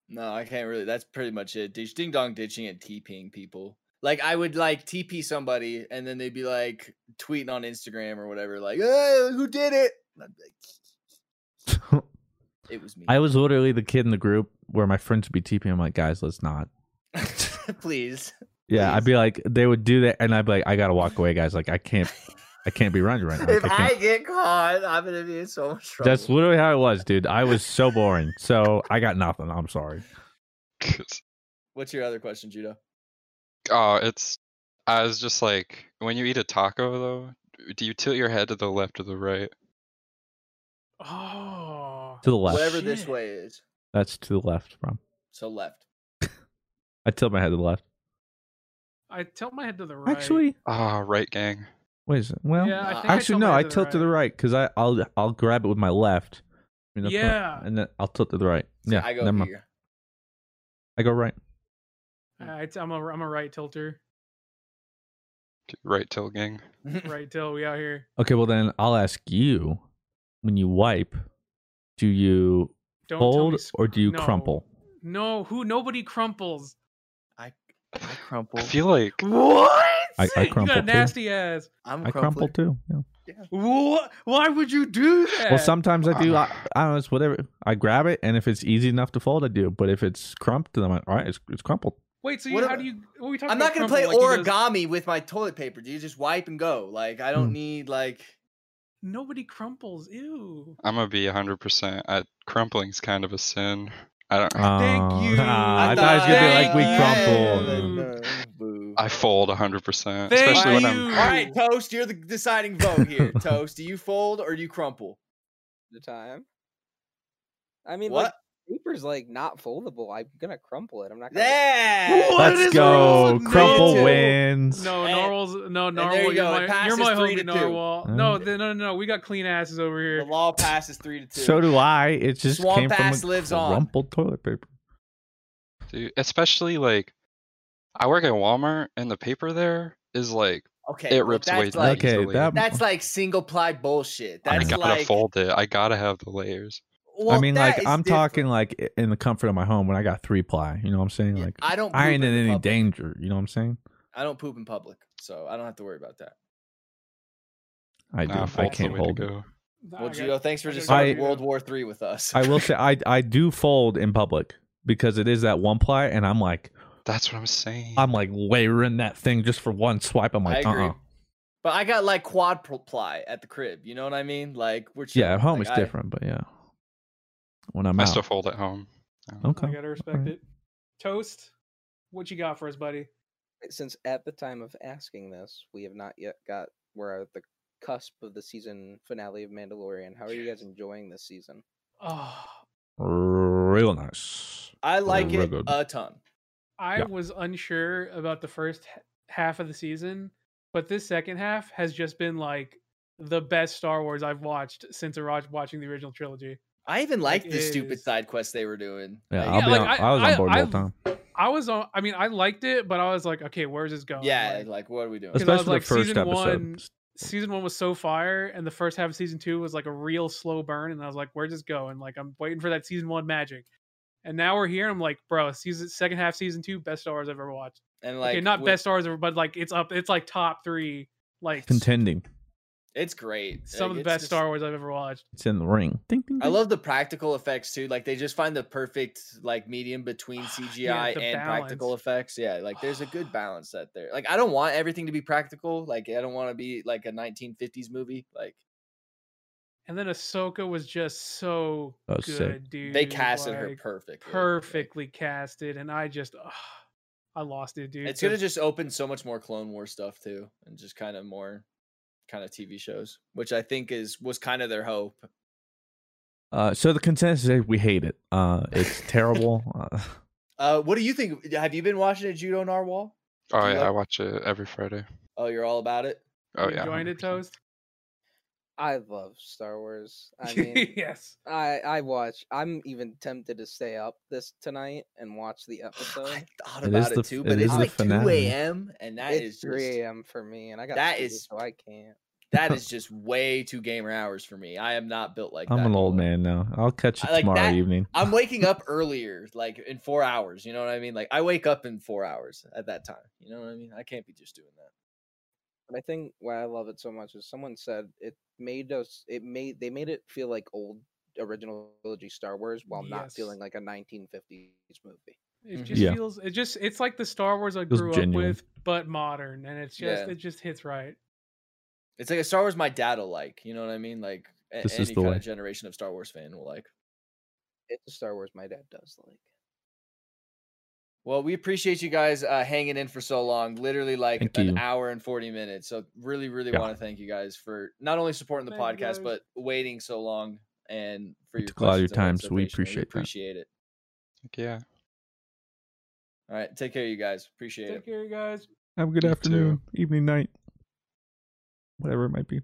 C: No, I can't really. That's pretty much it. Ditch ding dong ditching and TPing people. Like I would like TP somebody and then they'd be like tweeting on Instagram or whatever, like, "Hey, who did it? And I'd be like, it was me.
B: I was literally the kid in the group where my friends would be teeping. I'm like, guys, let's not.
C: Please.
B: Yeah, I'd be like, they would do that, and I'd be like, I gotta walk away, guys. Like, I can't, I can't be around you right now. Like,
C: If
B: I can't-
C: I get caught, I'm gonna be in so much trouble.
B: That's literally how it was, dude. I was so boring. So I got nothing. I'm sorry.
C: What's your other question, Judo?
Q: Oh, it's. I was just like, when you eat a taco, though, do you tilt your head to the left or the right?
D: Oh,
B: To the left.
C: Whatever this way is,
B: That's to the left, bro.
C: so left.
B: I tilt my head to the left.
D: I tilt my head to the right.
B: Actually,
Q: ah, right, gang.
B: Wait, a sec- well,
D: Yeah, I think I
B: actually,
D: tilt my
B: no,
D: head
B: I
D: to the
B: tilt to the right because I, I'll, I'll grab it with my left. You know, put-
D: Yeah.
B: and then I'll tilt to the right.
C: See,
B: yeah,
C: I go
B: never mind.
C: here.
B: I go right.
D: I, I'm a I'm a right tilter.
Q: Right till gang.
D: right till we out here.
B: Okay, well then I'll ask you: when you wipe, do you
D: Don't tell me
B: fold
D: squ-
B: or do you
D: no.
B: crumple?
D: No, who nobody crumples.
Q: I feel like
D: What?
B: I, I
D: You
B: crumple
D: got a
B: too.
D: nasty ass.
B: I'm I crumple too. Yeah.
D: What? Why would you do that?
B: Well, sometimes I do. I,
C: Ah.
B: I don't know. It's whatever. I grab it, and if it's easy enough to fold, I do. But if it's crumped, then I'm like, all right, it's, it's crumpled.
D: Wait, so you,
C: What
D: how
C: am-
D: do you? What are we talking
C: I'm
D: about
C: not gonna play
D: crumple? Like, you just-
C: origami with my toilet paper. Do you just wipe and go? Like I
B: Hmm.
C: don't need like
D: Nobody crumples. Ew.
Q: I'm gonna be 100%. I, crumpling's kind of a sin. I don't.
B: Thank you. I, thought it was gonna be like we crumple.
Q: I fold 100%,
C: Thank
Q: especially when
C: All
Q: I'm.
C: right, Toast, you're the deciding vote here. Toast, do you fold or do you crumple?
R: the time. I mean,
C: What?
R: like paper's like not foldable. I'm gonna crumple it. I'm not. Gonna
C: Yeah.
B: Let's go. Crumple wins.
D: No,
R: Eh.
D: Norwal's no
C: there
D: Norwal.
C: you
D: You're
C: go, it
D: my, you're
C: passes
D: my
C: three to
D: homie
C: two.
D: Norwal. No, th- no, no, no. We got clean asses over here. The
C: law passes three to two.
B: So do I. It just
D: Swamp
B: came
D: ass
B: from a
D: lives
Q: on.
B: crumpled toilet paper.
Q: Dude, especially like, I work at Walmart, and the paper there is like,
C: Okay,
Q: it
C: well,
Q: rips way
C: that's
Q: too
C: like
Q: easily.
C: that's like single ply bullshit.
Q: I
C: That's
Q: gotta
C: like
Q: fold it. I gotta have the layers.
C: Well,
B: I mean,
C: that
B: like
C: is
B: I'm
C: different.
B: talking like i- in the comfort of my home when I got three ply. You know what I'm saying? Like
C: I don't
B: I
C: poop
B: ain't in
C: in the
B: any
C: public.
B: danger. You know what I'm saying?
C: I don't poop in public, so I don't have to worry about that.
B: I do.
Q: Nah,
B: I
Q: fold's the
B: can't
Q: way to
B: hold.
Q: go.
C: Well, Gio, thanks for just
B: I-
C: starting World War Three with us.
B: I will say I I do fold in public because it is that one ply, and I'm like,
Q: that's what I'm saying.
B: I'm like layering that thing just for one swipe. I'm like,
C: I
B: uh,
C: agree.
B: uh
C: But I got like quad pl- ply at the crib. You know what I mean? Like we're
B: yeah, at home
C: Like,
B: it's
C: I-
B: different, but yeah, when I'm
Q: I
B: out,
Q: still fold at home.
B: okay.
D: I gotta respect it. Toast, what you got for us, buddy?
R: Since at the time of asking this, we have not yet got we're at the cusp of the season finale of Mandalorian. How are you guys enjoying this season?
D: Oh,
B: Real nice.
C: I like
B: Real
C: it uh,
B: good.
C: a ton.
D: I
B: Yeah.
D: was unsure about the first h- half of the season, but this second half has just been like the best Star Wars I've watched since Araj watching the original trilogy.
C: I even liked
D: Like,
C: the
D: it
C: stupid side quest they were doing.
B: Yeah,
C: Like,
B: I'll be on,
D: like,
B: I, was on board the whole
D: I-
B: time,
D: I was on. I mean, I liked it, but I was like, okay, where's this going?
C: Yeah, like, what are we doing?
D: 'Cause I was
B: especially the first
D: season
B: episode.
D: one, season one was so fire, and the first half of season two was like a real slow burn, and I was like, "Where's this going?" Like, I'm waiting for that season one magic, and now we're here. and I'm like, "Bro, season second half season two, best Star Wars I've ever watched."
C: And
D: okay,
C: like,
D: not
C: with-
D: best Star Wars ever, but like it's up, it's like top three, like
B: contending.
C: It's great.
D: some of
C: Like,
D: the
C: it's
D: best
C: just-
D: Star Wars I've ever watched.
B: It's in the ring. Ding, ding,
C: I love the practical effects too. Like they just find the perfect like medium between CGI
D: Ah, the
C: and practical effects. Yeah, like there's a good balance that there. Like I don't want everything to be practical. Like I don't want to be like a 1950s movie. Like
D: And then Ahsoka was just so
B: That
D: good,
B: was sick.
D: dude.
C: They casted her
D: like,
C: perfectly, like-
D: perfectly casted, and I just, ugh, I lost it, dude.
C: it's
D: 'cause-
C: gonna just open so much more Clone War stuff too, and just kind of more kind of TV shows, which I think is was kind of their hope.
B: Uh, so the consensus is we hate it. Uh, it's terrible. Uh,
C: Uh, what do you think? Have you been watching a Judo Narwhal?
Q: Oh
C: Do you
Q: yeah, I
C: like-
Q: watch it every Friday.
C: Oh, you're all about it.
Q: Oh yeah.
D: enjoying it, toast.
R: I love Star Wars. I mean,
D: yes,
R: I I watch. I'm even tempted to stay up this tonight and watch the episode. I
C: thought
B: It is about it the f- too, but it it's is the like 2 finale.
C: a.m., and that
R: that is
C: is just-
R: 3 a.m. for me, and I got
C: That
R: that
C: is-
R: is so I can't.
C: That is just way too gamer hours for me. I am not built like
B: I'm
C: that.
B: an old man now. I'll catch you
C: I like
B: tomorrow
C: that-
B: evening.
C: I'm waking up earlier, like in four hours. You know what I mean? Like I wake up in four hours at that time. You know what I mean? I can't be just doing that.
R: But I think why I love it so much is someone said it made us. It made they made it feel like old original trilogy Star Wars while not
D: Yes.
R: feeling like a 1950s movie.
D: It
C: mm-hmm.
R: Mhm.
D: just
B: Yeah.
D: feels it just it's like the Star Wars I
B: Feels
D: grew
B: genuine.
D: up with, but modern, and it's just
C: Yeah.
D: it just hits right.
C: It's like a Star Wars my dad'll like. You know what I mean? Like a-
B: This
C: any
B: is the
C: kind
B: way.
C: of generation of Star Wars fan will like.
R: It's a Star Wars my dad does like.
C: Well, we appreciate you guys uh, hanging in for so long. Literally like
B: Thank
C: an
B: you.
C: hour and 40 minutes. So really, really
B: Yeah.
C: want to thank you guys for not only supporting the
D: Thank you,
C: podcast,
D: guys.
C: but waiting so long and for your
B: took a lot of your
C: questions and
B: time, so we
C: participation.
B: appreciate
C: appreciate
B: that.
C: it.
Q: Yeah.
C: All right. Take care, you guys. Appreciate it.
D: Take care, you guys.
B: Have a good
Q: You
B: afternoon, evening, night, whatever it might be.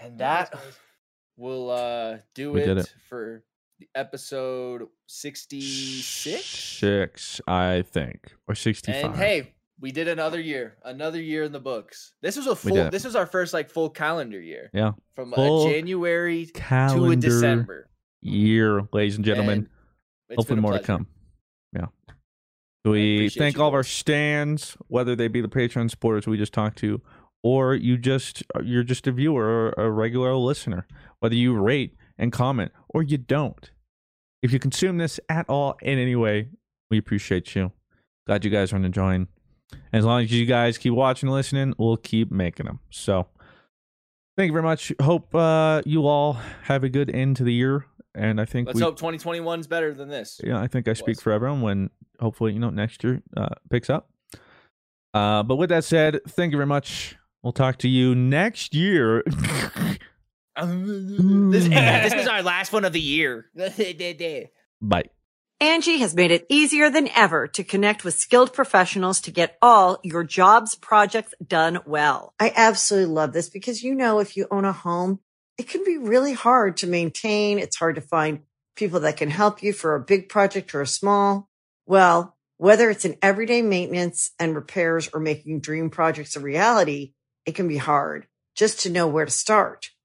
C: And
D: Thanks,
C: that
D: guys.
C: will uh do
B: We
C: it,
B: did it.
C: for the episode 66.
B: Six, I think, or sixty-five.
C: And hey, we did another year. Another year in the books. This was a
B: We
C: full
B: did.
C: this was our first like full calendar year.
B: yeah,
C: From
B: Full
C: a January to
B: calendar
C: a December.
B: year, ladies and gentlemen.
C: And it's
B: Hopefully,
C: been a
B: more to
C: pleasure.
B: come. Yeah. We
C: appreciate
B: thank
C: you
B: all of our stands, whether they be the Patreon supporters we just talked to, or you just uh, you're just a viewer or a regular listener. Whether you rate and comment or you don't, if you consume this at all in any way, we appreciate you. Glad you guys are enjoying. And as long as you guys keep watching and listening, we'll keep making them. So thank you very much. Hope uh, you all have a good end to the year. And I think
C: Let's
B: we
C: hope 2021's better than this.
B: yeah, I think I
C: was.
B: speak for everyone when hopefully, you know, next year uh, picks up. Uh, but with that said, thank you very much. We'll talk to you next year.
C: this, this is our last one of the year.
B: Bye.
A: Angie has made it easier than ever to connect with skilled professionals to get all your jobs projects done well.
S: I absolutely love this because you know if you own a home,
A: It can be really hard to maintain. It's hard to find people that can help you for a big project or a small. Well, whether it's in everyday maintenance and repairs or making dream projects a reality, it can be hard just to know where to start.